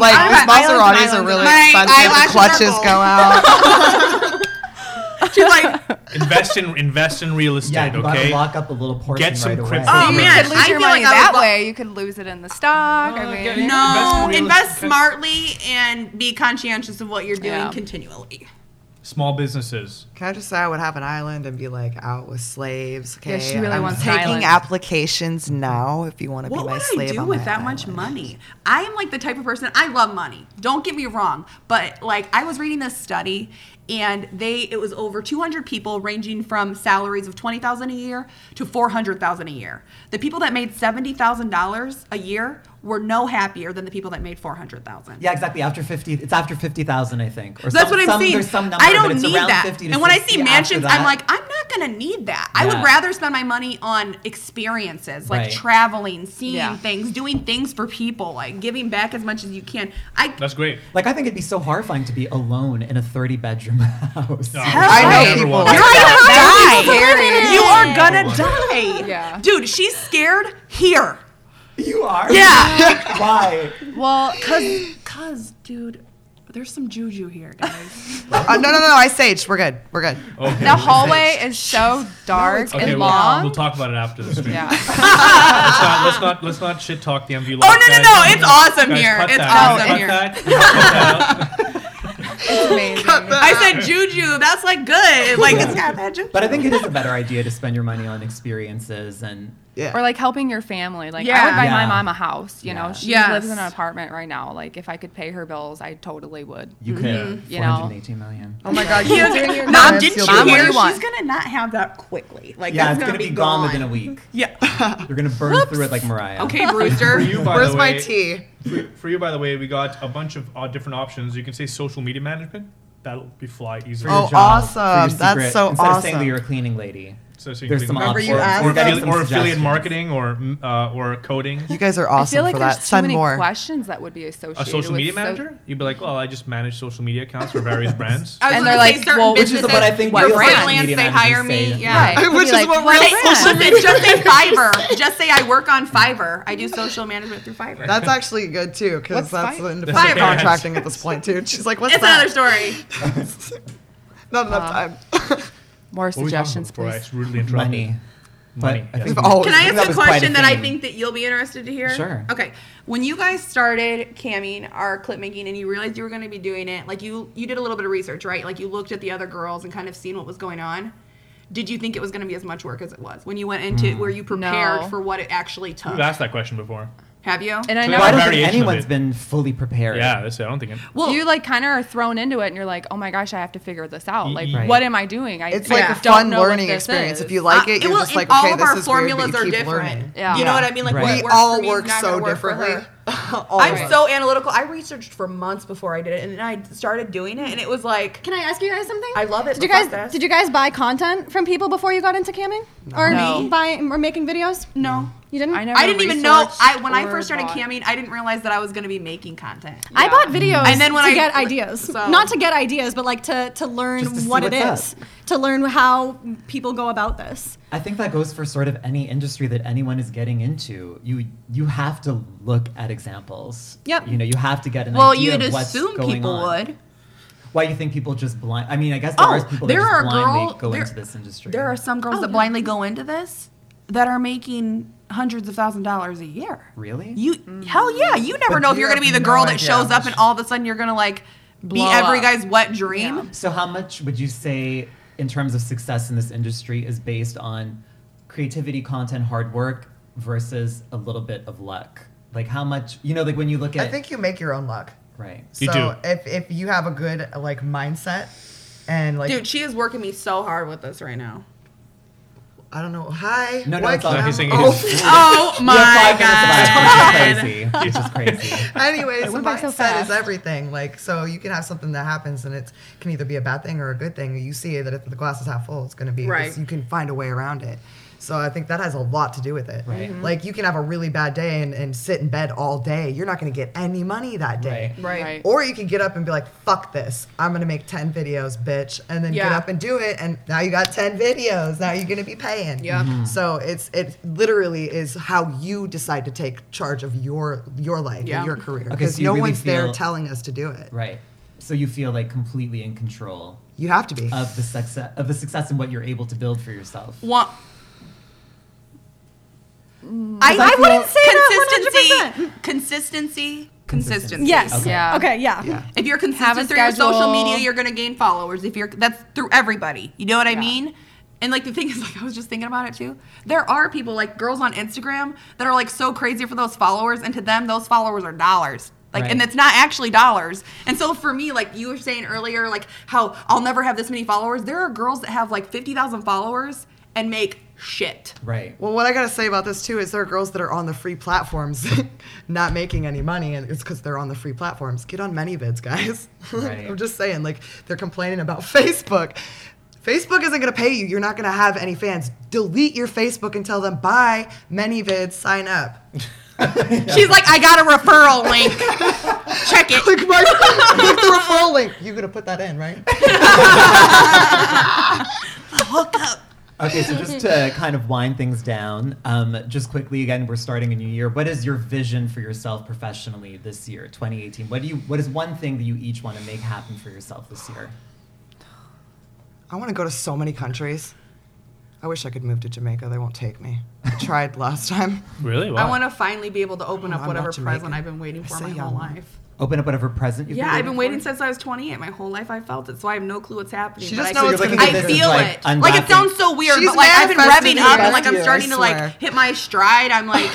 Speaker 4: Maserati,
Speaker 5: like,
Speaker 4: like these
Speaker 5: I'm an island,
Speaker 4: Maseratis are
Speaker 5: island.
Speaker 4: really
Speaker 5: My
Speaker 4: expensive. The
Speaker 5: eyelashes
Speaker 4: clutches
Speaker 5: are
Speaker 4: go out.
Speaker 5: She's like,
Speaker 1: Invest in invest in real estate.
Speaker 2: Yeah, you gotta
Speaker 1: okay.
Speaker 2: lock up a little portion
Speaker 1: Get some
Speaker 2: right away.
Speaker 1: crypto. Oh,
Speaker 6: you
Speaker 1: man,
Speaker 6: could
Speaker 5: I
Speaker 6: lose your
Speaker 5: feel
Speaker 6: money
Speaker 5: like I
Speaker 6: that
Speaker 5: would bu-
Speaker 6: way. You could lose it in the stock. I
Speaker 1: No,
Speaker 6: mean,
Speaker 1: get it. Invest in
Speaker 5: no,
Speaker 1: real
Speaker 5: invest
Speaker 1: estate.
Speaker 5: smartly and be conscientious of what you're doing
Speaker 6: Yeah.
Speaker 5: continually.
Speaker 1: Small businesses.
Speaker 4: Can I just say I would have an island and be like out with slaves? Okay,
Speaker 6: Yeah, she really
Speaker 4: I'm
Speaker 6: wants an
Speaker 4: taking
Speaker 6: island.
Speaker 4: applications now. If you want to be
Speaker 5: What
Speaker 4: my
Speaker 5: would
Speaker 4: slave,
Speaker 5: I do
Speaker 4: on
Speaker 5: with
Speaker 4: my
Speaker 5: that much money? I am like the type of person I love money. Don't get me wrong, but like I was reading this study and they it was over 200 people ranging from salaries of 20,000 a year to 400,000 a year. The people that made $70,000 a year were no happier than the people that made 400,000.
Speaker 2: Yeah, exactly. After fifty, it's after fifty thousand, I think. Or
Speaker 5: That's
Speaker 2: some-
Speaker 5: what I'm
Speaker 2: some-
Speaker 5: seeing.
Speaker 2: There's some number,
Speaker 5: I
Speaker 2: but
Speaker 5: don't
Speaker 2: it's
Speaker 5: need
Speaker 2: around
Speaker 5: that.
Speaker 2: 50 to
Speaker 5: And when I
Speaker 2: 60
Speaker 5: see
Speaker 2: after
Speaker 5: mansions, I'm
Speaker 2: that.
Speaker 5: like, I'm not gonna need that. I
Speaker 2: Yeah.
Speaker 5: would rather spend my money on experiences like
Speaker 2: Right.
Speaker 5: traveling, seeing
Speaker 6: Yeah.
Speaker 5: things, doing things for people, like giving back as much as you can. I
Speaker 1: That's great.
Speaker 2: Like I think it'd be so horrifying to be alone in a thirty bedroom house.
Speaker 1: No,
Speaker 4: I know
Speaker 1: never
Speaker 4: people
Speaker 1: want
Speaker 4: like
Speaker 5: you're
Speaker 1: that.
Speaker 5: gonna
Speaker 6: That'd be
Speaker 5: die.
Speaker 6: scary.
Speaker 5: You are gonna
Speaker 1: Yeah.
Speaker 5: die.
Speaker 6: Yeah.
Speaker 5: Dude, she's scared here.
Speaker 2: You are?
Speaker 5: Yeah.
Speaker 2: Why?
Speaker 6: Well,
Speaker 5: Cause cause dude, there's some juju here, guys.
Speaker 4: Uh, no, no, no. I saged. We're good. We're good.
Speaker 1: Okay.
Speaker 6: the hallway is so dark
Speaker 1: Okay,
Speaker 6: and
Speaker 1: we'll,
Speaker 6: long.
Speaker 1: we'll talk about it after the stream.
Speaker 6: yeah.
Speaker 1: Let's, not, let's not let's not shit talk the MV.
Speaker 5: Oh, no, no, no, it's awesome here. It's awesome here.
Speaker 6: amazing.
Speaker 5: I said juju. That's like good. Like it's got that juju.
Speaker 2: But I think it is a better idea to spend your money on experiences and
Speaker 4: Yeah.
Speaker 6: Or like helping your family. Like I would
Speaker 5: Yeah.
Speaker 6: buy
Speaker 2: Yeah.
Speaker 6: my mom a house. You
Speaker 2: Yeah.
Speaker 6: know, she
Speaker 5: Yes.
Speaker 6: lives in an apartment right now. Like if I could pay her bills, I totally would.
Speaker 2: you
Speaker 5: Mm-hmm.
Speaker 2: could
Speaker 6: You
Speaker 2: four
Speaker 6: know.
Speaker 2: hundred eighteen million.
Speaker 7: Oh my god, you're doing your
Speaker 5: Mom,
Speaker 7: dance,
Speaker 5: didn't
Speaker 7: you'll
Speaker 5: you
Speaker 7: be
Speaker 6: Mom, what
Speaker 5: hear?
Speaker 6: do you
Speaker 5: She's
Speaker 6: want?
Speaker 5: gonna not have that quickly. Like
Speaker 2: Yeah,
Speaker 5: that's
Speaker 2: it's gonna, be gone. within a week.
Speaker 5: Yeah.
Speaker 2: You're gonna burn through it like Mariah.
Speaker 5: okay, Brewster.
Speaker 1: You, by
Speaker 4: Where's
Speaker 1: the
Speaker 4: my
Speaker 1: way-
Speaker 4: tea?
Speaker 1: For, for you, by the way, we got a bunch of uh, different options. You can say social media management. That'll be fly easily.
Speaker 4: Oh,
Speaker 2: Your job,
Speaker 4: awesome.
Speaker 2: for your
Speaker 4: That's
Speaker 2: secret.
Speaker 4: so
Speaker 2: Instead of saying that
Speaker 4: awesome.
Speaker 2: you're a cleaning lady.
Speaker 1: so, so you
Speaker 2: There's
Speaker 1: can
Speaker 2: some
Speaker 1: click-
Speaker 2: options.
Speaker 7: you asked
Speaker 1: or,
Speaker 7: us?
Speaker 1: affiliate, or affiliate
Speaker 2: suggestions.
Speaker 1: marketing or mm, uh, or coding.
Speaker 4: You guys are
Speaker 6: I
Speaker 4: awesome
Speaker 6: feel like
Speaker 4: for
Speaker 6: there's
Speaker 4: that.
Speaker 6: too
Speaker 4: Send
Speaker 6: many
Speaker 4: more.
Speaker 6: questions that would be associated
Speaker 1: A social
Speaker 6: with
Speaker 1: media
Speaker 6: so-
Speaker 1: manager? You'd be like, well, I just manage social media accounts for various brands.
Speaker 5: I was
Speaker 6: And
Speaker 5: gonna
Speaker 6: they're
Speaker 5: say
Speaker 6: like,
Speaker 5: certain
Speaker 6: well, which
Speaker 2: is what I think
Speaker 5: businesses
Speaker 6: real
Speaker 5: were
Speaker 6: social
Speaker 5: freelance,
Speaker 2: media
Speaker 5: they
Speaker 2: managers
Speaker 5: hire me.
Speaker 2: say.
Speaker 5: Yeah.
Speaker 6: Right.
Speaker 4: Which
Speaker 6: Be
Speaker 4: is
Speaker 6: like,
Speaker 4: what
Speaker 6: well,
Speaker 4: we're
Speaker 6: brand.
Speaker 4: social
Speaker 5: Listen, just say Fiverr. Just say I work on Fiverr. I do social management through Fiverr.
Speaker 4: That's actually good too, because
Speaker 6: What's
Speaker 4: that's
Speaker 6: fi-
Speaker 4: independent
Speaker 5: Fiverr.
Speaker 4: contracting at this point too. She's like, what's
Speaker 5: it's
Speaker 4: that?
Speaker 5: another story.
Speaker 4: Not enough
Speaker 6: Uh,
Speaker 4: time.
Speaker 6: More
Speaker 1: What were we talking
Speaker 6: suggestions,
Speaker 1: about before I
Speaker 6: please.
Speaker 1: just rudely interrupted?
Speaker 2: Money.
Speaker 1: Money,
Speaker 2: But I
Speaker 1: yes.
Speaker 2: think
Speaker 4: We've always-
Speaker 5: Can
Speaker 2: I
Speaker 5: I
Speaker 2: think
Speaker 5: ask
Speaker 2: that
Speaker 5: a
Speaker 2: was quite
Speaker 5: question
Speaker 2: a
Speaker 5: that I
Speaker 2: thing.
Speaker 5: think that you'll be interested to hear?
Speaker 2: Sure.
Speaker 5: Okay. When you guys started camming or clip making and you realized you were going to be doing it, like you you did a little bit of research, right? Like you looked at the other girls and kind of seen what was going on. Did you think it was going to be as much work as it was when you went into it? Were you prepared
Speaker 6: No.
Speaker 5: for what it actually took?
Speaker 1: We've asked that question before.
Speaker 5: Have you?
Speaker 6: And I
Speaker 1: So
Speaker 6: know
Speaker 2: Well, I don't think
Speaker 1: Variation of
Speaker 2: anyone's
Speaker 1: it.
Speaker 2: been fully prepared.
Speaker 1: Yeah, that's it. I don't think. It,
Speaker 5: well,
Speaker 6: you like kind of are thrown into it, and you're like, "Oh my gosh, I have to figure this out. Like,
Speaker 2: Right.
Speaker 6: what am I doing? I
Speaker 4: It's
Speaker 6: I
Speaker 4: like a
Speaker 6: don't
Speaker 4: fun
Speaker 6: know what
Speaker 4: learning
Speaker 6: this
Speaker 4: experience. If
Speaker 6: is."
Speaker 4: you like
Speaker 5: Uh,
Speaker 4: it, you're
Speaker 5: well,
Speaker 4: just
Speaker 5: and
Speaker 4: like,
Speaker 5: all
Speaker 4: okay,
Speaker 5: of
Speaker 4: this
Speaker 5: our
Speaker 4: is weird,
Speaker 5: formulas
Speaker 4: but you
Speaker 5: are
Speaker 4: keep
Speaker 5: different.
Speaker 4: learning.
Speaker 6: Yeah.
Speaker 5: You know what I mean? Like
Speaker 2: Right.
Speaker 5: what
Speaker 4: We
Speaker 5: works
Speaker 4: all
Speaker 5: for me is
Speaker 4: work
Speaker 5: not
Speaker 4: so
Speaker 5: gonna work for
Speaker 4: differently.
Speaker 5: her.
Speaker 4: All of
Speaker 5: I'm
Speaker 4: us.
Speaker 5: so analytical. I researched for months before I did it, and I started doing it, and it was like
Speaker 3: Can I ask you guys something?
Speaker 5: I love it,
Speaker 3: Did you
Speaker 5: but
Speaker 3: guys
Speaker 5: fuck this.
Speaker 3: did you guys buy content from people before you got into camming? Or
Speaker 6: No.
Speaker 3: buying or making videos?
Speaker 5: no.
Speaker 3: You didn't?
Speaker 6: I never.
Speaker 5: I didn't even know.
Speaker 6: researched
Speaker 5: I when I
Speaker 6: or
Speaker 5: first started
Speaker 6: bought-
Speaker 5: camming, I didn't realize that I was going to be making content.
Speaker 3: I
Speaker 5: Yeah.
Speaker 3: bought videos
Speaker 5: And then when
Speaker 3: to
Speaker 5: I-
Speaker 3: get ideas,
Speaker 5: so-
Speaker 3: not to get ideas, but like to to learn
Speaker 2: Just to see
Speaker 3: what it
Speaker 2: what's
Speaker 3: is, to learn how people go about this.
Speaker 2: I think that goes for sort of any industry that anyone is getting into. You you have to look at examples.
Speaker 3: Yep.
Speaker 2: You know, you have to get an
Speaker 5: Well,
Speaker 2: idea
Speaker 5: you'd
Speaker 2: of what's
Speaker 5: assume
Speaker 2: going
Speaker 5: people
Speaker 2: on.
Speaker 5: would.
Speaker 2: Why you think people just blind? I mean, I guess there
Speaker 5: Oh,
Speaker 2: are people
Speaker 5: there
Speaker 2: that just
Speaker 5: are
Speaker 2: blindly
Speaker 5: girl-
Speaker 2: go
Speaker 5: there-
Speaker 2: into this industry.
Speaker 5: There are some girls that blindly go into this that are making hundreds of thousand dollars a year.
Speaker 2: really.
Speaker 5: You hell yeah, you never
Speaker 4: But
Speaker 5: know if
Speaker 4: you
Speaker 5: you're gonna
Speaker 4: have
Speaker 5: be the
Speaker 4: no
Speaker 5: girl that
Speaker 4: idea
Speaker 5: shows
Speaker 4: how
Speaker 5: up
Speaker 4: much-
Speaker 5: and all of a sudden you're gonna like be
Speaker 6: Blow
Speaker 5: every
Speaker 6: up.
Speaker 5: guy's wet dream.
Speaker 6: Yeah.
Speaker 2: so, how much would you say, in terms of success in this industry, is based on creativity, content, hard work versus a little bit of luck? Like, how much? You know, like when you look at
Speaker 4: I think you make your own luck.
Speaker 2: right.
Speaker 1: You
Speaker 4: so
Speaker 1: do.
Speaker 4: if if you have a good like mindset and like
Speaker 5: Dude, she is working me so hard with this right now.
Speaker 4: I don't know. Hi.
Speaker 2: No, no,
Speaker 4: why
Speaker 2: it's all-
Speaker 4: can't-
Speaker 1: No, he's saying it
Speaker 4: oh,
Speaker 1: is.
Speaker 5: Oh
Speaker 2: You have five minutes
Speaker 5: my
Speaker 2: of
Speaker 5: god.
Speaker 2: audio, which is crazy. Which is crazy.
Speaker 4: Anyways,
Speaker 6: went by so
Speaker 4: mindset is
Speaker 6: fast.
Speaker 4: everything. Like, so you can have something that happens, and it can either be a bad thing or a good thing. You see that if the glass is half full, it's going to be.
Speaker 5: Right.
Speaker 4: You can find a way around it. So I think that has a lot to do with it.
Speaker 2: Right.
Speaker 6: Mm-hmm.
Speaker 2: Mhm.
Speaker 4: Like you can have a really bad day and, and sit in bed all day. You're not going to get any money that day.
Speaker 2: Right.
Speaker 5: Right.
Speaker 6: Right.
Speaker 4: Or you can get up and be like, "Fuck this! I'm gonna make ten videos, bitch," and then get
Speaker 5: Yeah.
Speaker 4: up and do it. And now you got ten videos. Now you're gonna be paying.
Speaker 5: Yeah.
Speaker 2: Mm-hmm.
Speaker 5: Mhm.
Speaker 4: So it's it literally is how you decide to take charge of your your life
Speaker 5: Yeah.
Speaker 4: and your career
Speaker 2: Okay,
Speaker 4: because
Speaker 2: so you
Speaker 4: no
Speaker 2: really
Speaker 4: one's there
Speaker 2: feel-
Speaker 4: telling us to do it.
Speaker 2: Right. So you feel like completely in control
Speaker 4: You have to be.
Speaker 2: of the success of the success and what you're able to build for yourself.
Speaker 5: Want.
Speaker 2: I Mm. I feel- wouldn't say
Speaker 3: that
Speaker 5: Consistency. Consistency.
Speaker 2: Consistency.
Speaker 5: Consistency.
Speaker 3: Yes.
Speaker 2: Okay.
Speaker 6: Yeah.
Speaker 3: Okay. Yeah.
Speaker 4: yeah.
Speaker 5: If you're
Speaker 6: Have a
Speaker 5: consistent through your social
Speaker 6: schedule.
Speaker 5: media, you're gonna gain followers. If you're that's through everybody. You know what I
Speaker 6: Yeah.
Speaker 5: mean? And like the thing is, like I was just thinking about it too. There are people like girls on Instagram that are like so crazy for those followers, and to them, those followers are dollars. Like, and
Speaker 2: Right.
Speaker 5: it's not actually dollars. And so for me, like you were saying earlier, like how I'll never have this many followers. There are girls that have like fifty thousand followers and make shit.
Speaker 2: Right.
Speaker 4: Well, what I gotta say about this too is there are girls that are on the free platforms, not making any money, and it's because they're on the free platforms. Get on many bids, guys.
Speaker 2: Right.
Speaker 4: I'm just saying, like they're complaining about Facebook. Facebook isn't gonna pay you. You're not gonna have any fans. Delete your Facebook and tell them bye. Many vids, sign up.
Speaker 5: She's like, I got a referral link. Check it.
Speaker 4: Click my click the referral link. You're gonna put that in, right?
Speaker 2: Okay, so just to kind of wind things down, um, just quickly again, we're starting a new year. What is your vision for yourself professionally this year, 2018? What do you what is one thing that you each want to make happen for yourself this year?
Speaker 4: I want to go to so many countries. I wish I could move to Jamaica. They won't take me. I tried last time.
Speaker 1: Really? Wow.
Speaker 5: I want to finally be able to open
Speaker 4: Oh,
Speaker 5: up
Speaker 4: I'm
Speaker 5: whatever
Speaker 4: not Jamaican.
Speaker 5: present I've been waiting
Speaker 4: I
Speaker 5: for
Speaker 4: say
Speaker 5: my whole
Speaker 4: y'all are.
Speaker 5: life.
Speaker 2: Open up whatever present you've
Speaker 5: Yeah, I've been waiting
Speaker 2: for?
Speaker 5: since I was 28. My whole life I felt it, so I have no clue what's happening.
Speaker 4: She
Speaker 5: but
Speaker 4: just
Speaker 5: I,
Speaker 4: knows it's
Speaker 5: I
Speaker 4: gonna be
Speaker 5: feel
Speaker 4: this
Speaker 5: it.
Speaker 4: is
Speaker 5: Like,
Speaker 2: like
Speaker 5: it sounds so weird,
Speaker 4: She's
Speaker 5: but like I've been
Speaker 4: manifesting
Speaker 5: revving up
Speaker 4: it.
Speaker 5: and like I'm
Speaker 4: Yeah, I
Speaker 5: starting to
Speaker 4: swear.
Speaker 5: like hit my stride. I'm like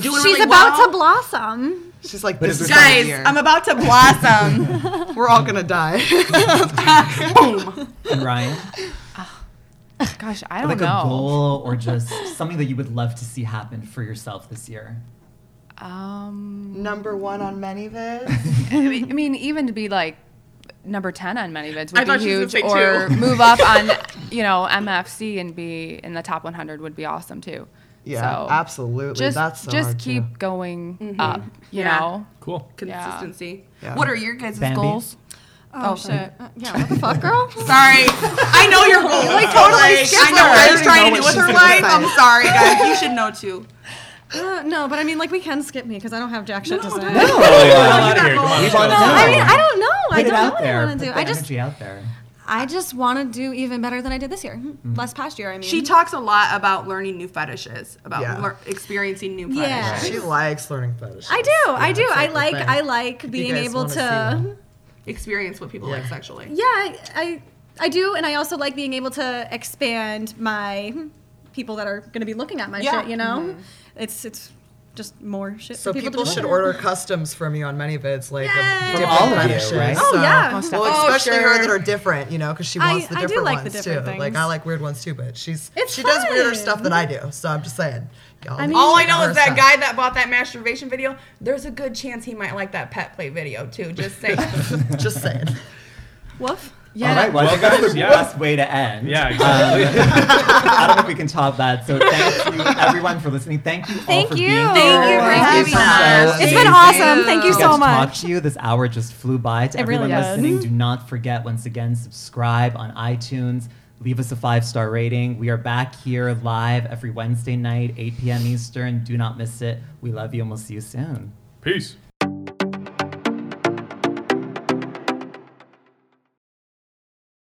Speaker 5: doing
Speaker 3: She's
Speaker 5: really
Speaker 3: about
Speaker 5: well.
Speaker 3: to blossom.
Speaker 4: She's like,
Speaker 2: But
Speaker 4: this
Speaker 2: is
Speaker 4: is
Speaker 2: this-
Speaker 4: my
Speaker 5: Guys,
Speaker 4: year.
Speaker 5: I'm about to blossom.
Speaker 4: We're all gonna die.
Speaker 5: Boom.
Speaker 2: And Ryan,
Speaker 6: Gosh, I don't
Speaker 2: like a
Speaker 6: know.
Speaker 2: goal or just something that you would love to see happen for yourself this year.
Speaker 6: Um,
Speaker 4: Number one on many vids.
Speaker 6: I mean, I mean, even to be like number ten on many bids
Speaker 5: I
Speaker 6: would
Speaker 5: thought
Speaker 6: be
Speaker 5: she was
Speaker 6: huge,
Speaker 5: gonna say
Speaker 6: or
Speaker 5: two.
Speaker 6: move up on you know MFC and be in the top 100 would be awesome too.
Speaker 4: Yeah,
Speaker 6: So,
Speaker 4: absolutely.
Speaker 6: Just
Speaker 4: That's so
Speaker 6: just
Speaker 4: hard,
Speaker 6: keep
Speaker 4: too.
Speaker 6: going up. You
Speaker 5: Mm-hmm. Yeah.
Speaker 6: know.
Speaker 1: cool.
Speaker 5: Consistency.
Speaker 4: Yeah.
Speaker 5: What are your guys'
Speaker 2: Bambi?
Speaker 5: goals?
Speaker 3: Oh,
Speaker 6: Oh,
Speaker 3: shit. Uh, Yeah. What the fuck, girl?
Speaker 5: Sorry, I know your goals.
Speaker 4: like, totally skipped
Speaker 5: I know
Speaker 4: her.
Speaker 5: what
Speaker 4: I
Speaker 5: she's
Speaker 4: already
Speaker 5: trying
Speaker 4: know
Speaker 5: to do
Speaker 4: what
Speaker 5: with her
Speaker 4: she's
Speaker 5: life.
Speaker 4: gonna
Speaker 5: I'm
Speaker 4: say.
Speaker 5: sorry, guys. You should know too.
Speaker 3: Uh, no, but I mean, like, we can skip me because I don't have jack shit to say.
Speaker 5: no,
Speaker 2: No,
Speaker 1: out of here. Come on,
Speaker 2: We
Speaker 1: let's
Speaker 2: want
Speaker 1: go.
Speaker 2: to know.
Speaker 3: I mean, I don't know.
Speaker 2: Put
Speaker 3: I
Speaker 2: it
Speaker 3: don't know
Speaker 2: out
Speaker 3: what
Speaker 2: there.
Speaker 3: I want
Speaker 2: Put
Speaker 3: to do.
Speaker 2: the
Speaker 3: I just,
Speaker 2: energy out there.
Speaker 3: I just want to do even better than I did this year,
Speaker 2: Mm-hmm.
Speaker 3: last past year. I mean,
Speaker 5: She talks a lot about learning new fetishes, about
Speaker 4: Yeah.
Speaker 5: lear- experiencing new fetishes.
Speaker 3: Yeah.
Speaker 4: She likes learning fetishes.
Speaker 3: I do.
Speaker 4: Yeah,
Speaker 3: I do.
Speaker 4: it's
Speaker 3: I
Speaker 4: the
Speaker 3: like.
Speaker 4: thing.
Speaker 3: I like
Speaker 4: If
Speaker 3: being
Speaker 4: you guys
Speaker 3: able
Speaker 4: wanna
Speaker 3: to.
Speaker 4: see them.
Speaker 5: Experience what people
Speaker 4: Yeah.
Speaker 5: like sexually.
Speaker 3: Yeah, I, I I do, and I also like being able to expand my people that are going to be looking at my
Speaker 5: Yeah.
Speaker 3: shit. You know, it's it's just more shit.
Speaker 4: Mm-hmm. So
Speaker 3: for
Speaker 4: people,
Speaker 3: people, to be
Speaker 4: should
Speaker 3: looking at.
Speaker 4: order customs from you on many vids, like
Speaker 3: Yay.
Speaker 4: of
Speaker 2: From
Speaker 4: different
Speaker 2: all of you,
Speaker 4: fetishes.
Speaker 2: right?
Speaker 3: Oh,
Speaker 4: so-
Speaker 3: yeah.
Speaker 4: Well,
Speaker 5: Oh,
Speaker 4: especially
Speaker 5: sure.
Speaker 4: her that are different, you know, because she
Speaker 3: I-
Speaker 4: wants the
Speaker 3: I do
Speaker 4: different
Speaker 3: like the
Speaker 4: ones
Speaker 3: different
Speaker 4: too. Like
Speaker 3: things.
Speaker 4: I like weird ones too, but she's
Speaker 3: It's
Speaker 4: she does weirder
Speaker 3: fun.
Speaker 4: stuff than I do. So I'm just saying. y'all
Speaker 3: I mean-
Speaker 5: All I
Speaker 4: check
Speaker 5: know
Speaker 4: out
Speaker 5: is
Speaker 4: her
Speaker 5: that
Speaker 4: stuff.
Speaker 5: guy that bought that masturbation video, there's a good chance he might like that pet play video too. Just saying.
Speaker 4: Just saying.
Speaker 3: Woof.
Speaker 2: All right, well, I
Speaker 1: Well,
Speaker 2: think that's
Speaker 1: guys,
Speaker 2: the
Speaker 1: yeah.
Speaker 2: best way to end.
Speaker 1: Yeah, exactly.
Speaker 2: Um, I don't know if we can top that. So thank you, everyone, for listening. Thank you all
Speaker 3: Thank
Speaker 2: for
Speaker 3: you.
Speaker 2: being here.
Speaker 3: Thank you for
Speaker 2: Thank you
Speaker 5: having us.
Speaker 2: so
Speaker 3: It's
Speaker 2: much.
Speaker 3: been awesome. Thank you
Speaker 2: We got
Speaker 3: so
Speaker 2: to
Speaker 3: much.
Speaker 2: Talk to you. This hour just flew by. To
Speaker 3: It really
Speaker 2: everyone
Speaker 3: does.
Speaker 2: listening, do not forget once again subscribe on iTunes. Leave us a five star rating. We are back here live every Wednesday night, 8 p.m. Eastern. Do not miss it. We love you and we'll see you soon.
Speaker 1: Peace.